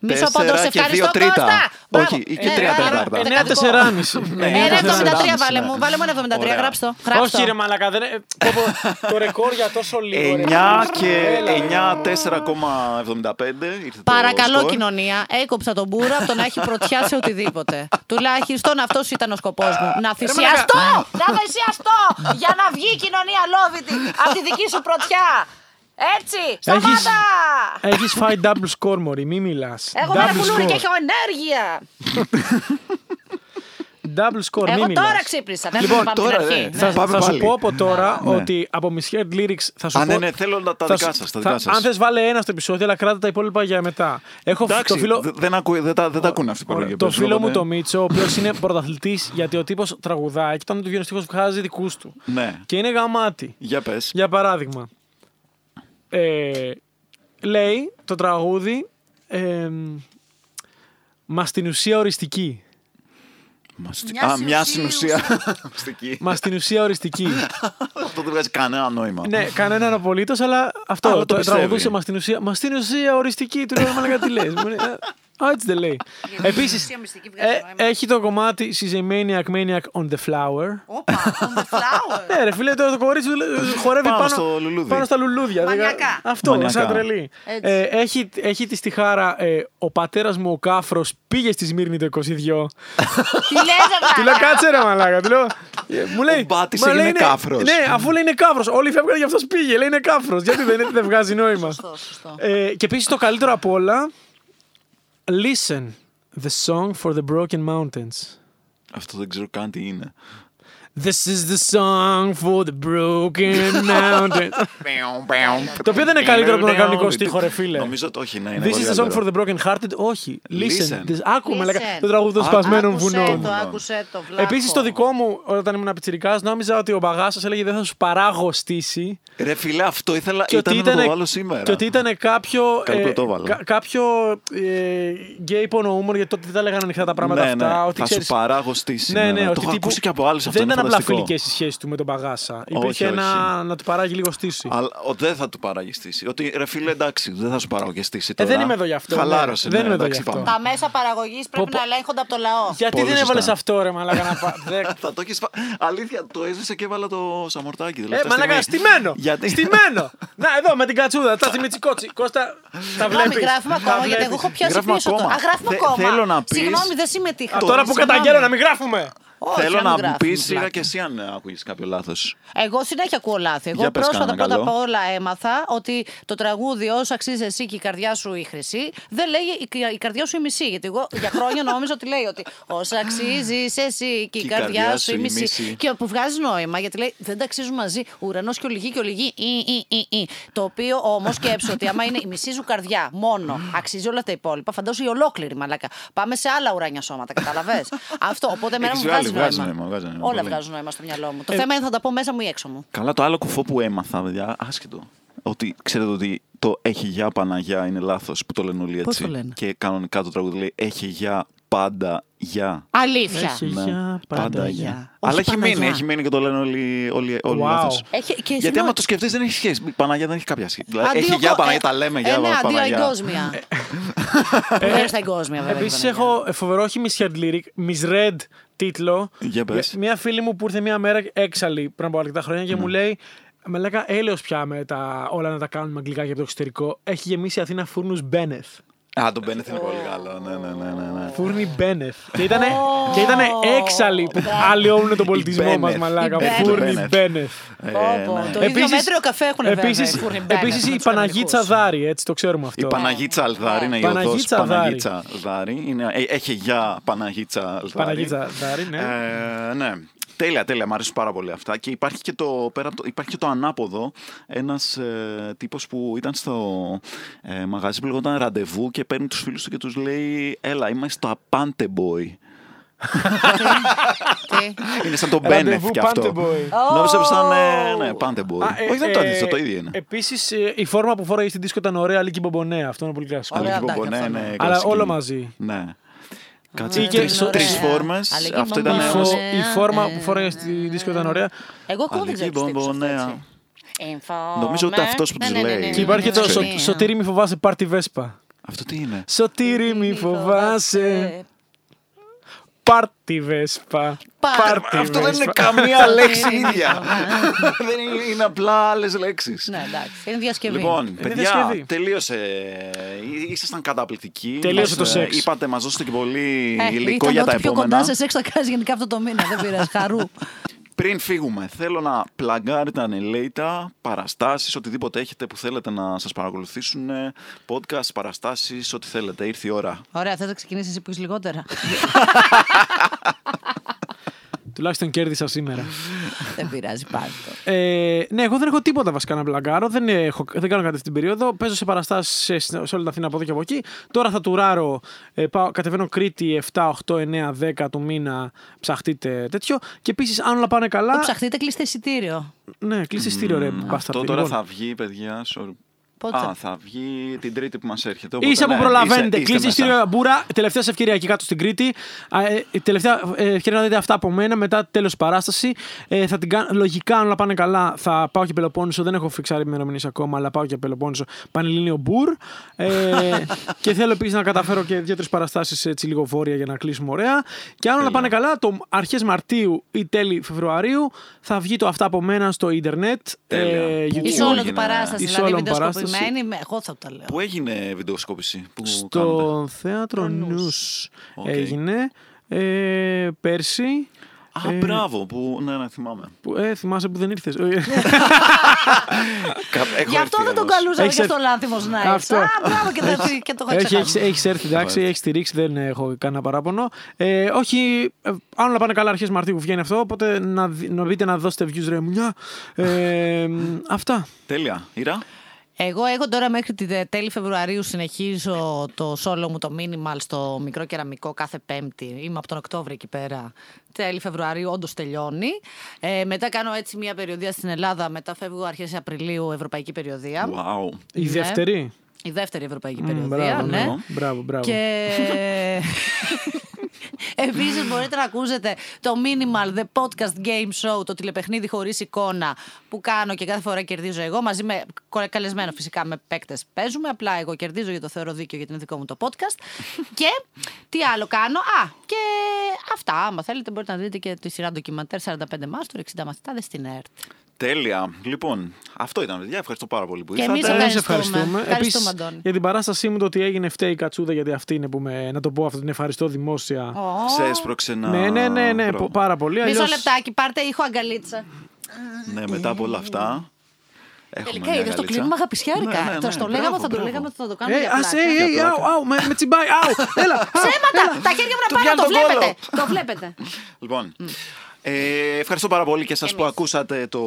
S2: Μισό
S3: τέσσερα
S2: πόντο, σε
S3: και
S2: ευχαριστώ
S3: δύο τρίτα.
S2: Κώστα. Μπράβο.
S3: Όχι, ή και
S2: Ε,
S3: τρία Ναι,
S2: μπράβο,
S3: τέταρτα.
S2: δεκατικό.
S4: Εννέα τεσσεράμιση. Εννέα
S2: Ένα 73
S4: τεσσεράμιση.
S2: βάλε μου, βάλε μου ένα 73,
S3: ναι. Ωραία.
S2: γράψτο.
S4: Όχι, ρε
S2: Γράψτο.
S4: Μαλακά, δεν. ε, πω, πω, Το ρεκόρ για τόσο λίγο. ρε.
S3: 9 και
S4: Έλα, ρε.
S3: 9, 4,75. ήρθε το
S2: Παρακαλώ
S3: σκορ.
S2: κοινωνία, έκοψα τον μπούρα από το να έχει πρωτιά σε οτιδήποτε. Τουλάχιστον αυτός ήταν ο σκοπός μου. Να θυσιαστώ! να θυσιαστώ! Για να βγει η κοινωνία λόβητη από τη δική σου πρωτιά! Έτσι!
S4: Έχεις-
S2: Σταμάτα!
S4: Έχεις φάει double score, Μωρή, μη μιλάς.
S2: Εγώ με ένα
S4: double
S2: κουλούρι και
S4: score.
S2: έχω ενέργεια!
S4: Double score, μη
S2: Εγώ
S4: μιλάς. ε,
S2: τώρα ξύπνησα, δεν
S3: Λοιπόν,
S2: είπαμε από την
S3: τώρα,
S2: αρχή.
S3: ρε.
S2: Ναι.
S4: Θα,
S3: Πάμε
S4: θα σου
S3: πάλι.
S4: πω από τώρα
S3: Ναι.
S4: ότι από Misheard Lyrics θα σου
S3: Α,
S4: πω.
S3: ναι, ναι, θέλω τα- τα
S4: θα
S3: δικά
S4: σου-
S3: σας, τα
S4: θα-
S3: δικά σας.
S4: Αν θες βάλε ένα στο επεισόδιο, αλλά κράτα τα υπόλοιπα για μετά. Έχω φ-
S3: Εντάξει,
S4: το φίλο.
S3: δε- δεν, ακούει, δεν, τα, δεν τα ακούνε αυτοί οι
S4: Ωραία,
S3: προλογές.
S4: Το φίλο μου
S3: οπότε-
S4: το Μίτσο, ο οποίος είναι πρωταθλητής, γιατί ο τύπος τραγουδάει και όταν του βγαίνει ο στίχος, βγάζει δικούς του.
S3: Ναι.
S4: Και είναι γαμάτι.
S3: Για πες.
S4: Για παράδειγμα, ε, λέει το τραγούδι ε, Μα στην ουσία οριστική.
S3: Μας- Α, μιας συνουσία. Μυστική.
S4: Μα στην ουσία οριστική.
S3: Αυτό δεν βγάζει κανένα νόημα.
S4: ναι, κανέναν απολύτω, αλλά αυτό
S3: Αλλά
S4: το,
S3: το πιστεύει.
S4: τραγουδούσε μα στην ουσία. Μας στην ουσία οριστική. Του λέω, Μαλάκα τι λες. ε, Έτσι δεν λέει. Επίση, έχει το κομμάτι She's a maniac, maniac on the flower.
S5: Όπα, on the flower.
S4: Ναι, ρε φίλε, το, το κορίτσι του, ε, χορεύει
S3: Πάνω
S4: πάνω,
S3: στο λουλούδι.
S4: πάνω στα λουλούδια. Δεν κα-
S5: Μανιακά.
S4: Αυτό,
S3: Μανιακά.
S4: σαν τρελή. Ε, έχει, έχει τη στιχάρα ε, Ο πατέρας μου ο κάφρος πήγε στη Σμύρνη το 22.
S5: Τι λες, ρε
S4: Του λέω κάτσε ρε μαλάκα. Του λέω, ε, μου λέει.
S3: Μπάτης
S4: «Μα,
S3: έγινε
S4: λέει, είναι-
S3: κάφρος».
S4: Ναι, αφού λέει είναι κάφρος. Όλοι φεύγανε γι' αυτός πήγε. Λέει είναι κάφρος. Γιατί δεν, δεν βγάζει νόημα.
S3: Λοιπόν.
S4: Ε, και επίσης το καλύτερο απ' όλα. Listen the song for the broken mountains.
S3: Αυτό δεν ξέρω καν τι είναι.
S4: This is the song for the broken mountain. Το οποίο δεν είναι καλύτερο από τον κανονικό στίχο, ρε φίλε.
S3: Ναι, Νομίζω το όχι, ναι. είναι
S4: This is the song
S3: καλύτερο.
S4: for the broken hearted. Όχι. Listen.
S3: Listen.
S4: This- Άκουμε, λέγα,
S2: Listen.
S4: το τραγούδι των
S3: Άκου-
S4: σπασμένων
S2: Άκουσε
S4: βουνών.
S2: το, άκουσε το. Βλάχο.
S4: Επίσης, το δικό μου, όταν ήμουν πιτσιρικάς, νόμιζα ότι ο Μπαγάσο έλεγε Δεν θα σου παράγω στήσει.
S3: Ρε φίλε, αυτό ήθελα.
S4: Και ότι
S3: ήταν να
S4: ήταν,
S3: το βάλω σήμερα.
S4: και ότι ήταν κάποιο.
S3: Καλό που το έβαλα.
S4: κα- κάποιο ε, γκέι υπονοούμενο, γιατί τότε δεν τα λέγανε ανοιχτά τα πράγματα
S3: Ναι, ναι.
S4: αυτά. Ότι
S3: Θα σου
S4: ξέρεις-
S3: παράγω στήση.
S4: Ναι, ναι,
S3: Το
S4: ότι
S3: έχω
S4: τύπου-
S3: ακούσει και από άλλους αυτό,
S4: Δεν
S3: είναι
S4: ήταν απλά
S3: φανταστικό.
S4: φιλικές οι σχέσεις του με τον Παγάσα.
S3: Όχι,
S4: Υπήρχε
S3: όχι.
S4: ένα να του παράγει λίγο στήση.
S3: Αλλά ο, δεν θα του παράγει στήση. Ότι ρε φίλε, εντάξει, δεν θα σου παράγω και στήση.
S4: Ε,
S3: Τώρα.
S4: δεν είμαι εδώ γι' αυτό,
S3: Χαλάρωσε.
S4: ναι. Δεν είμαι εδώ
S3: εντάξει,
S4: γι' αυτό.
S3: πάμε.
S2: Τα μέσα παραγωγής πρέπει
S4: πω.
S2: να ελέγχονται από το λαό.
S4: Γιατί
S3: πολύ
S4: δεν
S3: σωστά.
S4: έβαλες αυτό, ρε Μαλάκα να πα- δεν-
S3: Θα το έχεις... φα- Αλήθεια, το έζησα και έβαλα το σαμορτάκι.
S4: Ε,
S3: τελευταία
S4: μαλάκα,
S3: στιγμή.
S4: στημένο!
S3: Γιατί...
S4: Στημένο! Να, εδώ με την κατσούδα, τα τσιμιτσικότσι. Κώστα, τα
S2: Συγγνώμη,
S4: βλέπεις.
S2: γράφουμε ακόμα, γιατί εγώ έχω πιάσει
S3: Γράφουμε
S2: πίσω το.
S3: ακόμα.
S2: Α, γράφουμε
S3: Θε-
S2: ακόμα.
S3: θέλω να πεις-
S2: Συγγνώμη, δεν συμμετείχα.
S4: Τώρα που
S2: Συγγνώμη.
S4: καταγγέλλω να μην γράφουμε.
S2: Όχι,
S3: Θέλω
S2: μην
S3: να μου
S2: γράφουμε,
S3: πει σιγά
S2: πλάκα.
S3: και εσύ αν άκουγε κάποιο λάθος.
S2: Εγώ συνέχεια ακούω λάθη. Εγώ
S3: Για πες
S2: πρόσφατα
S3: κανένα
S2: πρώτα απ'
S3: καλό.
S2: όλα έμαθα ότι το τραγούδι Όσο αξίζει εσύ και η καρδιά σου η χρυσή δεν λέει η, κα- η καρδιά σου η μισή. Γιατί εγώ για χρόνια νόμιζα ότι λέει ότι Όσο αξίζεις εσύ και η καρδιά σου η μισή. Και που βγάζει νόημα γιατί λέει Δεν ταξίζουν μαζί ουρανός και ολιγή και ολιγή. Ι, ι, ι, ι». Το οποίο όμως σκέψω ότι άμα είναι η μισή σου καρδιά μόνο αξίζει όλα τα υπόλοιπα, φαντάζομαι η ολόκληρη μαλάκα. Πάμε σε άλλα ουράνια σώματα, καταλαβέ. Αυτό. Οπότε εμένα μου
S3: Έχεις βγάλει,
S2: βγάζει
S3: βγάζει
S2: νόημα.
S3: νόημα, βγάζει νόημα,
S2: Όλα
S3: πολύ. Ε,
S2: βγάζουν νόημα στο μυαλό μου. Το θέμα είναι θα τα πω μέσα μου ή έξω μου.
S3: Καλά, το άλλο κουφό που έμαθα, παιδιά, άσχετο. Ότι ξέρετε ότι το έχει για Παναγιά είναι λάθος που το λένε όλοι έτσι.
S2: Πώς το λένε?
S3: Και κανονικά το τραγούδι λέει έχει για πάντα για.
S2: Αλήθεια.
S4: Ναι.
S3: Ναι,
S4: πάντα
S2: για.
S3: Αλλά
S2: Όχι
S3: έχει
S2: Παναγιά.
S3: μείνει, έχει μείνει και το λένε όλοι, όλοι, όλοι
S4: Wow.
S3: λάθος.
S2: Έχει, και
S3: Γιατί άμα το σκεφτείς δεν έχει σχέση. Παναγιά δεν έχει κάποια σχέση. Δηλαδή,
S2: Αντίο
S3: έχει για
S2: κο-
S3: Παναγιά,
S2: ε,
S3: τα λέμε για
S2: ε, ναι, αντίο
S3: Παναγιά.
S2: εγκόσμια.
S3: Ε,
S2: Δεν είναι στα εγκόσμια, βέβαια. ναι.
S4: Επίση
S2: η Παναγιά.
S4: έχω φοβερό όχι misheard lyric, misread τίτλο.
S3: Για πες.
S4: Μια φίλη μου που ήρθε μια μέρα έξαλλη πριν από αρκετά χρόνια και μου λέει. Με λέγα έλεος πια με τα, όλα να τα κάνουμε αγγλικά και από το εξωτερικό. Έχει γεμίσει η Αθήνα φούρνους Μπένεθ.
S3: Α, τον Μπένεθ είναι
S4: Ε,
S3: πολύ καλό. Ναι, ναι, ναι. ναι, ναι.
S4: Φούρνη Μπένεθ. Και ήτανε, και ήτανε
S2: ναι.
S4: έξαλλοι που αλλοιώνουν τον πολιτισμό
S3: Η
S4: μας,
S3: Μπένεθ.
S4: μαλάκα.
S2: Η Μπένεθ.
S4: Φούρνη
S3: Μπένεθ.
S4: Μπένεθ.
S3: Ε,
S2: Πω, πω,
S3: ναι.
S2: Το ίδιο μέτριο καφέ έχουν βέβαια.
S4: επίσης,
S2: οι φουρνιμπάνες
S4: επίσης
S2: με
S4: η
S2: τους
S4: Παναγίτσα
S2: κανονικούς.
S4: Δάρη, έτσι το ξέρουμε
S3: Η
S4: αυτό.
S3: Παναγίτσα Αλδάρη είναι η
S4: Παναγίτσα
S3: οδός
S4: Αλδάρη.
S3: Παναγίτσα Αλδάρη. Είναι, ε, έχει για Παναγίτσα Αλδάρη.
S4: Παναγίτσα Δάρη, ναι.
S3: Ε, ναι. Τέλεια, τέλεια. Μ' αρέσουν πάρα πολύ αυτά. Και υπάρχει και το, πέρα, απ' το- υπάρχει και το ανάποδο. Ένας ε, τύπος που ήταν στο ε, μαγαζί που λεγόταν ραντεβού και παίρνει τους φίλους του και τους λέει: Έλα, είμαστε τα Pante Boy.
S2: Τι?
S3: Είναι σαν το Μπένεθ
S4: Ραντεβού
S3: κι αυτό.
S4: Pante Boy.
S3: Νόμιζα πως ήταν. ε, ναι, Pante Boy. Όχι, δεν το
S4: ε,
S3: αντίθετο, το ίδιο είναι.
S4: Επίσης ε, η φόρμα που φόραγε στην δίσκο ήταν ωραία, Λίκη Μπομπονέα. Αυτό είναι πολύ κλασικό.
S2: Ωραία.
S3: Αλίκη
S2: αυτά και
S3: Μπομπονέ,
S2: αυτά,
S3: ναι,
S2: ναι.
S3: κλασική.
S4: Αλλά όλο μαζί.
S3: Ναι. Κάτσε.
S4: Ή και
S3: Τρεις
S4: στο-
S3: τρεις
S4: ωραία.
S3: φόρμες.
S2: Αλίκη
S3: Αυτό ήταν.
S4: Η,
S2: Μπομπονέ.
S3: ως-
S4: φο-
S2: ναι,
S4: η φόρμα
S2: ναι,
S4: που φόραγε στη δίσκο ήταν ωραία.
S2: Εγώ ακόμα δεν
S3: Αλική
S2: ξέρω τι
S3: μπομπονέα.
S2: Informer.
S3: Νομίζω ότι αυτός που τους
S2: Ναι, ναι, ναι,
S3: λέει.
S2: ναι, ναι,
S4: Και υπάρχει
S2: ναι,
S4: το
S2: ναι,
S4: σο-
S2: ναι.
S4: Σωτήρι μη φοβάσαι πάρτι βέσπα.
S3: Αυτό τι είναι.
S4: Σωτήρι μη φοβάσαι πάρτι βέσπα.
S2: Πάρ-
S4: Πάρτι
S3: Αυτό δεν είναι
S4: βέσπα.
S3: καμία λέξη ίδια. Ναι. Δεν είναι- είναι απλά άλλες λέξεις.
S2: Ναι, εντάξει. Είναι διασκευή.
S3: Λοιπόν, παιδιά,
S4: διασκευή.
S3: τελείωσε. Ή- Ήσασταν καταπληκτικοί.
S4: Τελείωσε
S3: Μας,
S4: το
S3: ε,
S4: σεξ.
S3: Είπατε, μας δώσετε και πολύ
S2: Ε,
S3: υλικό
S2: ήταν
S3: για τα
S2: ό,τι πιο κοντά
S3: επόμενα.
S2: σε σεξ θα κάνεις γενικά αυτό το μήνα. Δεν πειράζει. Χαρού.
S3: Πριν φύγουμε, θέλω να πλαγκάρετε ανελέητα παραστάσεις, οτιδήποτε έχετε που θέλετε να σας παρακολουθήσουν. ε, Podcast, παραστάσεις, ό,τι θέλετε. Ήρθε η ώρα.
S2: Ωραία, θες να ξεκινήσεις εσύ που έχεις λιγότερα.
S4: Τουλάχιστον κέρδισα σήμερα.
S2: Δεν πειράζει πάλι το.
S4: Ε, ναι, εγώ δεν έχω τίποτα βασικά να μπλαγκάρω. Δεν, έχω, δεν κάνω κάτι αυτή την περίοδο. Παίζω σε παραστάσεις σε, σε όλη την Αθήνα από εδώ και από εκεί. Τώρα θα τουράρω. Ε, πάω, κατεβαίνω Κρήτη 7, 8, 9, 10 του μήνα. Ψαχτείτε τέτοιο. Και επίσης, αν όλα πάνε καλά.
S2: Το ψαχτείτε, κλείστε εισιτήριο.
S4: Ναι, κλείσει στήριο ρε. μπάσταρδι.
S3: Αυτό τώρα
S4: Λοιπόν,
S3: θα βγει, παιδιά. sorry.
S2: Πότε
S3: Α,
S2: θα-
S3: θα βγει την Τρίτη που μας έρχεται. οπότε,
S4: Ίσα που
S3: ναι, είστε-
S4: προλαβαίνετε.
S3: είστε
S4: Κλείστε
S3: μέσα.
S4: στήριο μπούρα. Τελευταία σας ευκαιρία εκεί κάτω στην Κρήτη. Α, ε, η Τελευταία ε, ευκαιρία να δείτε αυτά από μένα μετά τέλος παράσταση. Ε, θα την κα- Λογικά, αν όλα πάνε καλά, θα πάω και Πελοπόννησο. Δεν έχω φιξάρει ημερομηνίες ακόμα, αλλά πάω και Πελοπόννησο. Πανελλήνιο μπουρ. Ε, και θέλω επίσης να καταφέρω και δύο-τρει παραστάσεις έτσι λίγο βόρεια για να κλείσουμε ωραία. Και αν όλα πάνε καλά, το αρχές Μαρτίου ή τέλη Φεβρουαρίου θα βγει το αυτά από μένα στο ίντερνετ.
S3: Τέλεια.
S4: Ε,
S3: Πού
S4: YouTube.
S2: Η όλο
S3: έγινε.
S2: του παράσταση,
S4: Η
S2: δηλαδή
S4: solo παράσταση.
S2: βιντεοσκοπημένη. με- Εγώ θα τα λέω.
S3: Πού έγινε βιντεοσκόπηση που κάνατε?
S4: Στο θέατρο Νους
S3: Οκ.
S4: έγινε ε, πέρσι.
S3: Α, μπράβο, που. Ναι, ναι, θυμάμαι.
S4: Που, ε, θυμάσαι που δεν ήρθες.
S2: Ναι,
S3: Κα- έχω
S2: Γι' αυτό
S3: έρθει
S2: δεν τον
S3: ένας.
S2: καλούσαμε
S4: Έχεις
S2: και στον
S4: έρθει.
S2: Λάνθιμο να
S4: Αυτό.
S2: Α, μπράβο και, δεν- και το είχα
S4: Έχει, έχεις,
S2: ξεχάσει.
S4: έχεις έρθει, εντάξει, έχεις στηρίξει, δεν έχω κανένα παράπονο. Ε, όχι, ε, αν όλα πάνε καλά, αρχές Μαρτίου βγαίνει αυτό. Οπότε να, δι- να μπείτε να δώσετε views ρε μουνιά. Ε, αυτά.
S3: Τέλεια. Ήρα.
S2: Εγώ έχω τώρα μέχρι τη δε- τέλη Φεβρουαρίου συνεχίζω το solo μου, το minimal στο μικρό κεραμικό κάθε Πέμπτη. Είμαι από τον Οκτώβριο εκεί πέρα. Τέλη Φεβρουαρίου όντως τελειώνει. Ε, μετά κάνω έτσι μια περιοδία στην Ελλάδα. Μετά φεύγω αρχές Απριλίου, Ευρωπαϊκή Περιοδία.
S3: Wow.
S4: Η
S2: Ναι.
S4: δεύτερη.
S2: Η δεύτερη Ευρωπαϊκή
S4: Μμ,
S2: Περιοδία.
S4: Μπράβο,
S2: ναι.
S4: ναι. μπράβο, μπράβο.
S2: Και. Επίσης μπορείτε να ακούσετε το Minimal The Podcast Game Show, το τηλεπαιχνίδι χωρίς εικόνα που κάνω και κάθε φορά κερδίζω εγώ μαζί με καλεσμένο φυσικά με παίκτες παίζουμε, απλά εγώ κερδίζω γιατί το θεωρώ δίκαιο γιατί είναι δικό μου το podcast και τι άλλο κάνω, α και αυτά άμα θέλετε μπορείτε να δείτε και τη σειρά ντοκιμαντέρ 45 μάστορ, 60 μαθητάδες στην ΕΡΤ
S3: Τέλεια. Λοιπόν, αυτό ήταν, παιδιά. Ευχαριστώ πάρα πολύ που
S2: Και
S3: ήρθατε.
S2: εμείς
S4: Ε, σε
S2: ευχαριστούμε. Ευχαριστούμε,
S4: Επίσης,
S2: Αντώνη.
S4: για την παράστασή μου το ότι έγινε φταίει η κατσούδα, γιατί αυτή είναι που με, να το πω αυτό, την ευχαριστώ δημόσια.
S3: Σε έσπρωξε να.
S4: Ναι, ναι, ναι, ναι,
S3: Μπράβο.
S4: πο- πάρα πολύ.
S2: Μισό
S4: αλλιώς-
S2: λεπτάκι, πάρτε ήχο αγκαλίτσα.
S3: Ναι, μετά από όλα αυτά. Έχουμε
S2: Τελικά
S3: μια
S2: είδες το
S3: γαλίτσα.
S2: κλείνουμε αγαπησιάρικα.
S3: Ναι, ναι, ναι,
S2: το
S3: μπράβο,
S2: λέγαμε, θα το
S3: μπράβο.
S2: λέγαμε, θα το κάνουμε.
S4: Ε,
S2: για
S4: ας, ε,
S2: πλάκα.
S4: ε, ε, άου, άου, με, με τσιμπάει, άου, έλα. άου.
S2: Ψέματα! Τα χέρια μου
S3: Του
S2: να πάνε, το
S3: πιάνω τον
S2: βλέπετε.
S3: κόλλο.
S2: Το βλέπετε.
S3: Λοιπόν, ε, ευχαριστώ πάρα πολύ και σας που ακούσατε το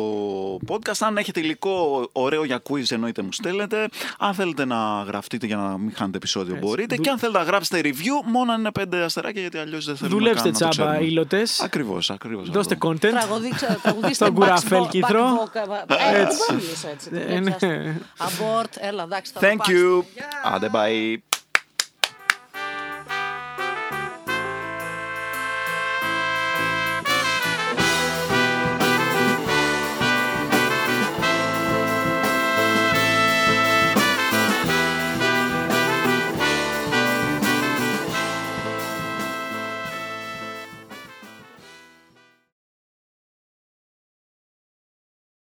S3: podcast. Αν έχετε υλικό ωραίο για quiz εννοείται μου στέλνετε. Αν θέλετε να γραφτείτε για να μην χάνετε επεισόδιο μπορείτε. Και αν θέλετε να γράψετε review μόνο αν είναι πέντε αστεράκια γιατί αλλιώς δεν θέλουμε
S4: Δουλέψτε
S3: καν να το
S4: τσάμπα,
S3: ξέρουμε.
S4: ύλωτες.
S3: Ακριβώς, ακριβώς.
S4: Δώστε
S3: αυτό.
S4: content.
S2: Τραγουδίξα- Τραγουδίστε.
S4: Στον κουραφέλ κύθρο.
S2: Έτσι.
S4: Ε, ναι.
S2: Αμπορτ, έλα, εντάξει. θα το
S3: Thank
S2: πάρεις.
S3: you. Άντε, bye.